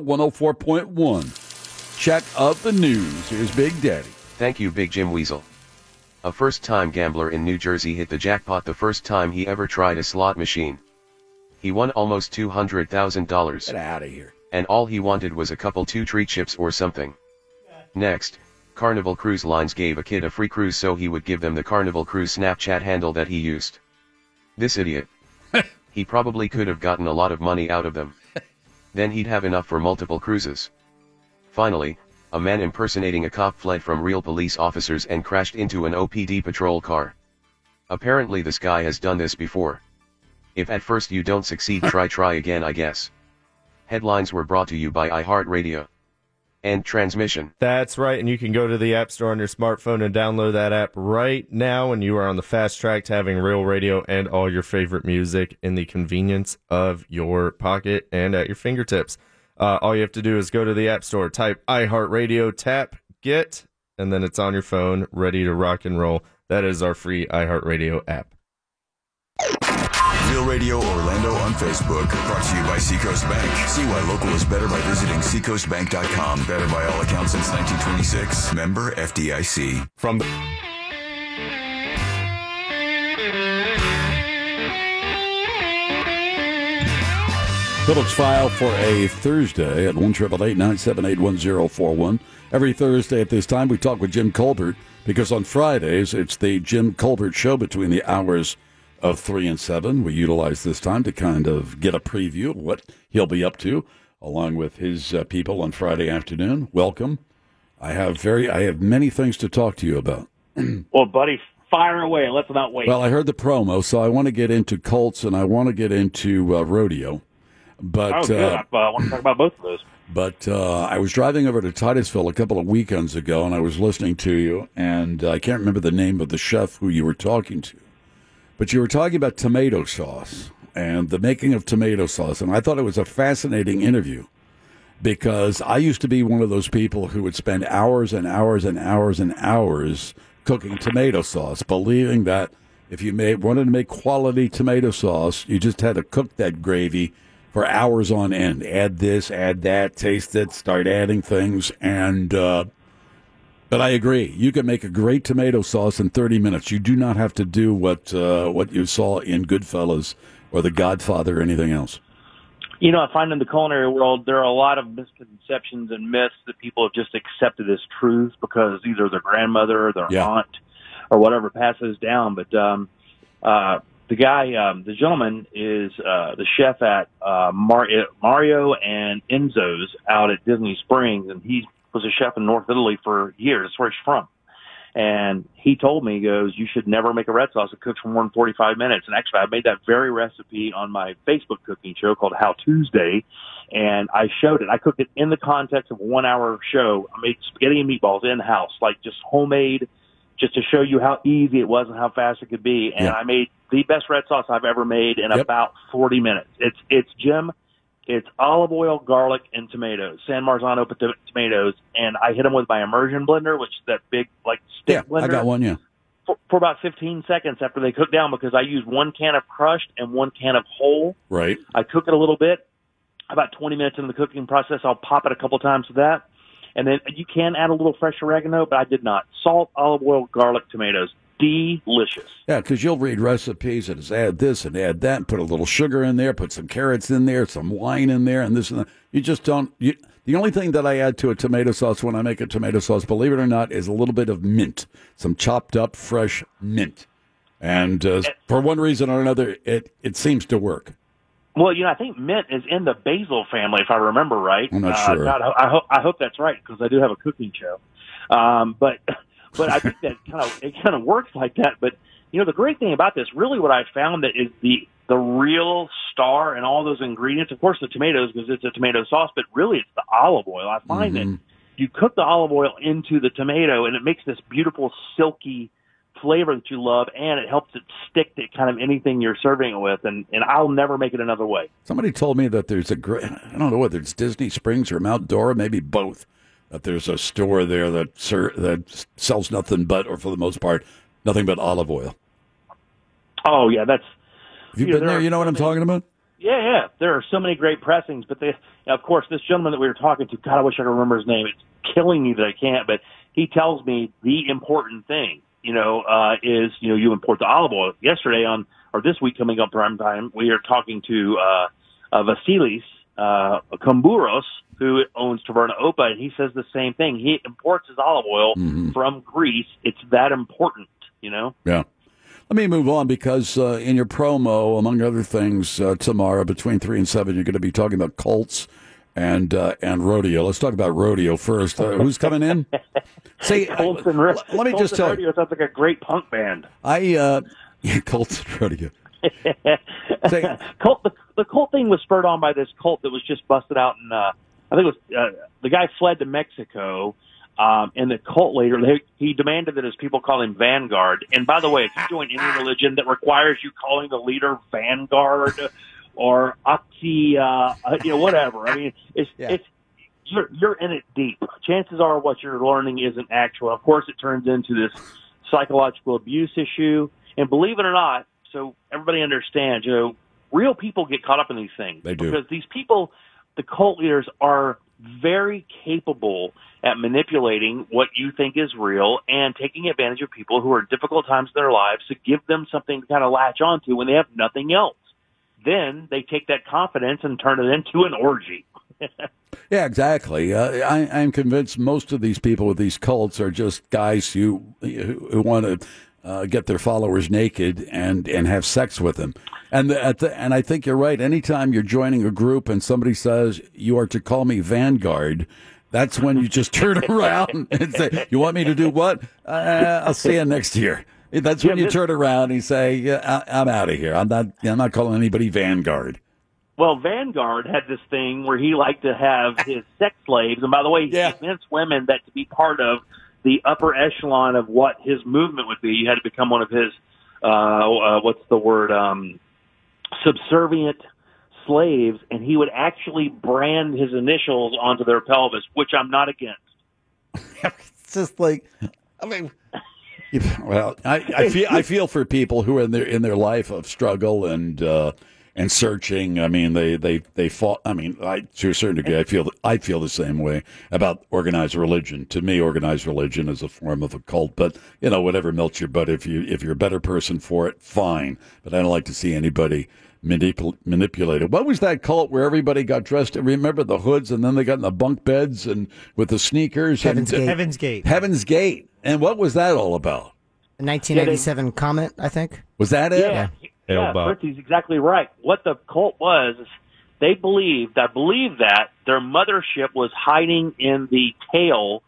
Speaker 6: 104.1. Check of the news. Here's Big Daddy.
Speaker 17: Thank you, Big Jim Weasel. A first time gambler in New Jersey hit the jackpot the first time he ever tried a slot machine. He won almost $200,000. Get
Speaker 6: out of here.
Speaker 17: And all he wanted was a couple two tree chips or something. Next, Carnival Cruise Lines gave a kid a free cruise so he would give them the Carnival Cruise Snapchat handle that he used. This idiot. he probably could have gotten a lot of money out of them. Then he'd have enough for multiple cruises. Finally, a man impersonating a cop fled from real police officers and crashed into an OPD patrol car. Apparently, this guy has done this before. If at first you don't succeed, try try again, I guess. Headlines were brought to you by iHeartRadio. End transmission.
Speaker 8: That's right, and you can go to the App Store on your smartphone and download that app right now, and you are on the fast track to having real radio and all your favorite music in the convenience of your pocket and at your fingertips. Uh, all you have to do is go to the App Store, type iHeartRadio, tap get, and then it's on your phone, ready to rock and roll. That is our free iHeartRadio app.
Speaker 2: Real Radio Orlando on Facebook. Brought to you by Seacoast Bank. See why local is better by visiting seacoastbank.com. Better by all accounts since 1926. Member FDIC. From the.
Speaker 6: Phillips File for a Thursday at 1 978 1041. Every Thursday at this time, we talk with Jim Colbert because on Fridays, it's the Jim Colbert Show between the hours of 3 and 7. We utilize this time to kind of get a preview of what he'll be up to along with his uh, people on Friday afternoon. Welcome. I have very I have many things to talk to you about.
Speaker 1: Well, buddy, fire away. Let's not wait.
Speaker 6: Hmm. Well, I heard the promo, so I want to get into Colts and I want to get into uh, rodeo. But
Speaker 1: oh, good.
Speaker 6: uh,
Speaker 1: I uh, want to talk about both of those.
Speaker 6: But uh, I was driving over to Titusville a couple of weekends ago, and I was listening to you, and uh, I can't remember the name of the chef who you were talking to, but you were talking about tomato sauce and the making of tomato sauce, and I thought it was a fascinating interview because I used to be one of those people who would spend hours and hours and hours and hours cooking tomato sauce, believing that if you made, wanted to make quality tomato sauce, you just had to cook that gravy for hours on end. Add this, add that, taste it, start adding things, and. Uh, but I agree. You can make a great tomato sauce in 30 minutes. You do not have to do what uh, what you saw in Goodfellas or The Godfather or anything else.
Speaker 1: You know, I find in the culinary world there are a lot of misconceptions and myths that people have just accepted as truth because either their grandmother or their
Speaker 6: Yeah.
Speaker 1: aunt or whatever passes down. But um, uh, the guy, um, the gentleman, is uh, the chef at uh, Mar- Mario and Enzo's out at Disney Springs, and he was a chef in North Italy for years. That's where he's from. And he told me, he goes, you should never make a red sauce that cooks for more than 45 minutes. And actually, I made that very recipe on my Facebook cooking show called How Tuesday. And I showed it. I cooked it in the context of a one hour show. I made spaghetti and meatballs in house, like just homemade, just to show you how easy it was and how fast it could be. And
Speaker 22: Yeah.
Speaker 1: I made the best red sauce I've ever made in about 40 minutes. It's, it's Jim. It's olive oil, garlic, and tomatoes. San Marzano pot- tomatoes, and I hit them with my immersion blender, which is that big like stick blender
Speaker 6: I got one, yeah.
Speaker 1: for, for about 15 seconds after they cook down because I use one can of crushed and one can of whole.
Speaker 6: Right. [LAUGHS]
Speaker 1: I cook it a little bit. About 20 minutes into the cooking process, I'll pop it a couple times with that. And then you can add a little fresh oregano, but I did not. Salt, olive oil, garlic, tomatoes. Delicious.
Speaker 6: Yeah, because you'll read recipes and it's add this and add that, and put a little sugar in there, put some carrots in there, some wine in there, and this and that. You just don't. You, the only thing that I add to a tomato sauce when I make a tomato sauce, believe it or not, is a little bit of mint, some chopped up fresh mint, and uh, for one reason or another, it it seems to work.
Speaker 1: Well, you know, I think mint is in the basil family, if I remember right.
Speaker 6: I'm not
Speaker 1: Uh,
Speaker 6: sure.
Speaker 1: God, I, I, hope, I hope that's right because I do have [LAUGHS] a cooking show. Um, but but I think that kind of it kind of works like that. But you know, the great thing about this, really what I found that is the, the real star and all those ingredients, of course the tomatoes because it's a tomato sauce, but really it's the olive oil. I find that
Speaker 6: Mm-hmm.
Speaker 1: you cook the olive oil into the tomato and it makes this beautiful silky flavor that you love and it helps it stick to kind of anything you're serving it with and, and I'll never make it another way.
Speaker 6: Somebody told me that there's a great, I don't know whether it's Disney Springs or Mount Dora, maybe both, that there's a store there that ser- that sells nothing but, or for the most part, nothing but olive oil.
Speaker 1: Oh yeah, that's
Speaker 6: Have you
Speaker 1: Yeah,
Speaker 6: been
Speaker 1: there
Speaker 6: there?
Speaker 1: are
Speaker 6: You know what I'm talking about?
Speaker 1: Yeah, yeah. There are so many great pressings, but they, of course, this gentleman that we were talking to, God, I wish I could remember his name. It's killing me that I can't, but he tells me the important thing, you know, uh, is, you know, you import the olive oil. Yesterday on, or this week coming up prime time, we are talking to, uh, uh, Vasilis, uh, Kamburos, who owns Taverna Opa, and he says the same thing. He imports his olive oil
Speaker 6: Mm-hmm.
Speaker 1: from Greece. It's that important, you know?
Speaker 6: Yeah. Let me move on because uh, in your promo, among other things, uh, tomorrow between three and seven, you're going to be talking about cults and uh, and rodeo. Let's talk about rodeo first. Uh, who's coming in? Say,
Speaker 1: Colton, let
Speaker 6: let me just tell you-
Speaker 1: Radio sounds like a great punk band.
Speaker 6: I uh, [LAUGHS] yeah, cults and rodeo.
Speaker 1: [LAUGHS] cult, the, the cult thing was spurred on by this cult that was just busted out in, uh, I think it was, uh, the guy fled to Mexico, um, and the cult leader, they, he demanded that his people call him Vanguard. And by the way, if you join any religion that requires you calling the leader Vanguard or Oxy, uh, uh, you know, whatever, I mean, it's, it's, you're, you're in it deep. Chances are what you're learning isn't actual. Of course, it turns into this psychological abuse issue. And believe it or not, so everybody understands, you know, real people get caught up in these things.
Speaker 6: They do.
Speaker 1: Because these people, the cult leaders, are very capable at manipulating what you think is real and taking advantage of people who are in difficult times in their lives to give them something to kind of latch onto when they have nothing else. Then they take that confidence and turn it into an orgy. [LAUGHS]
Speaker 6: Yeah, exactly. Uh, I, I'm convinced most of these people with these cults are just guys who who, who want to uh, get their followers naked and, and have sex with them. And the, at the, and I think you're right. Anytime you're joining a group and somebody says you are to call me Vanguard, that's when you just [LAUGHS] turn around and say, "You want me to do what? Uh, I'll see you next year." That's when
Speaker 1: Yeah,
Speaker 6: you
Speaker 1: this-
Speaker 6: turn around and you say, yeah, I, "I'm out of here. I'm not. I'm not calling anybody Vanguard."
Speaker 1: Well, Vanguard had this thing where he liked to have his sex slaves, and by the way, he convinced women that to be part of the upper echelon of what his movement would be, you had to become one of his uh, uh what's the word um subservient slaves, and he would actually brand his initials onto their pelvis, which I'm not against.
Speaker 6: it's just like I mean well I,
Speaker 7: [LAUGHS]
Speaker 6: I feel I feel for people who are in their in their life of struggle and uh and searching I mean they they they fall I mean I to a certain degree I feel I feel the same way about organized religion to me organized religion is a form of a cult but you know whatever melts your butt if you if you're a better person for it fine but I don't like to see anybody manipul- manipulated. What was that cult where everybody got dressed? Remember the hoods, and then they got in the bunk beds and with the sneakers.
Speaker 9: Heaven's
Speaker 6: and,
Speaker 9: Gate.
Speaker 7: Heaven's Gate.
Speaker 6: Heaven's Gate. And what was that all about?
Speaker 9: 1987 Comet, I think.
Speaker 6: Was that it?
Speaker 1: Yeah, yeah,
Speaker 6: Elbow.
Speaker 1: Fritzy's exactly right. What the cult was, is they believed, I believe that their mothership was hiding in the tail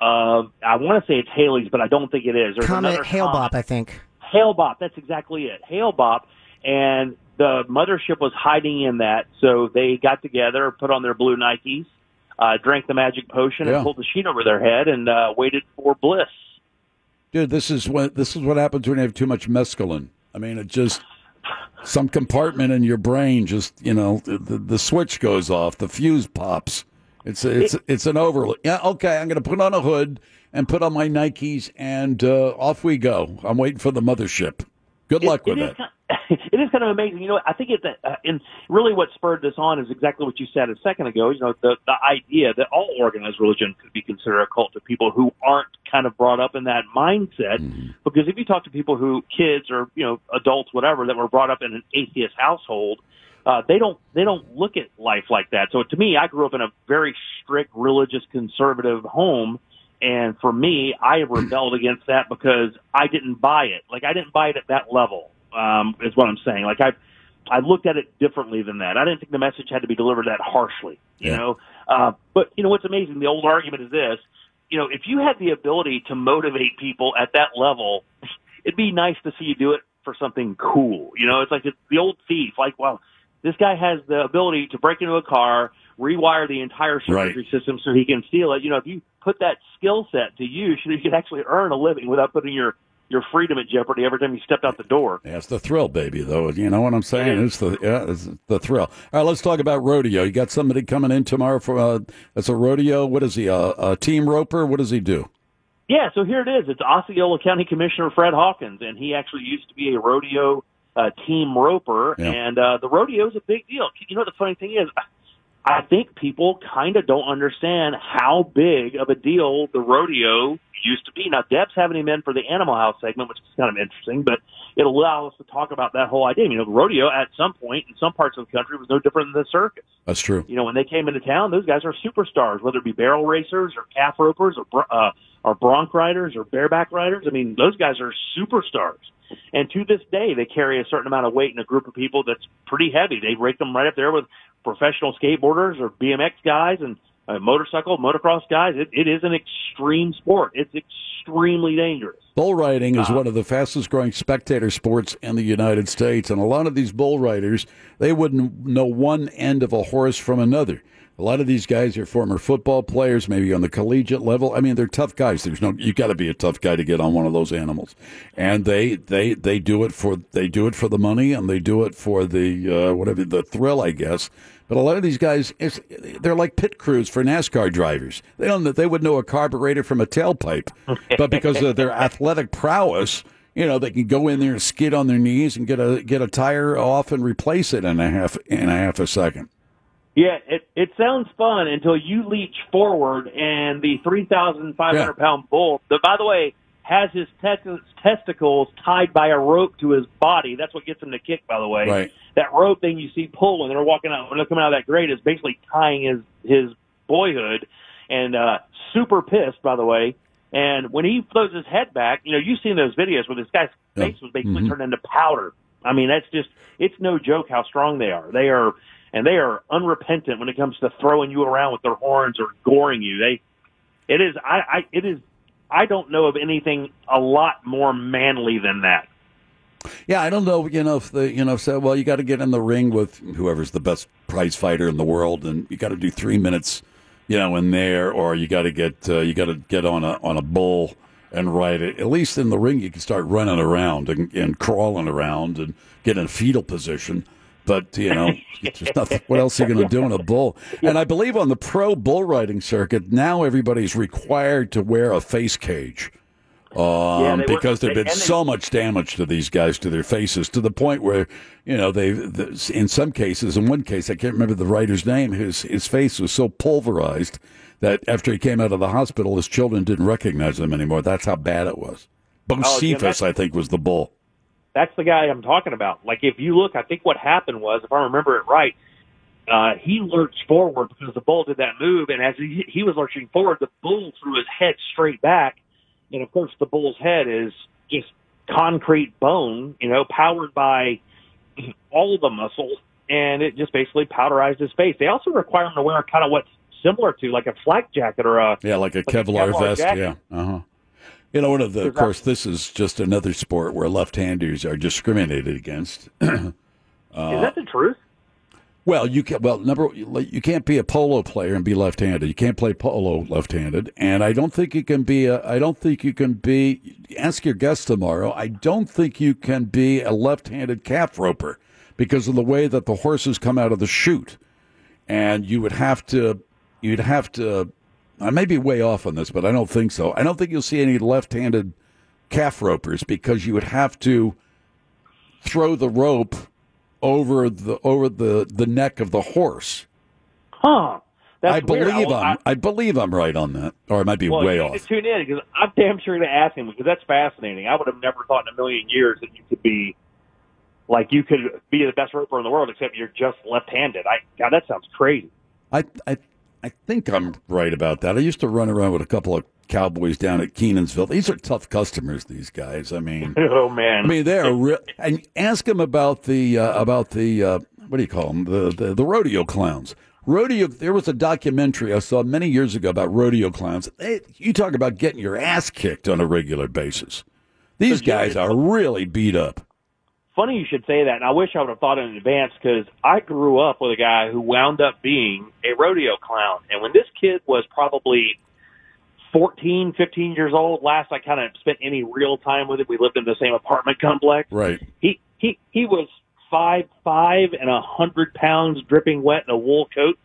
Speaker 1: of, I want to say it's Haley's, but I don't think it is. There's
Speaker 9: Comet
Speaker 1: another
Speaker 9: Hale
Speaker 1: comet.
Speaker 9: Bop, I think.
Speaker 1: Hail Bop. That's exactly it. Hail Bop. And the mothership was hiding in that. So they got together, put on their blue Nikes, uh, drank the magic potion,
Speaker 6: Yeah.
Speaker 1: and pulled the sheet over their head and uh, waited for bliss.
Speaker 6: Dude, this is what this is what happens when you have too much mescaline. I mean, it just some compartment in your brain just you know the, the switch goes off, the fuse pops. It's it's it's an overload. Yeah, okay, I'm going to put on a hood and put on my Nikes and uh, off we go. I'm waiting for the mothership. Good luck with
Speaker 1: it is
Speaker 6: it.
Speaker 1: Kind [LAUGHS] it is kind of amazing. You know, I think it's uh, and really what spurred this on is exactly what you said a second ago. You know, the the idea that all organized religion could be considered a cult to people who aren't kind of brought up in that mindset.
Speaker 6: Mm-hmm.
Speaker 1: Because if you talk to people who kids or you know adults, whatever, that were brought up in an atheist household. Uh, they don't they don't look at life like that. So to me, I grew up in a very strict religious conservative home, and for me, I rebelled against that because I didn't buy it. Like I didn't buy it at that level. Um, is what I'm saying. Like I, I looked at it differently than that. I didn't think the message had to be delivered that harshly. You
Speaker 6: Yeah.
Speaker 1: know. Uh, but you know what's amazing? The old argument is this. You know, if you had the ability to motivate people at that level, it'd be nice to see you do it for something cool. You know, it's like the, the old thief. Like, wow, this guy has the ability to break into a car, rewire the entire circuitry system so he can steal it. You know, if you put that skill set to use, you, know, you could actually earn a living without putting your your freedom at jeopardy every time you stepped out the door.
Speaker 6: Yeah, it's the thrill, baby, though. You know what I'm saying? It's the yeah, it's the thrill. All right, let's talk about rodeo. You got somebody coming in tomorrow for uh, that's a rodeo. What is he? A, a team roper? What does he do?
Speaker 1: Yeah, so here it is. It's Osceola County Commissioner Fred Hawkins, and he actually used to be a rodeo uh, team roper,
Speaker 6: Yeah.
Speaker 1: and uh, the rodeo is a big deal. You know, the funny thing is, I think people kind of don't understand how big of a deal the rodeo used to be. Now, Deb's having him in for the Animal House segment, which is kind of interesting, but it allows us to talk about that whole idea. You know, the rodeo at some point in some parts of the country was no different than the circus.
Speaker 6: That's true.
Speaker 1: You know, when they came into town, those guys are superstars, whether it be barrel racers or calf ropers or bro- uh, or bronc riders or bareback riders. I mean, those guys are superstars. And to this day, they carry a certain amount of weight in a group of people that's pretty heavy. They rake them right up there with professional skateboarders or BMX guys and uh, motorcycle, motocross guys. It, it is an extreme sport. It's extremely dangerous.
Speaker 6: Bull riding is one of the fastest growing spectator sports in the United States, and a lot of these bull riders they wouldn't know one end of a horse from another. A lot of these guys are former football players, maybe on the collegiate level. I mean, they're tough guys. There's no you got to be a tough guy to get on one of those animals, and they they they do it for they do it for the money and they do it for the uh, whatever the thrill, I guess. But a lot of these guys, it's, they're like pit crews for NASCAR drivers. They don't they would know a carburetor from a tailpipe, but because of their athletic prowess, you know they can go in there and skid on their knees and get a get a tire off and replace it in a half in a half a second.
Speaker 1: Yeah, it it sounds fun until you leech forward and the three thousand five hundred pound bull. That by the way has his tes- testicles tied by a rope to his body. That's what gets him to kick. By the way,
Speaker 6: Right.
Speaker 1: that rope thing you see pull when they're walking out when they're coming out of that grate is basically tying his his boyhood and uh super pissed by the way and when he throws his head back you know you've seen those videos where this guy's face was basically turned into powder i mean that's just it's no joke how strong they are they are and they are unrepentant when it comes to throwing you around with their horns or goring you they it is i i it is i don't know of anything a lot more manly than that
Speaker 6: Yeah, I don't know. You know, if the you know said, well, you got to get in the ring with whoever's the best prize fighter in the world, and you got to do three minutes, you know, in there, or you got to get uh, you got to get on a on a bull and ride it. At least in the ring, you can start running around and, and crawling around and get in fetal position. But you
Speaker 1: [LAUGHS]
Speaker 6: know, there's nothing. What else are you going to do in a bull? And I believe on the pro bull riding circuit now, everybody's required to wear a face cage. Um,
Speaker 1: Yeah, they were-
Speaker 6: because there's
Speaker 1: they-
Speaker 6: been
Speaker 1: and they-
Speaker 6: so much damage to these guys to their faces to the point where you know they the, in some cases in one case I can't remember the writer's name his his face was so pulverized that after he came out of the hospital his children didn't recognize him anymore that's how bad it was
Speaker 1: Oh, yeah,
Speaker 6: Bocephus
Speaker 1: that's-
Speaker 6: I think was the bull
Speaker 1: That's the guy I'm talking about. Like, if you look, I think what happened was, if I remember it right, uh, he lurched forward because the bull did that move, and as he, he was lurching forward, the bull threw his head straight back, and of course, the bull's head is just concrete bone, you know, powered by [CLEARS THROAT] all the muscle, and it just basically powderized his face. They also require him to wear kind of what's similar to like a flak jacket or a
Speaker 6: yeah like a
Speaker 1: like a
Speaker 6: Kevlar,
Speaker 1: Kevlar
Speaker 6: vest
Speaker 1: jacket.
Speaker 6: yeah uh huh you know one of the of course this is just another sport where left-handers are discriminated against [CLEARS THROAT] uh,
Speaker 1: is that the truth?
Speaker 6: Well, you can well number you can't be a polo player and be left-handed. You can't play polo left-handed, and I don't think you can be. A, I don't think you can be. Ask your guest tomorrow. I don't think you can be a left-handed calf roper because of the way that the horses come out of the chute, and you would have to. You'd have to. I may be way off on this, but I don't think so. I don't think you'll see any left-handed calf ropers because you would have to throw the rope over the over the, the neck of the horse.
Speaker 1: Huh. That's
Speaker 6: I
Speaker 1: weird.
Speaker 6: believe
Speaker 1: I-
Speaker 6: I, am I believe I'm right on that, or I might be
Speaker 1: well,
Speaker 6: way
Speaker 1: you
Speaker 6: off.
Speaker 1: Need to tune in because I'm damn sure going to ask him because that's fascinating. I would have never thought in a million years that you could be like you could be the best roper in the world, except you're just left-handed. I God, that sounds crazy.
Speaker 6: I I I think I'm right about that. I used to run around with a couple of cowboys down at Keenansville. These are tough customers. These guys. I mean,
Speaker 1: [LAUGHS] oh man.
Speaker 6: I mean, they are real. And ask them about the uh, about the uh, what do you call them? The, the the rodeo clowns. Rodeo. There was a documentary I saw many years ago about rodeo clowns. They, you talk about getting your ass kicked on a regular basis. These guys are really beat up.
Speaker 1: funny you should say that, and I wish I would have thought in advance because I grew up with a guy who wound up being a rodeo clown. And when this kid was probably 14, 15 years old, last I kind of spent any real time with him, we lived in the same apartment complex.
Speaker 6: Right.
Speaker 1: He he he was five five and a hundred pounds, dripping wet in a wool coat.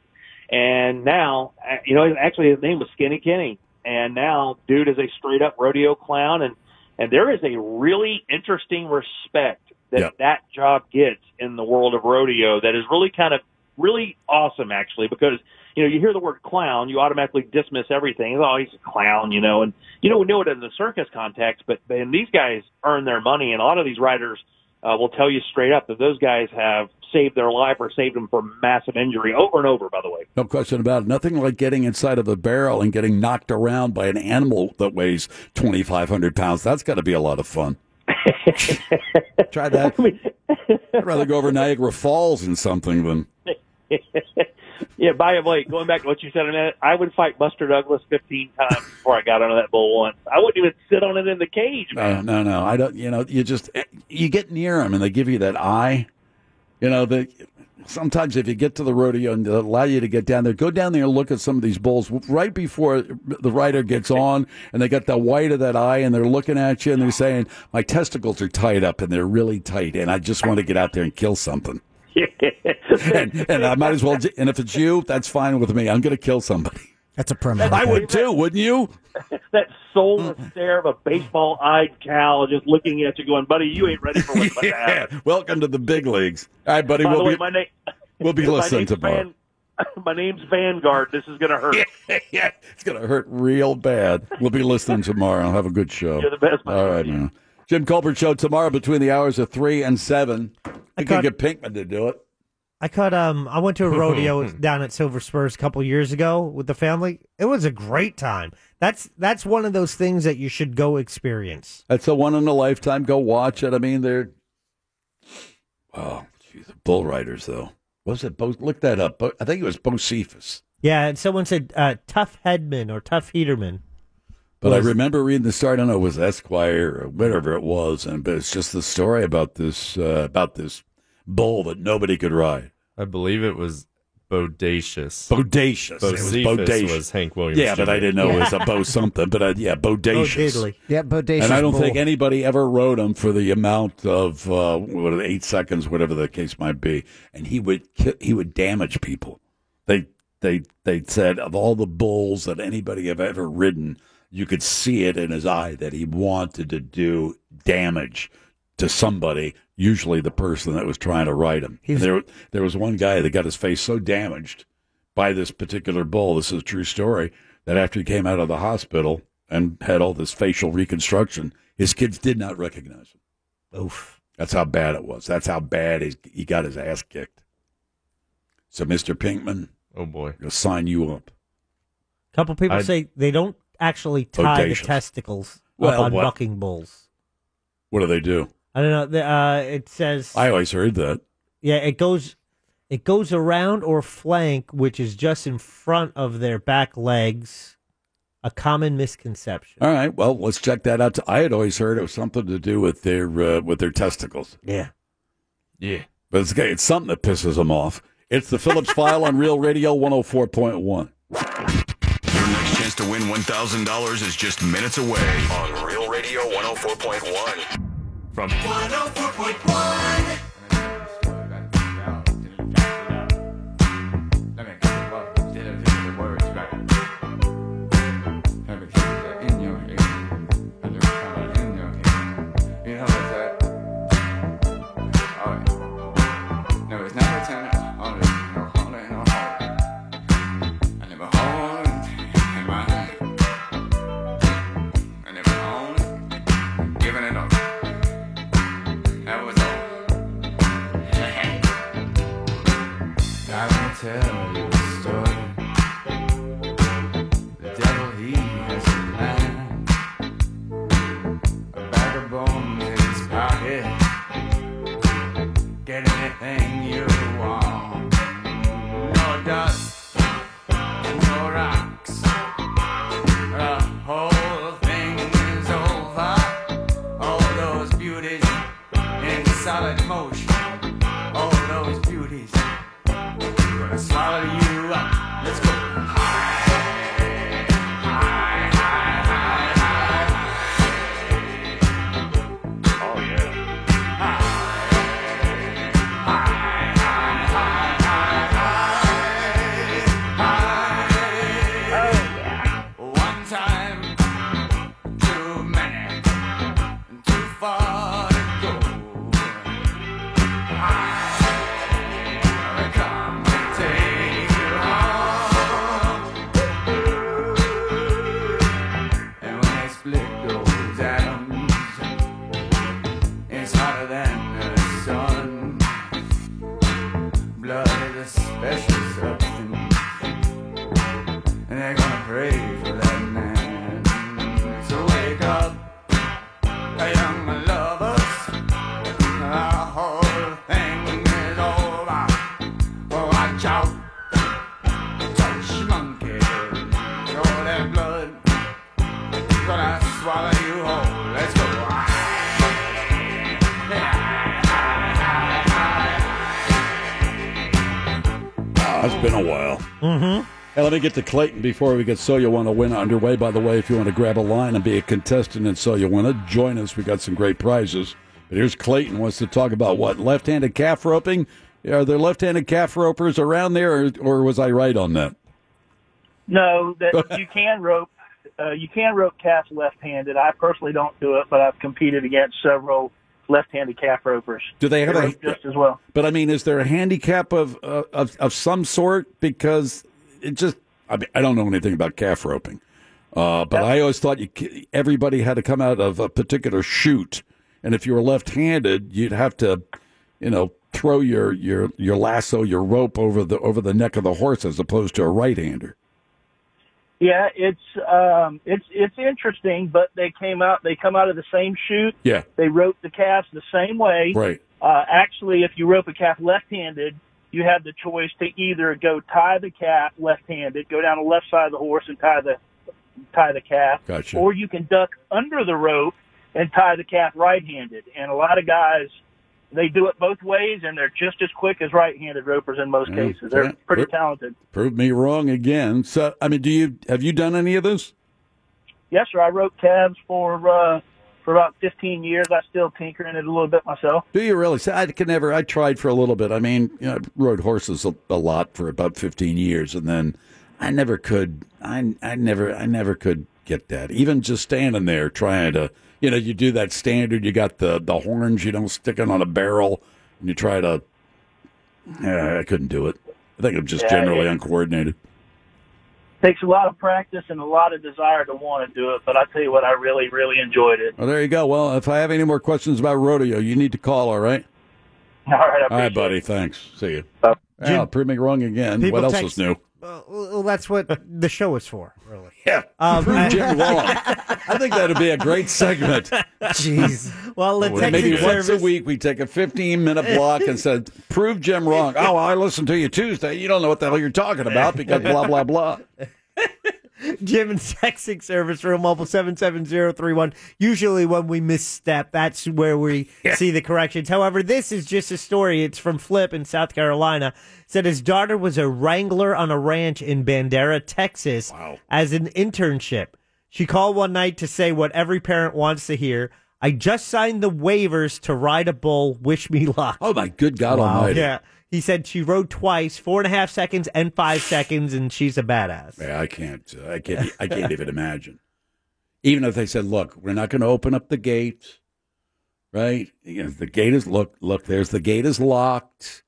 Speaker 1: And now, uh, you know, actually his name was Skinny Kenny. And now, dude is a straight up rodeo clown, and and there is a really interesting respect that
Speaker 6: Yep.
Speaker 1: that job gets in the world of rodeo that is really kind of really awesome actually because you know you hear the word clown you automatically dismiss everything oh he's a clown you know and you know we know it in the circus context but and these guys earn their money and a lot of these riders uh, will tell you straight up that those guys have saved their life or saved them from massive injury over and over by the way [LAUGHS]
Speaker 6: No question about it. Nothing like getting inside of a barrel and getting knocked around by an animal that weighs 2,500 pounds. That's got to be a lot of fun. Try that. I'd rather go over Niagara Falls in something than.
Speaker 1: yeah, by the way, going back to what you said a minute, I would fight Buster Douglas 15 times before I got under that bull once. I wouldn't even sit on it in the cage.
Speaker 6: No, no, no. I don't. You know, you just eh, you get near them and they give you that eye. You know, the sometimes if you get to the rodeo and they allow you to get down there, go down there and look at some of these bulls right before the rider gets on, and they got the white of that eye, and they're looking at you and they're saying, "My testicles are tied up and they're really tight, and I just want to get out there and
Speaker 1: [LAUGHS]
Speaker 6: kill something." and, and I might as well. And if it's you, that's fine with me. I'm going to kill somebody.
Speaker 9: That's a permanent.
Speaker 6: I would too, wouldn't you?
Speaker 1: [LAUGHS] that soulless
Speaker 14: Mm.
Speaker 1: stare of a baseball-eyed cow just looking at you going, buddy, you ain't ready for
Speaker 14: [LAUGHS]
Speaker 1: what's about to happen.
Speaker 6: Yeah. Welcome to the big leagues. All right, buddy.
Speaker 1: By
Speaker 6: we'll
Speaker 1: the way,
Speaker 6: be
Speaker 1: my name...
Speaker 6: we'll be
Speaker 1: my
Speaker 6: listening
Speaker 1: name's
Speaker 6: tomorrow.
Speaker 1: Van- [LAUGHS] my name's Vanguard. This is going
Speaker 14: [LAUGHS]
Speaker 1: to hurt.
Speaker 6: yeah, it's going to hurt real bad. We'll be listening tomorrow. Have a good show.
Speaker 1: You're the best,
Speaker 6: All right, man. Jim Culpert show tomorrow between the hours of three and seven. I can
Speaker 7: got-
Speaker 6: get Pinkman to do it.
Speaker 7: I caught um I went to
Speaker 9: [LAUGHS]
Speaker 7: a rodeo down at Silver Spurs a couple years ago with the family. It was a great time. That's that's one of those things that you should go experience.
Speaker 6: That's a one in a lifetime. Go watch it. I mean, they're oh, geez, the bull riders though. Was it Bo? Look that up. Bo, I think it was Bo Cephas.
Speaker 7: Yeah, and someone said uh, tough headman or tough heaterman.
Speaker 6: But
Speaker 7: Was-
Speaker 6: I remember reading the story. I don't know, it was Esquire or whatever it was, and but it's just the story about this uh, about this bull that nobody could ride.
Speaker 8: I believe it was bodacious.
Speaker 6: Bodacious. It was
Speaker 8: Bodacious was,
Speaker 6: bodacious.
Speaker 8: Hank Williams. Oh,
Speaker 6: Yeah, but I didn't know it was a bo something. But I,
Speaker 8: [LAUGHS]
Speaker 6: yeah,
Speaker 7: Oh,
Speaker 6: bodacious.
Speaker 8: diddly.
Speaker 9: Yeah, bodacious.
Speaker 6: And I don't
Speaker 9: bull.
Speaker 6: think anybody ever rode him for the amount of uh, what eight seconds, whatever the case might be. And he would ki- he would damage people. They they they said of all the bulls that anybody have ever ridden, you could see it in his eye that he wanted to do damage to somebody, usually the person that was trying to ride him. And There there was one guy that got his face so damaged by this particular bull. This is a true story. That after he came out of the hospital and had all this facial reconstruction, his kids did not recognize him.
Speaker 7: Oof.
Speaker 6: That's how bad it was. That's how bad he, he got his ass kicked. So, Mr. Pinkman.
Speaker 8: Oh, boy.
Speaker 6: I'll sign you up.
Speaker 7: A couple people
Speaker 6: I-
Speaker 7: say they don't actually tie
Speaker 6: Bodacious.
Speaker 7: the testicles
Speaker 6: Well,
Speaker 7: up on
Speaker 6: what-
Speaker 7: bucking bulls.
Speaker 6: What do they do?
Speaker 7: I don't know. The, uh, it says
Speaker 6: I always heard that.
Speaker 7: Yeah, it goes it goes around or flank, which is just in front of their back legs. A common misconception.
Speaker 6: All right. Well, let's check that out. I had always heard it was something to do with their uh, with their testicles.
Speaker 7: Yeah.
Speaker 8: Yeah.
Speaker 6: But it's, it's something that pisses them off. It's the Phillips File on Real Radio 104.1.
Speaker 2: Your next chance to win $1,000 is just minutes away on Real Radio 104.1. From
Speaker 3: 104.1.
Speaker 22: Giving it up. That was all. [LAUGHS] I won't tell you a story. The devil, he has a line. A bag of bones in his pocket. Get anything you want. No dust, no rocks. The whole thing is over. Oh,
Speaker 20: Oh,
Speaker 22: blood is a special substance. And they're gonna pray for that man. So wake up, a young lovers. The whole thing is over. Watch out, touch monkey. All that blood gonna swallow you whole. Let's go.
Speaker 6: Ah, it's been a while. Mm-hmm. Hey, let me get to Clayton before we get So You Wanna Win underway. By the way, if you want to grab a line and be a contestant in So You Wanna, join us. We got some great prizes. But here's Clayton wants to talk about what? Left handed calf roping? Are there left handed calf ropers around there, or, or was I right on that?
Speaker 4: No,
Speaker 6: [LAUGHS]
Speaker 4: that you can rope. Uh, you can rope calf left-handed. I personally don't do it, but I've competed against several left-handed calf ropers.
Speaker 6: Do they have
Speaker 4: They
Speaker 6: a-
Speaker 4: rope just as well?
Speaker 6: But I mean, is there a handicap of, uh, of, of some sort? Because it just, I, mean, I don't know anything about calf roping. Uh, but I always thought you, ca- everybody had to come out of a particular shoot, and if you were left-handed, you'd have to, you know, throw your, your, your lasso, your rope over the over the neck of the horse, as opposed to a right-hander.
Speaker 4: Yeah, it's um, it's it's interesting, but they came out. They come out of the same chute.
Speaker 6: Yeah,
Speaker 4: They rope the calves the same way.
Speaker 6: right.
Speaker 4: Uh, actually, if you rope a calf left-handed, you have the choice to either go tie the calf left-handed, go down the left side of the horse and tie the tie the calf,
Speaker 6: Gotcha.
Speaker 4: or you can duck under the rope and tie the calf right-handed. And a lot of guys they do it both ways, and they're just as quick as right-handed ropers in most
Speaker 6: Mm, Yeah,
Speaker 4: cases. They're
Speaker 6: yeah.
Speaker 4: pretty
Speaker 6: Yep.
Speaker 4: talented.
Speaker 6: Prove me wrong again. So, I mean, do you have you done any of this?
Speaker 4: Yes, sir. I roped calves for uh, for about 15 years. I still tinker in it a little bit myself.
Speaker 6: Do you really? So I could never. I tried for a little bit. I mean, you know, I rode horses a, a lot for about fifteen years, and then I never could. I I never I never could get that. Even just standing there trying to, you know, you do that standard. You got the the horns. You don't stick it on a barrel, and you try to. Yeah, I couldn't do it. I think I'm just
Speaker 4: Yeah,
Speaker 6: generally
Speaker 4: it-
Speaker 6: uncoordinated.
Speaker 4: Takes a lot of practice and a lot of desire to want to do it. But I tell you what, I really, really enjoyed it.
Speaker 6: Well, there you go. Well, if I have any more questions about rodeo, you need to call. All right.
Speaker 4: [LAUGHS] All right.
Speaker 6: All right, buddy. Thanks. See you.
Speaker 4: Uh,
Speaker 7: Jim-
Speaker 6: Well, prove me wrong again.
Speaker 7: People
Speaker 6: What else
Speaker 7: text-
Speaker 6: is new?
Speaker 7: Well, well, that's what the show is for, really.
Speaker 6: Yeah.
Speaker 7: Um,
Speaker 6: Prove
Speaker 7: I- [LAUGHS]
Speaker 6: Jim wrong. I think that'd be a great segment.
Speaker 7: Jeez. Well, the
Speaker 6: Well, maybe
Speaker 7: texting
Speaker 6: once a
Speaker 7: service.
Speaker 6: week we take a 15 minute block and said, prove Jim wrong. Oh, I listened to you Tuesday. You don't know what the hell you're talking about because blah, blah, blah.
Speaker 7: [LAUGHS] Jim and texting service room mobile seven seven zero three one. Usually when we misstep, that's where
Speaker 6: [LAUGHS]
Speaker 7: we see the corrections. However, this is just a story. It's from Flip in South Carolina. Said his daughter was a wrangler on a ranch in Bandera, Texas, as an internship. She called one night to say what every parent wants to hear. I just signed the waivers to ride a bull. Wish me luck.
Speaker 6: Oh my good God Almighty.
Speaker 7: Yeah. He said she rode twice, four and a half seconds and five seconds, and she's a badass.
Speaker 6: Yeah, I can't. uh, I can't. I can't even imagine. Even if they said, "Look, we're not going to open up the gate, right? You know, the gate is look. Look, there's the gate is locked.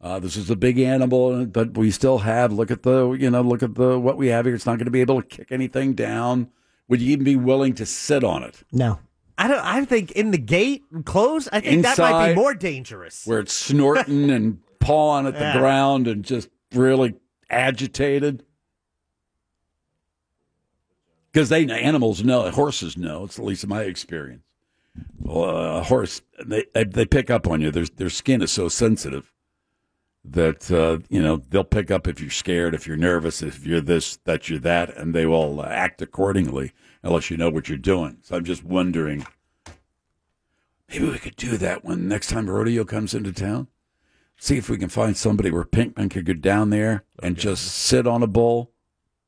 Speaker 6: Uh, this is a big animal, but we still have. Look at the. You know, look at the what we have here. It's not going to be able to kick anything down. Would you even be willing to sit on it?
Speaker 7: No. I don't. I think in the gate closed. I think that might be
Speaker 6: Inside-
Speaker 7: more dangerous.
Speaker 6: where it's snorting and pawing at the
Speaker 7: Yeah.
Speaker 6: ground and just really agitated. Because they animals know, horses know. It's at least in my experience. Uh, a horse, they they pick up on you. Their their skin is so sensitive that uh, you know they'll pick up if you're scared, if you're nervous, if you're this, that you're that, and they will uh, act accordingly unless you know what you're doing. So I'm just wondering Maybe we could do that when next time rodeo comes into town. See if we can find somebody where Pinkman could go down there and just sit on a bull.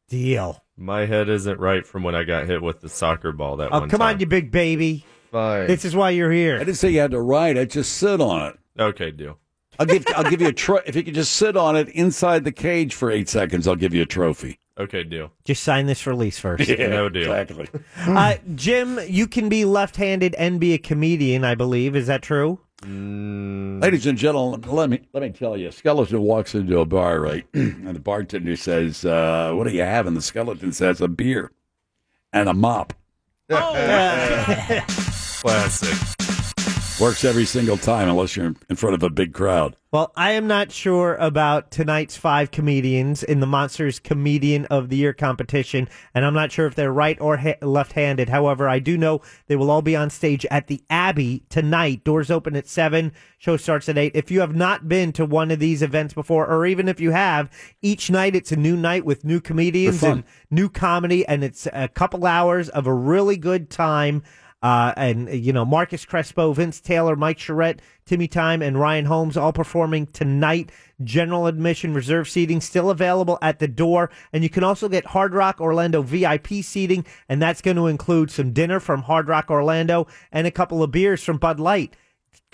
Speaker 7: Deal.
Speaker 8: My head isn't right from when I got hit with the soccer ball that
Speaker 7: Oh,
Speaker 8: one
Speaker 7: come
Speaker 8: time.
Speaker 7: on, you big baby.
Speaker 8: Fine.
Speaker 7: This is why you're here.
Speaker 6: I didn't say you had to ride it; just sit on it.
Speaker 8: Okay, deal.
Speaker 6: I'll give I'll give you a tro- if you could just sit on it inside the cage for eight seconds. I'll give you a trophy.
Speaker 8: Okay, deal.
Speaker 7: Just sign this release
Speaker 6: [LAUGHS]
Speaker 7: first.
Speaker 8: no deal.
Speaker 6: Exactly.
Speaker 7: uh, Jim, you can be left-handed and be a comedian. I believe is that true?
Speaker 6: Ladies and gentlemen, let me let me tell you. Skeleton walks into a bar, right, [CLEARS THROAT] and the bartender says, uh, "What do you have?" And the skeleton says, "A beer
Speaker 7: Oh. [LAUGHS]
Speaker 6: and a mop."
Speaker 8: Classic.
Speaker 6: Works every single time, unless you're in front of a big crowd.
Speaker 7: Well, I am not sure about tonight's five comedians in the Monsters Comedian of the Year competition, and I'm not sure if they're right or ha- left handed. However, I do know they will all be on stage at the Abbey tonight. Doors open at 7, show starts at 8. If you have not been to one of these events before, or even if you have, each night it's a new night with new comedians
Speaker 6: fun.
Speaker 7: and new comedy, and it's a couple hours of a really good time. Uh, and uh, you know Marcus Crespo, Vince Taylor, Mike Charette, Timmy Time, and Ryan Holmes all performing tonight. General admission, reserve seating still available at the door, and you can also get Hard Rock Orlando VIP seating, and that's going to include some dinner from Hard Rock Orlando and a couple of beers from Bud Light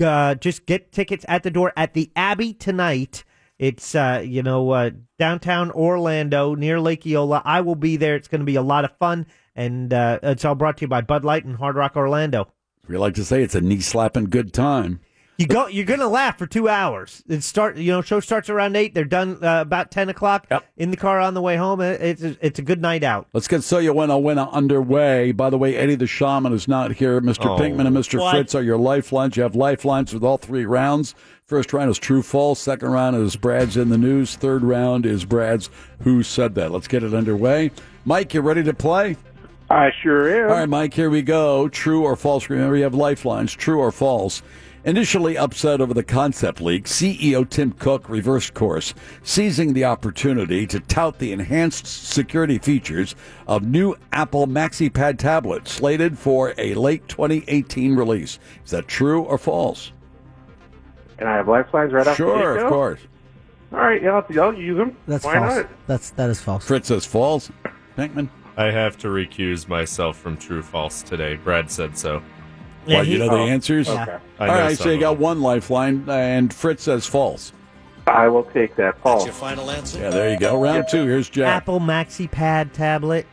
Speaker 7: uh, just get tickets at the door at the Abbey tonight. It's uh, you know uh, downtown Orlando near Lake Eola. I will be there. It's going to be a lot of fun, and uh, it's all brought to you by Bud Light and Hard Rock Orlando.
Speaker 6: We like to say it's a knee slapping good time.
Speaker 7: You go. You're going to laugh for two hours. It start. You know, show starts around eight. They're done uh, about ten o'clock. In the car on the way home. It- It's it's a good night out.
Speaker 6: Let's get So You Winna Winna underway. By the way, Eddie the Shaman is not here. Mr.
Speaker 7: Oh.
Speaker 6: Pinkman and Mr.
Speaker 7: What?
Speaker 6: Fritz are your lifelines. You have lifelines with all three rounds. First round is true false. Second round is Brad's in the news. Third round is Brad's Who Said That. Let's get it underway. Mike, you ready to play?
Speaker 20: I sure am.
Speaker 6: All right, Mike, here we go. True or false? Remember, you have lifelines. True or false? Initially upset over the concept leak, CEO Tim Cook reversed course, seizing the opportunity to tout the enhanced security features of new Apple MaxiPad tablet slated for a late 2018 release. Is that true or false?
Speaker 20: And I have lifelines right off the
Speaker 6: Sure,
Speaker 20: get-go?
Speaker 6: of course.
Speaker 20: All right, yeah, I'll, I'll use them.
Speaker 9: That's
Speaker 20: Why
Speaker 9: false.
Speaker 20: not?
Speaker 9: That's that is false.
Speaker 6: Fritz says false. Pinkman.
Speaker 8: I have to recuse myself from true false today. Brad said so.
Speaker 6: Well, you know the
Speaker 9: oh,
Speaker 6: answers?
Speaker 8: I
Speaker 6: All
Speaker 8: know
Speaker 6: right,
Speaker 8: some
Speaker 6: so you
Speaker 8: of
Speaker 6: got one lifeline, and Fritz says false.
Speaker 20: I will take that. False.
Speaker 6: your final answer? Yeah, there you go. Round two. Here's Jack.
Speaker 7: Apple Maxi Pad tablet.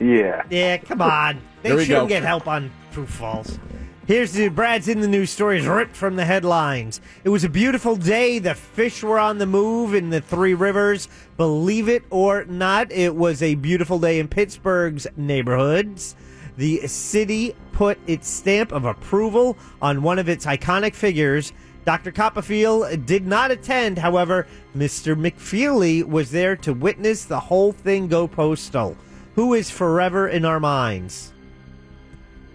Speaker 20: Yeah.
Speaker 7: Yeah, come on. They
Speaker 6: Here we
Speaker 7: should
Speaker 6: go.
Speaker 7: get help on true false. Here's the Brad's in the news stories ripped from the headlines. It was a beautiful day. The fish were on the move in the Three Rivers. Believe it or not, it was a beautiful day in Pittsburgh's neighborhoods. The city put its stamp of approval on one of its iconic figures. Dr. Copperfield did not attend, however, Mr. McFeely was there to witness the whole thing go postal. Who is forever in our minds?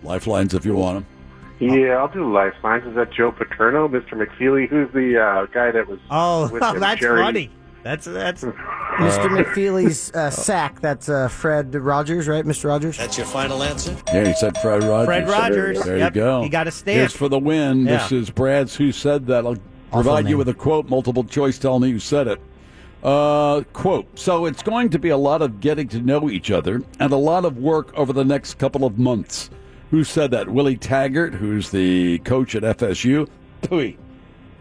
Speaker 6: Lifelines if you want them.
Speaker 20: Yeah, I'll do lifelines. Is that Joe Paterno, Mr. McFeely? Who's the uh, guy that was?
Speaker 7: [LAUGHS] Oh,
Speaker 20: with
Speaker 7: [LAUGHS]
Speaker 20: him?
Speaker 7: that's
Speaker 20: Jerry?
Speaker 7: funny. That's
Speaker 20: [LAUGHS]
Speaker 7: that's.
Speaker 9: Mr. McFeely's uh, sack. That's uh, Fred Rogers, right, Mr. Rogers? That's your final answer.
Speaker 6: Yeah, he said Fred Rogers.
Speaker 9: Fred Rogers.
Speaker 6: There
Speaker 9: Yep,
Speaker 6: you go.
Speaker 9: he got a stamp.
Speaker 6: Here's for the win. This
Speaker 9: Yeah.
Speaker 6: is Brad's Who Said That. I'll provide you
Speaker 9: name.
Speaker 6: with a quote, multiple choice, tell me who said it. Uh, quote So it's going to be a lot of getting to know each other and a lot of work over the next couple of months. Who said that? Willie Taggart, who's the coach at FSU. Pooey.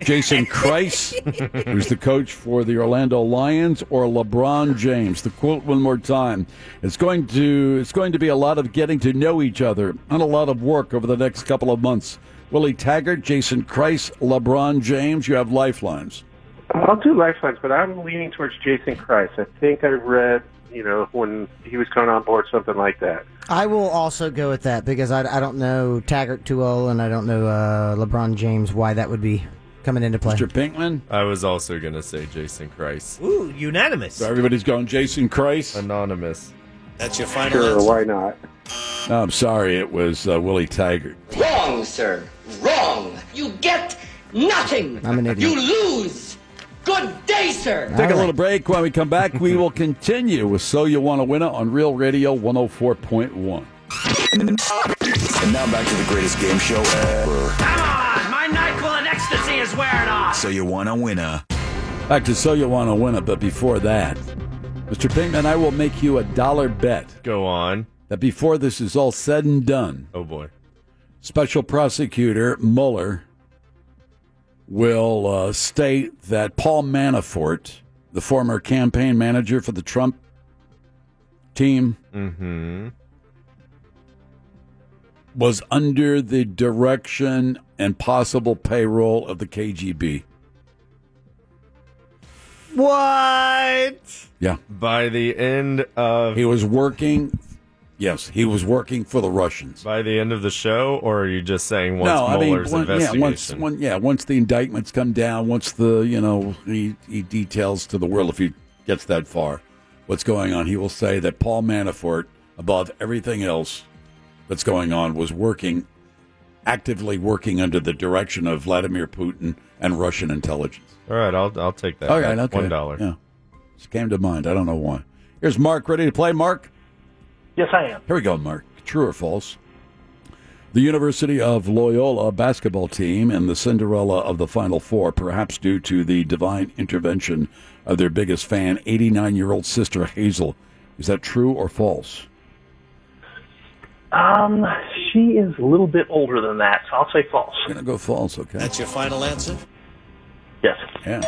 Speaker 6: Jason
Speaker 2: [LAUGHS]
Speaker 6: Kreis, who's the coach for the Orlando Lions, or LeBron James. The quote one more time. It's going to it's going to be a lot of getting to know each other and a lot of work over the next couple of months. Willie Taggart, Jason Kreis, LeBron James, you have lifelines.
Speaker 20: I'll do lifelines, but I'm leaning towards Jason Christ. I think I read, you know, when he was coming on board, something like that.
Speaker 9: I will also go with that because I, I don't know Taggart too well, and I don't know uh, LeBron James. Why that would be coming into play?
Speaker 6: Pinkman?
Speaker 8: I was also going to say Jason Christ.
Speaker 7: Ooh, unanimous.
Speaker 6: So everybody's going Jason Kreis?
Speaker 8: Anonymous.
Speaker 6: That's
Speaker 8: your
Speaker 6: final
Speaker 20: Sure, why not?
Speaker 6: No, I'm sorry, it was uh, Willie Taggart.
Speaker 11: Wrong, sir. Wrong. You get nothing.
Speaker 6: I'm an idiot.
Speaker 11: You lose. Good day, sir.
Speaker 6: Take a little break. When we come back, we will continue with So You Want to Win It on Real Radio 104.1.
Speaker 2: And now back to the greatest game show ever.
Speaker 3: Ah, My NyQuil and ecstasy is wearing off.
Speaker 2: So You Want to Win It.
Speaker 6: Back to So You Want to Win It, but before that, Mr. Pinkman, I will make you a dollar bet.
Speaker 8: Go on.
Speaker 6: That before this is all said and done,
Speaker 8: oh boy,
Speaker 6: Special Prosecutor Mueller will uh, state that Paul Manafort, the former campaign manager for the Trump team,
Speaker 8: Mm-hmm.
Speaker 6: was under the direction and possible payroll of the KGB.
Speaker 7: What?
Speaker 6: Yeah.
Speaker 8: By the end of
Speaker 6: He was working Yes, he was working for the Russians.
Speaker 8: By the end of the show, or are you just saying once
Speaker 6: no,
Speaker 8: Mueller's
Speaker 6: I mean, one- yeah,
Speaker 8: investigation?
Speaker 6: once, one, yeah, once the indictments come down, once the you know he, he details to the world if he gets that far, what's going on, he will say that Paul Manafort, above everything else that's going on, was working actively working under the direction of Vladimir Putin and Russian intelligence.
Speaker 8: All right, I'll I'll take that.
Speaker 6: All right,
Speaker 8: bet.
Speaker 6: okay,
Speaker 8: one dollar.
Speaker 6: Oh, Yeah, just came to mind. I don't know why. Here's Mark, ready to play. Mark.
Speaker 4: Yes, I am.
Speaker 6: Here we go, Mark. True or false? The University of Loyola basketball team and the Cinderella of the Final Four, perhaps due to the divine intervention of their biggest fan, 89 year old sister Hazel. Is that true or false?
Speaker 4: Um, she is a little bit older than that, so I'll say false.
Speaker 6: I'm going to go false, okay?
Speaker 4: That's your final answer?
Speaker 6: Yeah,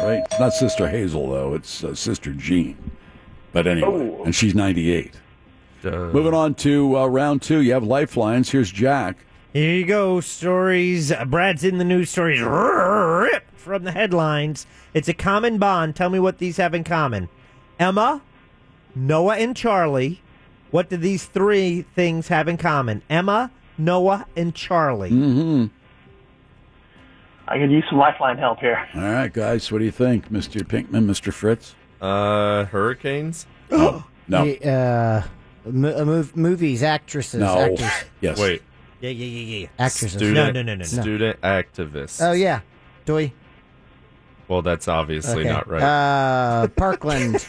Speaker 6: right. It's not Sister Hazel, though. It's uh, Sister Jean. But anyway, and she's 98. Moving on to uh, round two. You have lifelines. Here's Jack.
Speaker 7: Here you go. Stories. uh, Brad's in the news stories ripped from the headlines. It's a common bond. Tell me what these have in common. Emma, Noah, and Charlie. What do these three things have in common? Emma, Noah, and Charlie.
Speaker 6: Mm-hmm.
Speaker 4: I could use some lifeline help here.
Speaker 6: All right, guys. What do you think, Mr. Pinkman, Mr. Fritz?
Speaker 8: Uh, hurricanes.
Speaker 6: [GASPS] No.
Speaker 9: The, uh, mo- uh, mov- movies, actresses,
Speaker 8: No.
Speaker 9: actors.
Speaker 6: Yes.
Speaker 8: Wait.
Speaker 7: Yeah, yeah, yeah, yeah.
Speaker 9: Actresses.
Speaker 8: Student,
Speaker 9: No, no, no, no, no.
Speaker 8: Student activists.
Speaker 9: Oh yeah, Doy.
Speaker 8: Well, that's obviously
Speaker 9: Okay.
Speaker 8: not right.
Speaker 9: Uh, Parkland.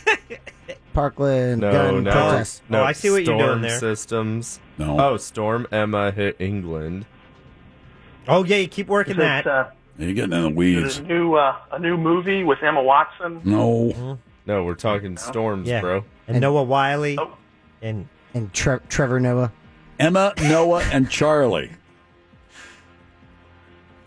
Speaker 9: Parkland.
Speaker 8: no,
Speaker 9: gun
Speaker 8: no,
Speaker 9: protests.
Speaker 8: no.
Speaker 7: Oh, I see what you're
Speaker 8: storm
Speaker 7: doing there.
Speaker 8: Systems.
Speaker 6: No.
Speaker 8: Oh, storm Emma hit England.
Speaker 7: Oh yeah, you keep working
Speaker 4: Is it,
Speaker 7: that.
Speaker 4: uh,
Speaker 6: You're getting in the
Speaker 4: is
Speaker 8: weeds.
Speaker 4: it a new uh, a new movie with Emma Watson?
Speaker 6: No.
Speaker 8: Mm-hmm. No, we're talking storms,
Speaker 7: Yeah.
Speaker 8: bro.
Speaker 7: And, Noah Wiley.
Speaker 4: Oh,
Speaker 7: And
Speaker 9: and Tre- Trevor Noah.
Speaker 6: Emma, Noah, and Charlie.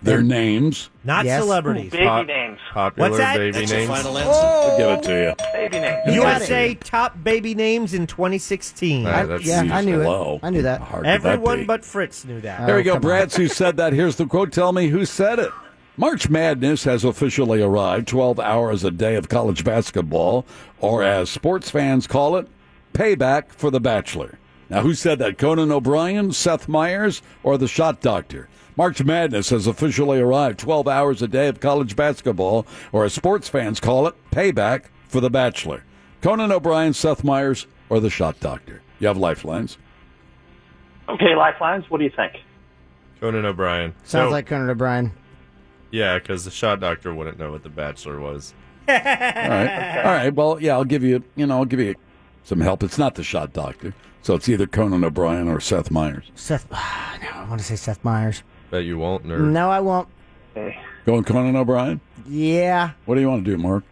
Speaker 6: Their names.
Speaker 7: Not
Speaker 6: Yes.
Speaker 7: celebrities.
Speaker 6: Baby Pop- names. popular What's that? baby That's your names. final answer.
Speaker 7: Oh!
Speaker 6: I'll give it to you.
Speaker 4: Baby names.
Speaker 7: USA top baby names in 2016.
Speaker 6: Ah, I- that's yeah, I knew it. low. I knew that. Oh, How hard could that
Speaker 7: Everyone
Speaker 6: be?
Speaker 7: but Fritz knew that.
Speaker 6: There we go. Brad's who said that. Here's the quote. Tell me who said it. March Madness has officially arrived. 12 hours a day of college basketball, or as sports fans call it, payback for The Bachelor. Now, who said that? Conan O'Brien, Seth Meyers, or the shot doctor? March Madness has officially arrived. 12 hours a day of college basketball, or as sports fans call it, payback for The Bachelor. Conan O'Brien, Seth Meyers, or the shot doctor? You have lifelines.
Speaker 4: Okay, lifelines. What do you think?
Speaker 8: Conan O'Brien.
Speaker 9: Sounds
Speaker 6: Oh.
Speaker 8: No.
Speaker 9: like Conan O'Brien.
Speaker 8: Yeah, because the shot doctor wouldn't know what the Bachelor was.
Speaker 9: [LAUGHS]
Speaker 6: All right. All right. Well, yeah, I'll give you, you know, I'll give you some help. It's not the shot doctor. So it's either Conan O'Brien or Seth Meyers.
Speaker 9: Seth. [SIGHS] ah, no, I want to say Seth Meyers.
Speaker 8: Bet you won't, nerd.
Speaker 9: No, I won't.
Speaker 6: Going Conan O'Brien?
Speaker 9: Yeah.
Speaker 6: What do you want to do, Mark?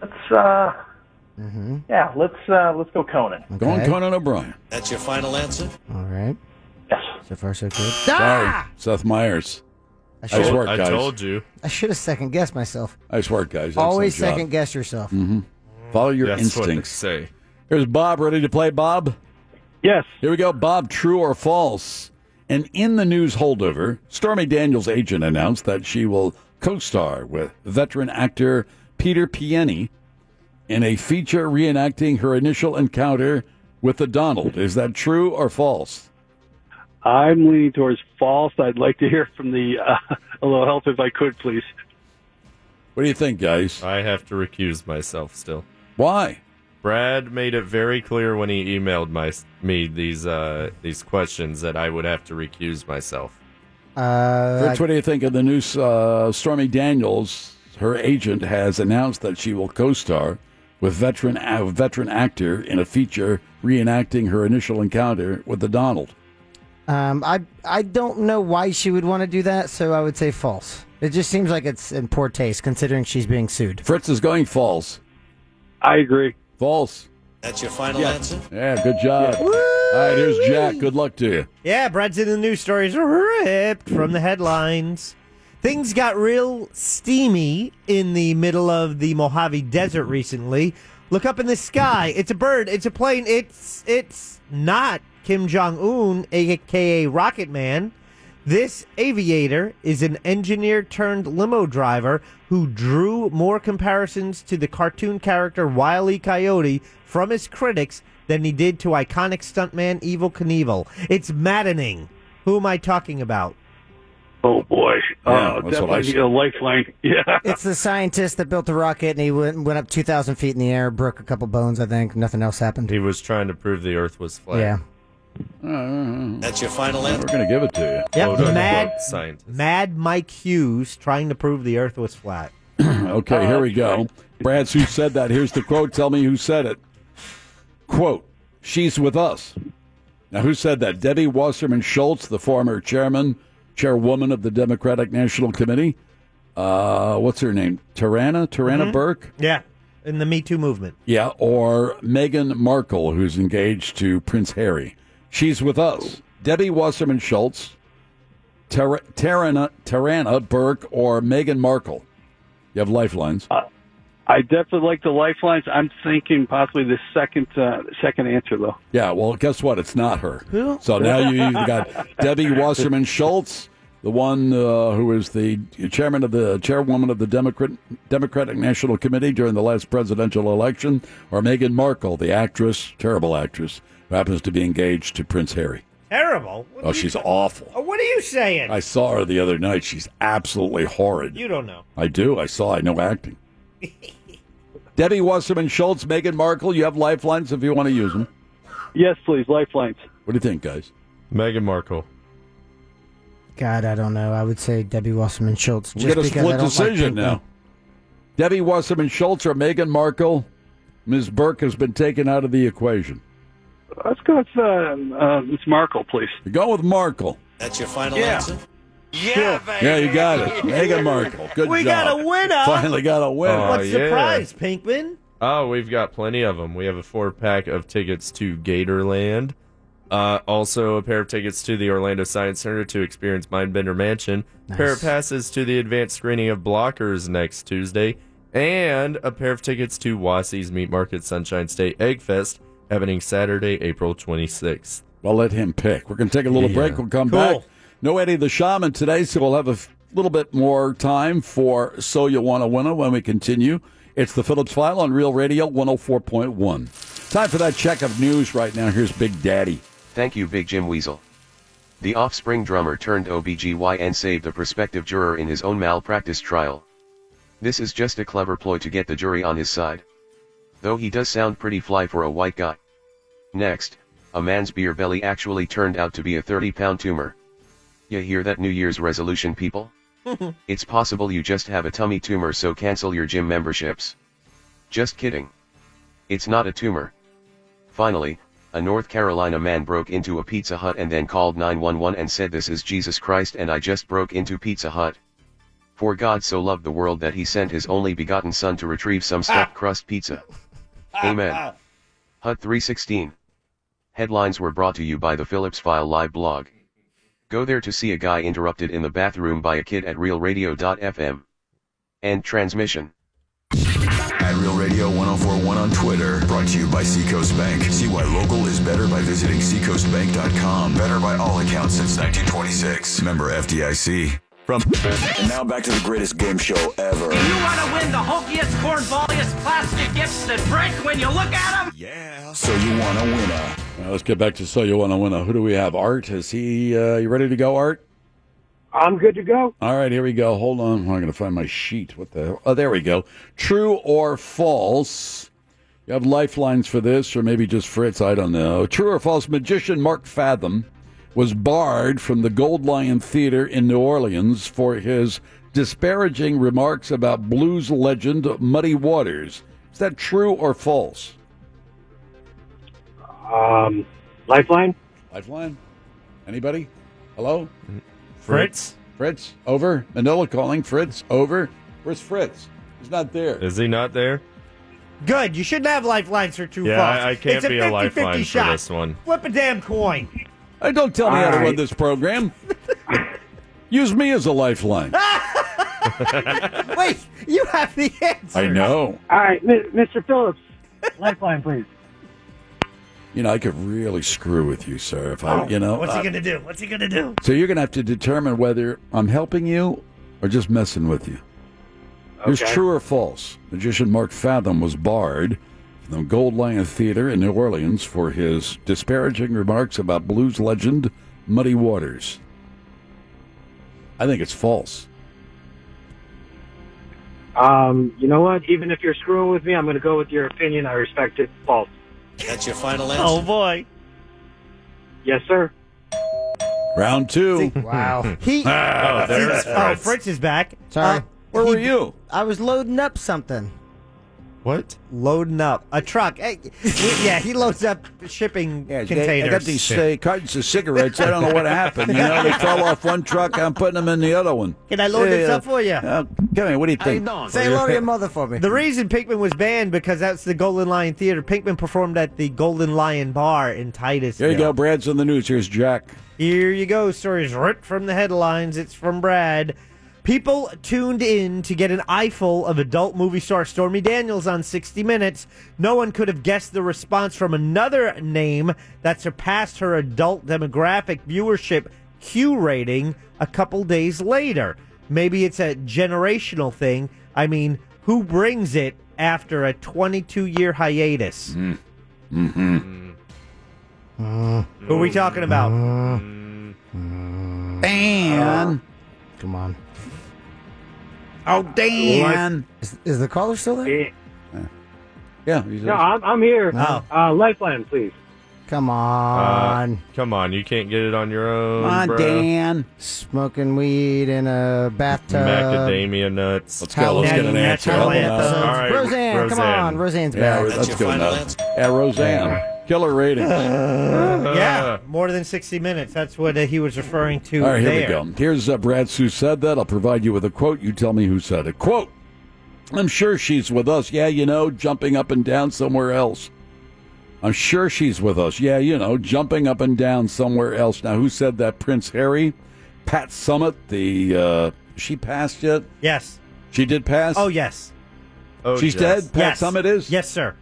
Speaker 4: Let's uh,
Speaker 9: Mm-hmm.
Speaker 4: yeah, let's uh, let's go Conan.
Speaker 6: Going Conan O'Brien.
Speaker 4: That's your final answer.
Speaker 9: All right. So far, so good. Ah!
Speaker 6: Sorry, Seth Myers.
Speaker 9: I
Speaker 6: Nice
Speaker 9: should-
Speaker 6: work,
Speaker 9: I
Speaker 6: guys.
Speaker 9: told
Speaker 8: you.
Speaker 9: I should have second guessed myself.
Speaker 6: Nice work, guys. Excellent
Speaker 9: Always
Speaker 6: job.
Speaker 9: second guess yourself.
Speaker 6: Mhm. Follow your
Speaker 9: That's what they
Speaker 6: instincts.
Speaker 8: say.
Speaker 6: Here's Bob. Ready to play, Bob?
Speaker 20: Yes.
Speaker 6: Here we go. Bob, true or false? And in the news holdover, Stormy Daniels' agent announced that she will co star with veteran actor Peter Pieni in a feature reenacting her initial encounter with the Donald. Is that true or false?
Speaker 20: I'm leaning towards false. I'd like to hear from the uh, [LAUGHS] a little help if I could, please.
Speaker 6: What do you think, guys?
Speaker 8: I have to recuse myself still.
Speaker 6: Why?
Speaker 8: Brad made it very clear when he emailed my me these uh, these questions that I would have to recuse myself.
Speaker 9: Uh,
Speaker 6: Fritz, what do you think of the news? Uh, Stormy Daniels, her agent, has announced that she will co-star with veteran a veteran actor in a feature reenacting her initial encounter with the Donald.
Speaker 9: Um, I I don't know why she would want to do that, so I would say false. It just seems like it's in poor taste considering she's being sued.
Speaker 6: Fritz is going false.
Speaker 20: I agree.
Speaker 6: False.
Speaker 9: That's your final answer.
Speaker 6: Yeah, good job. All right, here's Jack. Good luck to you.
Speaker 7: Yeah, Brad's in the news stories ripped from the headlines. Things got real steamy in the middle of the Mojave Desert recently. Look up in the sky. It's a bird. It's a plane. It's it's not Kim Jong Un, aka Rocket Man. This aviator is an engineer turned limo driver who drew more comparisons to the cartoon character Wile E. Coyote from his critics than he did to iconic stuntman Evil Knievel. It's maddening. Who am I talking about?
Speaker 20: Oh boy,
Speaker 6: Yeah, that's what I
Speaker 20: definitely a lifeline. [LAUGHS] Yeah,
Speaker 9: it's the scientist that built the rocket, and he went, went up two thousand feet in the air, broke a couple bones, I think. Nothing else happened.
Speaker 8: He was trying to prove the Earth was flat.
Speaker 9: Yeah.
Speaker 8: That's your final
Speaker 6: We're going to give it to you.
Speaker 7: Yep, mad,
Speaker 8: scientist.
Speaker 7: mad Mike Hughes trying to prove the Earth was flat.
Speaker 8: [COUGHS]
Speaker 6: [LAUGHS] okay, here we go. Brad's who said that. Here's the quote. Tell me who said it. Quote, she's with us. Now, who said that? Debbie Wasserman Schultz, the former chairman, chairwoman of the Democratic National Committee. Uh, what's her name? Tarana? Tarana
Speaker 7: Mhm.
Speaker 6: Burke?
Speaker 7: Yeah, in the Me Too movement.
Speaker 6: Yeah, or Meghan Markle, who's engaged to Prince Harry. She's with us. Debbie Wasserman Schultz, Tara, Tarana, Tarana Burke, or Meghan Markle. You have lifelines.
Speaker 20: I definitely like the lifelines. I'm thinking possibly the second uh, second answer though.
Speaker 6: Yeah, well, guess what? It's not her. So now you- you've
Speaker 20: [LAUGHS]
Speaker 6: got Debbie Wasserman Schultz, the one uh, who was the chairman of the chairwoman of the Democrat, Democratic National Committee during the last presidential election, or Meghan Markle, the actress, terrible actress, who happens to be engaged to Prince Harry.
Speaker 7: Terrible. What,
Speaker 6: Oh, she's awful.
Speaker 7: oh, what are you saying?
Speaker 6: I saw her the other night. She's absolutely horrid.
Speaker 7: you don't know.
Speaker 6: I do. I saw. I know
Speaker 7: [LAUGHS]
Speaker 6: acting. Debbie Wasserman Schultz, Meghan Markle. You have lifelines if you want to use them.
Speaker 20: Yes, please, lifelines.
Speaker 6: What do you think, guys?
Speaker 8: Meghan Markle.
Speaker 9: God, I don't know. I would say Debbie Wasserman Schultz.
Speaker 6: We got a
Speaker 9: because I
Speaker 6: split
Speaker 9: don't like
Speaker 6: decision
Speaker 9: people.
Speaker 6: now. Debbie Wasserman Schultz or Meghan Markle. Ms. Burke has been taken out of the equation.
Speaker 20: Let's go with uh, uh, Miss Markle, please.
Speaker 6: Go with Markle.
Speaker 20: That's your final answer. Yeah,
Speaker 6: Yeah, you got it. Meghan Markle. Good
Speaker 7: We
Speaker 6: job.
Speaker 7: got a winner.
Speaker 6: Finally got a winner.
Speaker 7: What's
Speaker 8: Uh, yeah.
Speaker 7: the prize, Pinkman?
Speaker 8: Oh, we've got plenty of them. We have a four pack of tickets to Gatorland. Uh, also, a pair of tickets to the Orlando Science Center to experience Mindbender Mansion. A pair of passes to the advanced screening of Blockers next Tuesday. And a pair of tickets to Wasie's Meat Market Sunshine State Egg Fest happening Saturday, April 26th.
Speaker 6: Well, let him pick. We're going to take a little
Speaker 8: Yeah.
Speaker 6: break. We'll come
Speaker 8: Cool.
Speaker 6: back. No Eddie the Shaman today, so we'll have a f- little bit more time for So You Wanna Winna when we continue. It's the Phillips File on Real Radio 104.1. Time for that check of news right now. Here's Big Daddy.
Speaker 17: Thank you, Big Jim Weasel. The offspring drummer turned OBGYN saved a prospective juror in his own malpractice trial. This is just a clever ploy to get the jury on his side. Though he does sound pretty fly for a white guy. Next, a man's beer belly actually turned out to be a 30 pound tumor. You hear that New Year's resolution, people? It's possible you just have a tummy tumor, so cancel your gym memberships. Just kidding. It's not a tumor. Finally, a North Carolina man broke into a Pizza Hut and then called 911 and said, This is Jesus Christ, and I just broke into Pizza Hut. For God so loved the world that he sent his only begotten Son to retrieve some stuffed crust pizza. Amen. Hut 316. Headlines were brought to you by the Phillips File Live blog. Go there to see a guy interrupted in the bathroom by a kid at realradio.fm. End transmission.
Speaker 2: At Real Radio 1041 on Twitter. Brought to you by Seacoast Bank. See why local is better by visiting seacoastbank.com. Better by all accounts since 1926. Member FDIC. From and now back to the greatest game show ever.
Speaker 3: You want to win the hulkiest, cornballiest plastic gifts that break when you look at them?
Speaker 2: Yeah. So you want to win a.
Speaker 6: Now let's get back to So You Wanna Winna. Who do we have? Art? Is he, uh, you ready to go, Art?
Speaker 20: I'm good to go.
Speaker 6: All right, here we go. Hold on. I'm going to find my sheet. What the hell? Oh, there we go. True or false? You have lifelines for this, or maybe just Fritz. I don't know. True or false? Magician Mark Fathom was barred from the Gold Lion Theater in New Orleans for his disparaging remarks about blues legend Muddy Waters. Is that true or false?
Speaker 20: Um, lifeline.
Speaker 6: Lifeline? Anybody? Hello?
Speaker 8: Fritz?
Speaker 6: Fritz, over. Manila calling. Fritz, over. Where's Fritz? He's not there.
Speaker 8: Is he not there?
Speaker 7: Good. You shouldn't have lifelines for two
Speaker 8: Yeah,
Speaker 7: false.
Speaker 8: I- I can't
Speaker 7: it's a
Speaker 8: be a
Speaker 7: 50-50
Speaker 8: lifeline for
Speaker 7: shot.
Speaker 8: this one.
Speaker 7: Flip a damn coin.
Speaker 6: Hey, don't tell me
Speaker 7: All
Speaker 6: how to run
Speaker 7: right. [LAUGHS]
Speaker 6: this program. Use me as a lifeline.
Speaker 7: Wait, you have the answer.
Speaker 6: I know.
Speaker 12: All right, Mi- Mr. Phillips, lifeline, please.
Speaker 6: You know, I could really screw with you, sir. If I, you know,
Speaker 7: Oh,
Speaker 6: uh,
Speaker 7: What's he
Speaker 6: I-
Speaker 7: gonna do? What's he gonna do?
Speaker 6: so you're going to have to determine whether I'm helping you or just messing with you. Here's
Speaker 7: Okay.
Speaker 6: true or false. Magician Mark Fathom was barred for the Gold Lion Theater in New Orleans for his disparaging remarks about blues legend Muddy Waters. I think it's false.
Speaker 12: Um, you know what? Even if you're screwing with me, I'm going to go with your opinion. I respect it. False.
Speaker 14: That's your final
Speaker 12: Oh, boy. Yes, sir.
Speaker 6: Round two.
Speaker 9: Wow. He.
Speaker 6: [LAUGHS] Ah, there it is.
Speaker 9: oh, Fritz is back. Sorry.
Speaker 7: Where were you?
Speaker 9: I was loading up something.
Speaker 8: What?
Speaker 7: Loading up a truck. Hey, he- yeah, he loads up shipping
Speaker 6: I
Speaker 7: containers.
Speaker 6: got these uh, cartons of cigarettes. I don't know what happened. You
Speaker 7: [LAUGHS]
Speaker 6: know, they fell off one truck. I'm putting them in the other one.
Speaker 7: Can I load this up for you?
Speaker 6: Uh, come here. What do you think?
Speaker 9: Say hello to your mother for me.
Speaker 7: The reason Pinkman was banned because that's the Golden Lion Theater. Pinkman performed at the Golden Lion Bar in Titus.
Speaker 6: There you go. Brad's in the news. Here's Jack.
Speaker 7: Here you go. Stories ripped from the headlines. It's from Brad. People tuned in to get an eyeful of adult movie star Stormy Daniels on 60 Minutes. No one could have guessed the response from another name that surpassed her adult demographic viewership Q rating a couple days later. Maybe it's a generational thing. I mean, who brings it after a 22 year hiatus?
Speaker 6: Mm-hmm.
Speaker 9: Mm-hmm.
Speaker 7: Who are we talking about?
Speaker 6: Dan.
Speaker 9: Uh, Come on.
Speaker 6: Oh,
Speaker 9: Dan. Is, is the caller still there?
Speaker 6: Yeah.
Speaker 12: No, I'm, I'm here.
Speaker 9: Oh.
Speaker 12: Uh, Lifeline, please.
Speaker 9: Come
Speaker 8: Uh,
Speaker 9: on.
Speaker 8: come on, you can't get it on your own.
Speaker 9: Come on,
Speaker 8: bruh.
Speaker 9: Dan. Smoking weed in a bathtub.
Speaker 8: Macadamia nuts.
Speaker 9: Let's go, let's get an Halloween, answer. national anthems. Roseanne, come on, Roseanne's
Speaker 6: Yeah,
Speaker 9: back.
Speaker 6: let's go now. Yeah, Roseanne. Killer
Speaker 7: [LAUGHS]
Speaker 6: ratings. Uh,
Speaker 7: yeah, more than 60 minutes. That's what uh, he was referring to
Speaker 6: All right, here
Speaker 7: there.
Speaker 6: we go. Here's uh, Brad who said that. I'll provide you with a quote. You tell me who said it. Quote, I'm sure she's with us. Yeah, you know, jumping up and down somewhere else. I'm sure she's with us. Yeah, you know, jumping up and down somewhere else. Now, who said that? Prince Harry? Pat Summit? The, uh, she passed yet?
Speaker 7: Yes.
Speaker 6: She did pass?
Speaker 7: Oh, yes.
Speaker 6: Oh, She's yes. dead? Pat
Speaker 7: yes.
Speaker 6: Summit is?
Speaker 7: Yes, sir.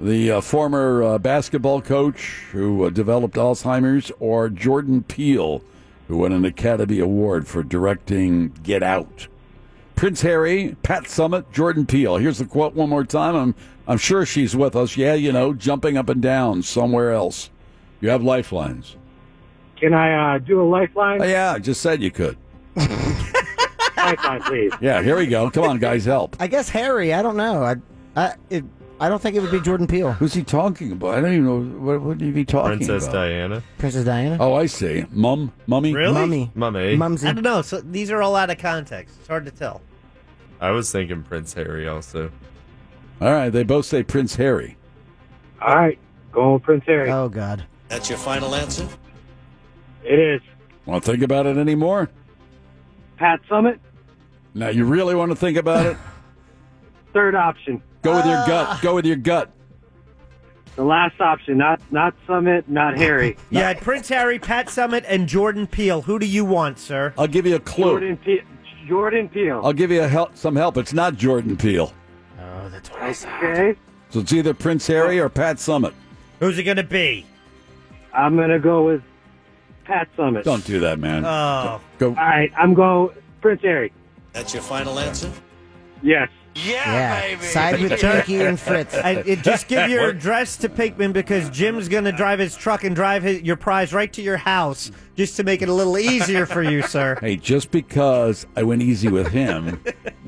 Speaker 6: the uh, former uh, basketball coach who uh, developed Alzheimer's, or Jordan Peele, who won an Academy Award for directing Get Out. Prince Harry, Pat Summit, Jordan Peele. Here's the quote one more time. I'm I'm sure she's with us. Yeah, you know, jumping up and down somewhere else. You have lifelines.
Speaker 12: Can I uh, do a lifeline?
Speaker 6: Oh, yeah, I just said
Speaker 12: [LAUGHS]
Speaker 6: you could.
Speaker 12: lifeline, please.
Speaker 6: Yeah, here we go. Come on, guys, help.
Speaker 9: I guess Harry. I don't know. I, I, it, I don't think it would be Jordan Peele.
Speaker 6: Who's he talking about? I don't even know what what did he talking
Speaker 8: Princess
Speaker 6: about.
Speaker 8: Diana.
Speaker 9: Princess Diana.
Speaker 6: Oh, I see. Mum, mummy,
Speaker 7: Really?
Speaker 9: Mummy.
Speaker 8: Mummy.
Speaker 7: I don't know. So these are all out of context. It's hard to tell.
Speaker 8: I was thinking Prince Harry also.
Speaker 6: All right, they both say Prince Harry.
Speaker 12: All right. Go with Prince Harry.
Speaker 9: Oh, God.
Speaker 14: That's your final answer?
Speaker 12: It is.
Speaker 6: Want to think about it anymore?
Speaker 12: Pat Summit,
Speaker 6: Now you really want to think about it?
Speaker 12: third option.
Speaker 6: Go with
Speaker 9: Ah.
Speaker 6: your gut. Go with your gut.
Speaker 12: The last option. Not not Summit, not Harry.
Speaker 7: You had Prince Harry, Pat Summit, and Jordan Peele. Who do you want, sir?
Speaker 6: I'll give you a clue.
Speaker 12: Jordan, Pe- Jordan Peele.
Speaker 6: I'll give you a help, some help. It's not Jordan Peele.
Speaker 7: Oh,
Speaker 12: Okay.
Speaker 6: So it's either Prince Harry or Pat Summit.
Speaker 7: Who's it going to be?
Speaker 12: I'm going to go with Pat Summit.
Speaker 6: Don't do that, man.
Speaker 7: Oh.
Speaker 6: Go.
Speaker 12: All right. I'm going Prince Harry.
Speaker 14: That's your final answer?
Speaker 12: Yes.
Speaker 9: Yeah. Side
Speaker 6: [LAUGHS]
Speaker 9: with Turkey and Fritz.
Speaker 7: [LAUGHS] I, it- just give your
Speaker 9: What?
Speaker 7: address to Pinkman because Jim's going to drive his truck and drive his, your prize right to your house just to make it a little easier for you, sir.
Speaker 6: [LAUGHS] Hey, just because I went easy with
Speaker 7: [LAUGHS]
Speaker 6: him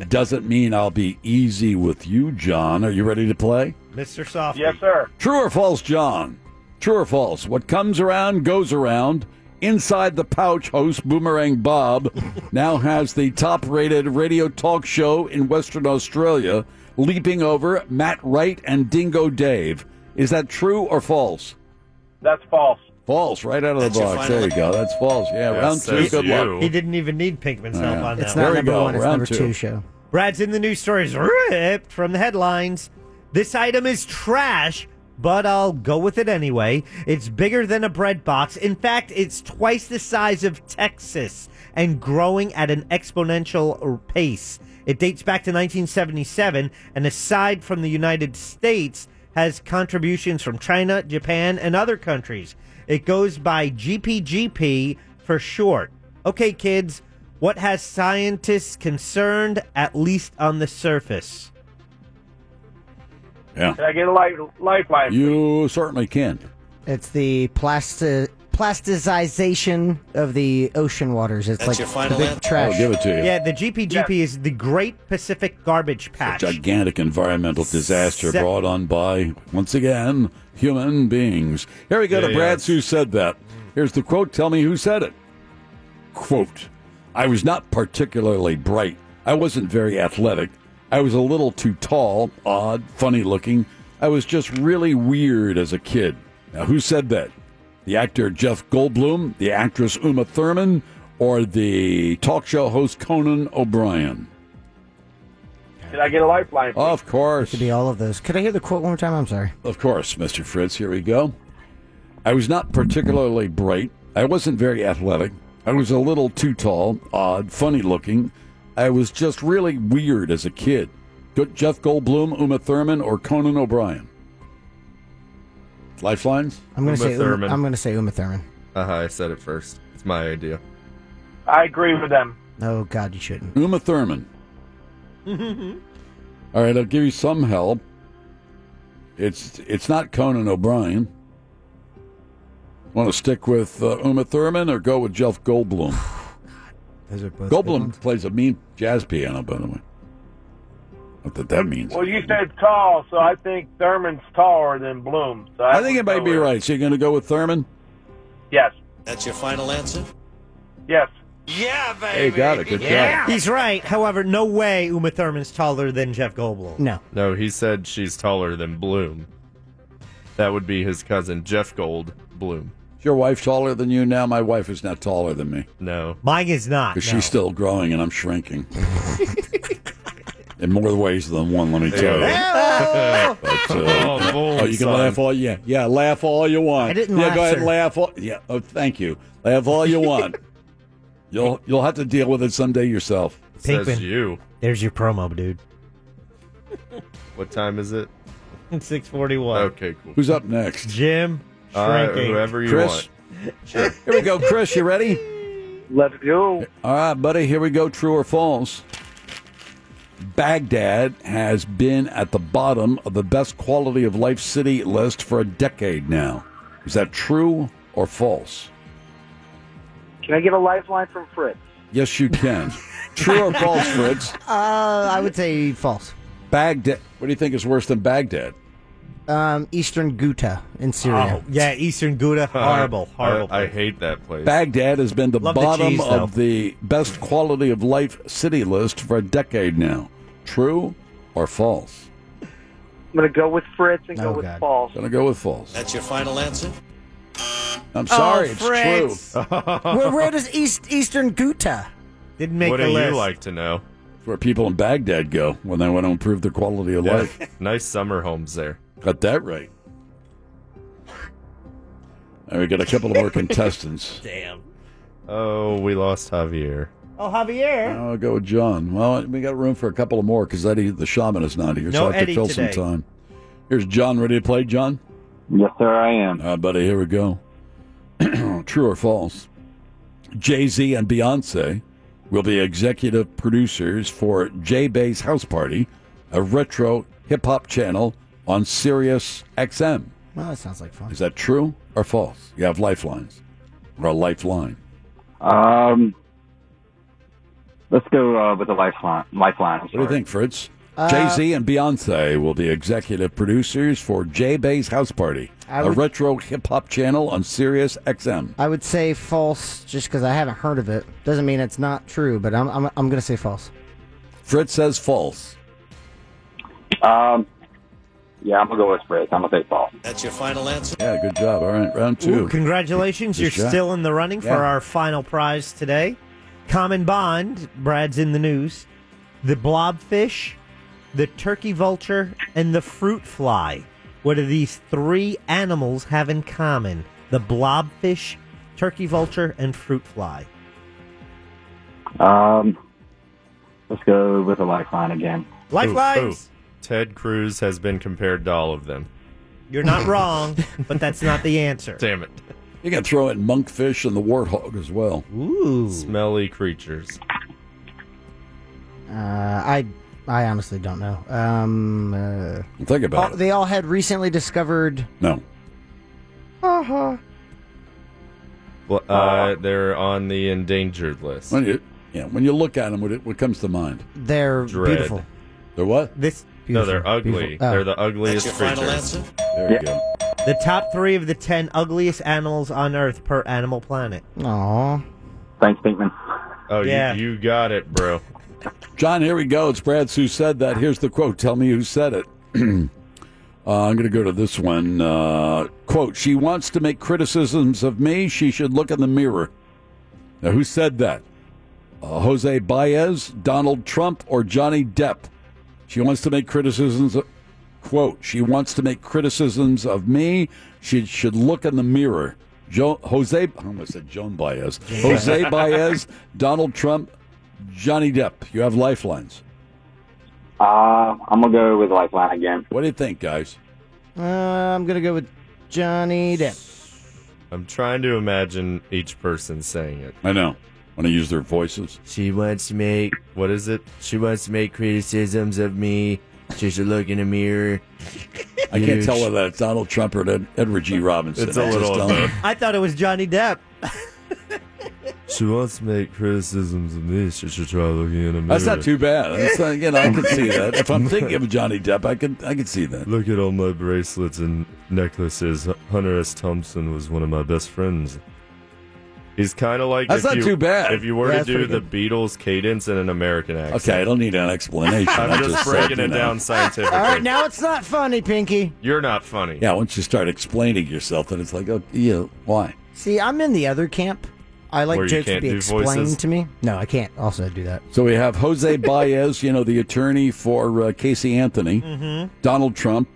Speaker 6: doesn't mean I'll be easy with you, John. Are you ready to play?
Speaker 7: Mr. Soft.
Speaker 4: Yes, sir.
Speaker 6: True or false, John? True or false? What comes around goes around. Inside the Pouch host Boomerang
Speaker 14: [LAUGHS]
Speaker 6: Bob now has the top rated radio talk show in Western Australia, leaping over Matt Wright and Dingo Dave. Is that true or false?
Speaker 4: That's false.
Speaker 6: False, right out of
Speaker 14: That's
Speaker 6: the
Speaker 14: your
Speaker 6: box.
Speaker 14: final
Speaker 6: There you go. That's false. Yeah,
Speaker 8: That
Speaker 6: round two.
Speaker 8: says
Speaker 6: Good
Speaker 8: you.
Speaker 6: luck.
Speaker 7: He didn't even need Pinkman's help
Speaker 6: Yeah.
Speaker 7: on that.
Speaker 9: It's
Speaker 7: one.
Speaker 9: not
Speaker 6: There we
Speaker 9: number
Speaker 6: go,
Speaker 9: one. It's
Speaker 6: round
Speaker 9: number
Speaker 6: two.
Speaker 9: two. show.
Speaker 7: Brad's in the news stories ripped from the headlines. This item is trash, but I'll go with it anyway. It's bigger than a bread box. In fact, it's twice the size of Texas and growing at an exponential pace. It dates back to 1977, and aside from the United States, has contributions from China, Japan, and other countries. It goes by GPGP for short. Okay, kids, what has scientists concerned, at least on the surface?
Speaker 6: Yeah.
Speaker 4: Can I get a life lifeline?
Speaker 6: You certainly can.
Speaker 9: It's the plasti- plasticization of the ocean waters. It's
Speaker 7: That's
Speaker 9: like
Speaker 7: your final
Speaker 9: the big
Speaker 7: answer?
Speaker 9: trash.
Speaker 6: I'll give it to you.
Speaker 7: Yeah, the GPGP is the Great Pacific Garbage Patch.
Speaker 6: Gigantic environmental disaster
Speaker 7: Se-
Speaker 6: brought on by, once again, human beings. Here we go to
Speaker 7: Yeah, yeah.
Speaker 6: Brad's who said that. Here's the quote. Tell me who said it. Quote I was not particularly bright. I wasn't very athletic. I was a little too tall, odd, funny looking. I was just really weird as a kid. Now, who said that? The actor Jeff Goldblum, the actress Uma Thurman, or the talk show host Conan O'Brien?
Speaker 4: Can I get a lifeline?
Speaker 6: Of course. It could
Speaker 9: be all of those. Could I hear the quote one more time? I'm sorry.
Speaker 6: Of course, Mr. Fritz. Here we go. I was not particularly bright. I wasn't very athletic. I was a little too tall, odd, funny looking. I was just really weird as a kid. Good Jeff Goldblum, Uma Thurman, or Conan O'Brien? Lifelines?
Speaker 9: I'm going to say Uma, I'm going to say Uma Thurman.
Speaker 8: Uh huh. I said it first. It's my idea.
Speaker 4: I agree with them.
Speaker 9: Oh God, you shouldn't.
Speaker 6: Uma Thurman.
Speaker 4: [LAUGHS]
Speaker 6: All right, I'll give you some help. It's it's not Conan O'Brien. Want to stick with uh, Uma Thurman or go with Jeff Goldblum?
Speaker 9: Those are both
Speaker 6: Goldblum plays a mean jazz piano, by the way. What that that means?
Speaker 4: Well, you said tall, so I think Thurman's taller than Bloom. So I,
Speaker 6: I think it might be right. So you're going to go with Thurman?
Speaker 4: Yes.
Speaker 14: That's your final answer?
Speaker 4: Yes.
Speaker 14: Yeah, baby.
Speaker 6: Hey, got it. Good job.
Speaker 7: He's right. However, no way Uma Thurman's taller than Jeff Goldblum.
Speaker 9: No.
Speaker 8: No, he said she's taller than Bloom. That would be his cousin Jeff Gold Bloom.
Speaker 6: Is your wife taller than you now? My wife is not taller than me.
Speaker 8: No.
Speaker 7: Mine is not.
Speaker 6: Because she's still growing and I'm shrinking.
Speaker 21: [LAUGHS]
Speaker 6: In more ways than one, let me tell you.
Speaker 9: Hello.
Speaker 6: But, uh,
Speaker 9: Oh, boy,
Speaker 6: you can
Speaker 9: son.
Speaker 6: laugh all yeah yeah laugh all you want.
Speaker 9: I didn't
Speaker 6: yeah,
Speaker 9: laugh,
Speaker 6: go ahead
Speaker 9: sir.
Speaker 6: and laugh all yeah. Oh, thank you. Laugh all
Speaker 9: [LAUGHS]
Speaker 6: you want. you'll you'll have to deal with it someday yourself.
Speaker 7: Pinkman. There's your promo, dude.
Speaker 8: What time is it?
Speaker 7: [LAUGHS] Six forty-one.
Speaker 8: Okay, cool.
Speaker 6: Who's up next?
Speaker 7: Jim.
Speaker 8: Uh, whoever you
Speaker 6: Chris?
Speaker 8: want. Sure.
Speaker 6: Here we go, Chris. You ready?
Speaker 4: Let's go.
Speaker 6: All right, buddy. Here we go. True or false? Baghdad has been at the bottom of the best quality of life city list for a decade now. Is that true or false?
Speaker 12: Can I get a lifeline from Fritz?
Speaker 6: Yes, you can. true or false, Fritz?
Speaker 9: [LAUGHS] Uh, I would say false.
Speaker 6: Baghdad. What do you think is worse than Baghdad?
Speaker 9: Um, Eastern Ghouta in Syria.
Speaker 7: Oh, yeah, Eastern Gouda. Horrible, horrible.
Speaker 8: I, I hate that place.
Speaker 6: Baghdad has been the
Speaker 7: Love the
Speaker 6: bottom
Speaker 7: cheese, though.
Speaker 6: of the best quality of life city list for a decade now. True or false?
Speaker 12: I'm going to go with Fritz
Speaker 21: Oh,
Speaker 12: and go with Paul.
Speaker 6: Gonna go with false.
Speaker 14: That's your final answer?
Speaker 6: I'm sorry, it's
Speaker 9: Oh, Fritz.
Speaker 6: true. [LAUGHS]
Speaker 9: where,
Speaker 7: [LAUGHS]
Speaker 9: where does East Eastern Ghouta?
Speaker 7: Didn't
Speaker 8: what do you like to know?
Speaker 6: Where people in Baghdad go when they want to improve their quality of
Speaker 8: Yeah.
Speaker 6: life.
Speaker 8: [LAUGHS] nice summer homes there.
Speaker 6: Got that right. And we got a couple of more contestants.
Speaker 7: Damn.
Speaker 8: Oh, we lost Javier.
Speaker 7: Oh, Javier.
Speaker 6: I'll go with John. Well, we got room for a couple of more because Eddie, the shaman, is not here, so
Speaker 7: No
Speaker 6: I have
Speaker 7: Eddie
Speaker 6: to fill
Speaker 7: today.
Speaker 6: some time. Here's John. Ready to play, John?
Speaker 21: Yes, sir, I am.
Speaker 6: All right, buddy, here we go. [CLEARS THROAT] True or false? Jay Z and Beyonce will be executive producers for J Bay's House Party, a retro hip hop channel on Sirius XM.
Speaker 9: Well, that sounds like fun.
Speaker 6: Is that true or false? You have lifelines or a lifeline.
Speaker 21: Um, let's go uh, with the lifeline. Lifeline.
Speaker 6: What do you think, Fritz?
Speaker 9: Uh,
Speaker 6: Jay Z and Beyonce will be executive producers for J Bay's House Party,
Speaker 9: I
Speaker 6: a
Speaker 9: would-
Speaker 6: retro hip hop channel on Sirius XM.
Speaker 9: I would say false, just because I haven't heard of it. Doesn't mean it's not true, but I'm I'm, I'm going to say false.
Speaker 6: Fritz says false.
Speaker 21: Um, yeah, I'm gonna go with Fritz. I'm gonna say Paul.
Speaker 14: That's your final answer?
Speaker 6: Yeah, good job. All right, round two.
Speaker 7: Ooh, congratulations.
Speaker 6: Good
Speaker 7: You're
Speaker 6: shot.
Speaker 7: still in the running
Speaker 6: Yeah.
Speaker 7: for our final prize today. Common Bond, Brad's in the news. The blobfish, the turkey vulture, and the fruit fly. What do these three animals have in common? The blobfish, turkey vulture, and fruit fly.
Speaker 21: Um, let's go with the lifeline again.
Speaker 7: Lifelines!
Speaker 8: Ted Cruz has been compared to all of them.
Speaker 7: You're
Speaker 6: [LAUGHS]
Speaker 7: not wrong, but that's not the answer.
Speaker 8: Damn it.
Speaker 6: You can throw in monkfish and the warthog as well.
Speaker 7: Ooh.
Speaker 8: Smelly creatures.
Speaker 9: Uh, I I honestly don't know. Um, uh,
Speaker 6: Think about
Speaker 9: all-
Speaker 6: it.
Speaker 9: They all had recently discovered.
Speaker 6: No.
Speaker 9: Uh-huh.
Speaker 8: Well, uh, they're on the endangered list.
Speaker 6: When you, yeah, when you look at them, what, it- what comes to mind?
Speaker 9: They're
Speaker 8: Dread. beautiful.
Speaker 6: They're what?
Speaker 7: This
Speaker 8: no, they're ugly.
Speaker 7: Oh.
Speaker 8: They're the
Speaker 6: Ah.
Speaker 8: ugliest creatures.
Speaker 6: There you go.
Speaker 7: The top three of the ten ugliest animals on Earth per Animal Planet.
Speaker 9: Aw.
Speaker 21: Thanks, Pinkman.
Speaker 8: Oh,
Speaker 7: Yeah.
Speaker 8: you, you got it, bro.
Speaker 6: John, here we go. It's Brad Sue said that. Here's the quote. Tell me who said it. uh, I'm going to go to this one. Uh, quote, she wants to make criticisms of me. She should look in the mirror. Now, who said that? Uh, Jose Baez, Donald Trump, or Johnny Depp? She wants to make criticisms. Of, quote, she wants to make criticisms of me. She should look in the mirror. Jo- Jose, I almost said Joan Baez. Jose Baez, Donald Trump, Johnny Depp, you have lifelines.
Speaker 21: Uh, I'm gonna go with Lifeline again.
Speaker 6: What do you think, guys?
Speaker 9: Uh, I'm gonna go with Johnny Depp.
Speaker 8: I'm trying to imagine each person saying it.
Speaker 6: I know. Want to use their voices?
Speaker 8: She wants to make what is it?
Speaker 15: She wants to make criticisms of me. She should look in a mirror.
Speaker 6: I can't tell whether that's Donald Trump or Ed- Edward G. Robinson.
Speaker 15: It's a
Speaker 6: I just
Speaker 15: little of
Speaker 6: don't-
Speaker 15: both.
Speaker 7: I thought it was Johnny Depp.
Speaker 15: She wants to make criticisms of me. She should try looking in a mirror.
Speaker 6: That's not too bad. That's not, you know, I can see that. If I'm thinking of Johnny Depp, I can I can see that.
Speaker 15: Look at all my bracelets and necklaces. Hunter S. Thompson was one of my best friends.
Speaker 8: He's kind of like
Speaker 15: That's
Speaker 8: if
Speaker 15: not
Speaker 8: you,
Speaker 15: too bad.
Speaker 8: If you were
Speaker 15: Yeah,
Speaker 8: to
Speaker 15: that's
Speaker 8: do
Speaker 15: pretty
Speaker 8: the Beatles cadence in an American accent.
Speaker 6: Okay, I don't need an explanation.
Speaker 8: I'm
Speaker 6: I
Speaker 8: just
Speaker 6: said,
Speaker 8: breaking
Speaker 6: you
Speaker 8: it
Speaker 6: know.
Speaker 8: down scientifically.
Speaker 9: All right, now it's not funny, Pinky.
Speaker 8: You're not funny.
Speaker 6: Yeah, once you start explaining yourself, then it's like, oh, you know, why?
Speaker 9: See, I'm in the other camp. I like
Speaker 6: Where you
Speaker 9: jokes to
Speaker 6: can't
Speaker 9: be
Speaker 6: do
Speaker 9: explained
Speaker 6: voices?
Speaker 9: to me. No, I can't also do that.
Speaker 6: So we have
Speaker 8: [LAUGHS]
Speaker 6: Jose Baez, you know, the attorney for uh, Casey Anthony,
Speaker 9: Mhm.
Speaker 8: Mm-hmm.
Speaker 6: Donald Trump,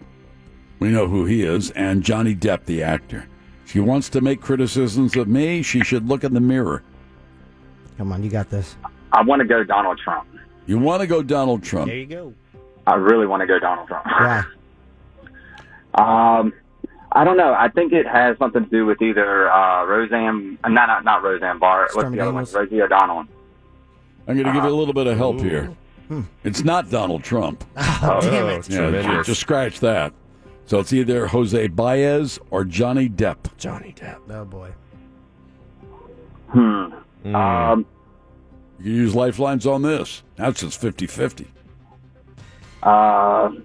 Speaker 6: we know who he is, and Johnny Depp, the actor. She wants to make criticisms of me. She should look in the mirror.
Speaker 9: Come on, you got this.
Speaker 21: [CLEARS THROAT] I want to go Donald Trump.
Speaker 6: You want to go Donald Trump?
Speaker 7: you go.
Speaker 21: I really want to go Donald Trump. [LAUGHS]
Speaker 9: Why?
Speaker 21: Um, I don't know. I think it has something to do with either uh, Roseanne, uh, not, not not Roseanne Barr. What's the other one? Rosie O'Donnell.
Speaker 6: I'm going to give you a little bit of help here. It's not Donald Trump.
Speaker 21: [LAUGHS] Oh, damn it.
Speaker 6: Yeah,
Speaker 21: Tremendous.
Speaker 6: ju- just scratch that. So it's either Jose Baez or Johnny Depp.
Speaker 9: Johnny Depp. Oh boy.
Speaker 6: Hmm. Um, you can use lifelines on this. That's just 50 50.
Speaker 21: Uh, I'm,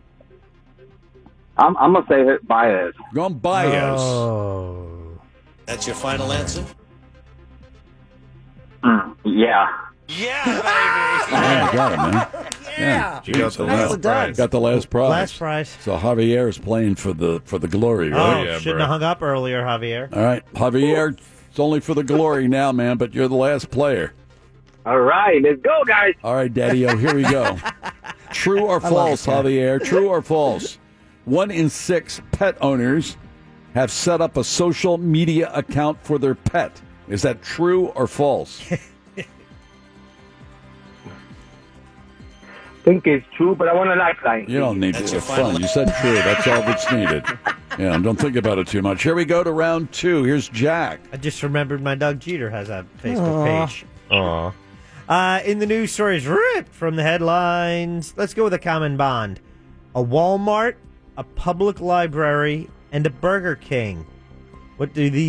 Speaker 21: I'm gonna say it Baez.
Speaker 6: Gone Baez.
Speaker 21: Oh.
Speaker 14: That's your final answer?
Speaker 21: Hmm, Yeah.
Speaker 6: Oh, you got it, man.
Speaker 7: [LAUGHS]
Speaker 21: Yeah.
Speaker 6: Jeez,
Speaker 21: You got the
Speaker 6: I know.
Speaker 21: last prize.
Speaker 6: Got the last prize.
Speaker 7: Last prize.
Speaker 6: So Javier is playing for the for the glory, right?
Speaker 7: oh, shouldn't have hung up earlier, Javier.
Speaker 6: All right, Javier, it's only for the glory now, man. But you're the last player.
Speaker 21: All right, let's go, guys.
Speaker 6: All right, Daddy O, here
Speaker 21: [LAUGHS]
Speaker 6: we go. True or
Speaker 21: I love
Speaker 6: false,
Speaker 21: this guy.
Speaker 6: Javier? True or false? One in six pet owners have set up a social media account for their pet. Is that true or false?
Speaker 21: think [LAUGHS] it's true, but I want a lifeline.
Speaker 6: You don't need to. It's fun. You said true. That's all that's needed. Yeah, and don't think about it too much. Here we go to round two. Here's Jack.
Speaker 7: I just remembered my dog Jeter has a Facebook
Speaker 6: Aw.
Speaker 7: page. Uh, in the news stories ripped from the headlines, let's go with a common bond. A Walmart, a public library, and a Burger King. What do these?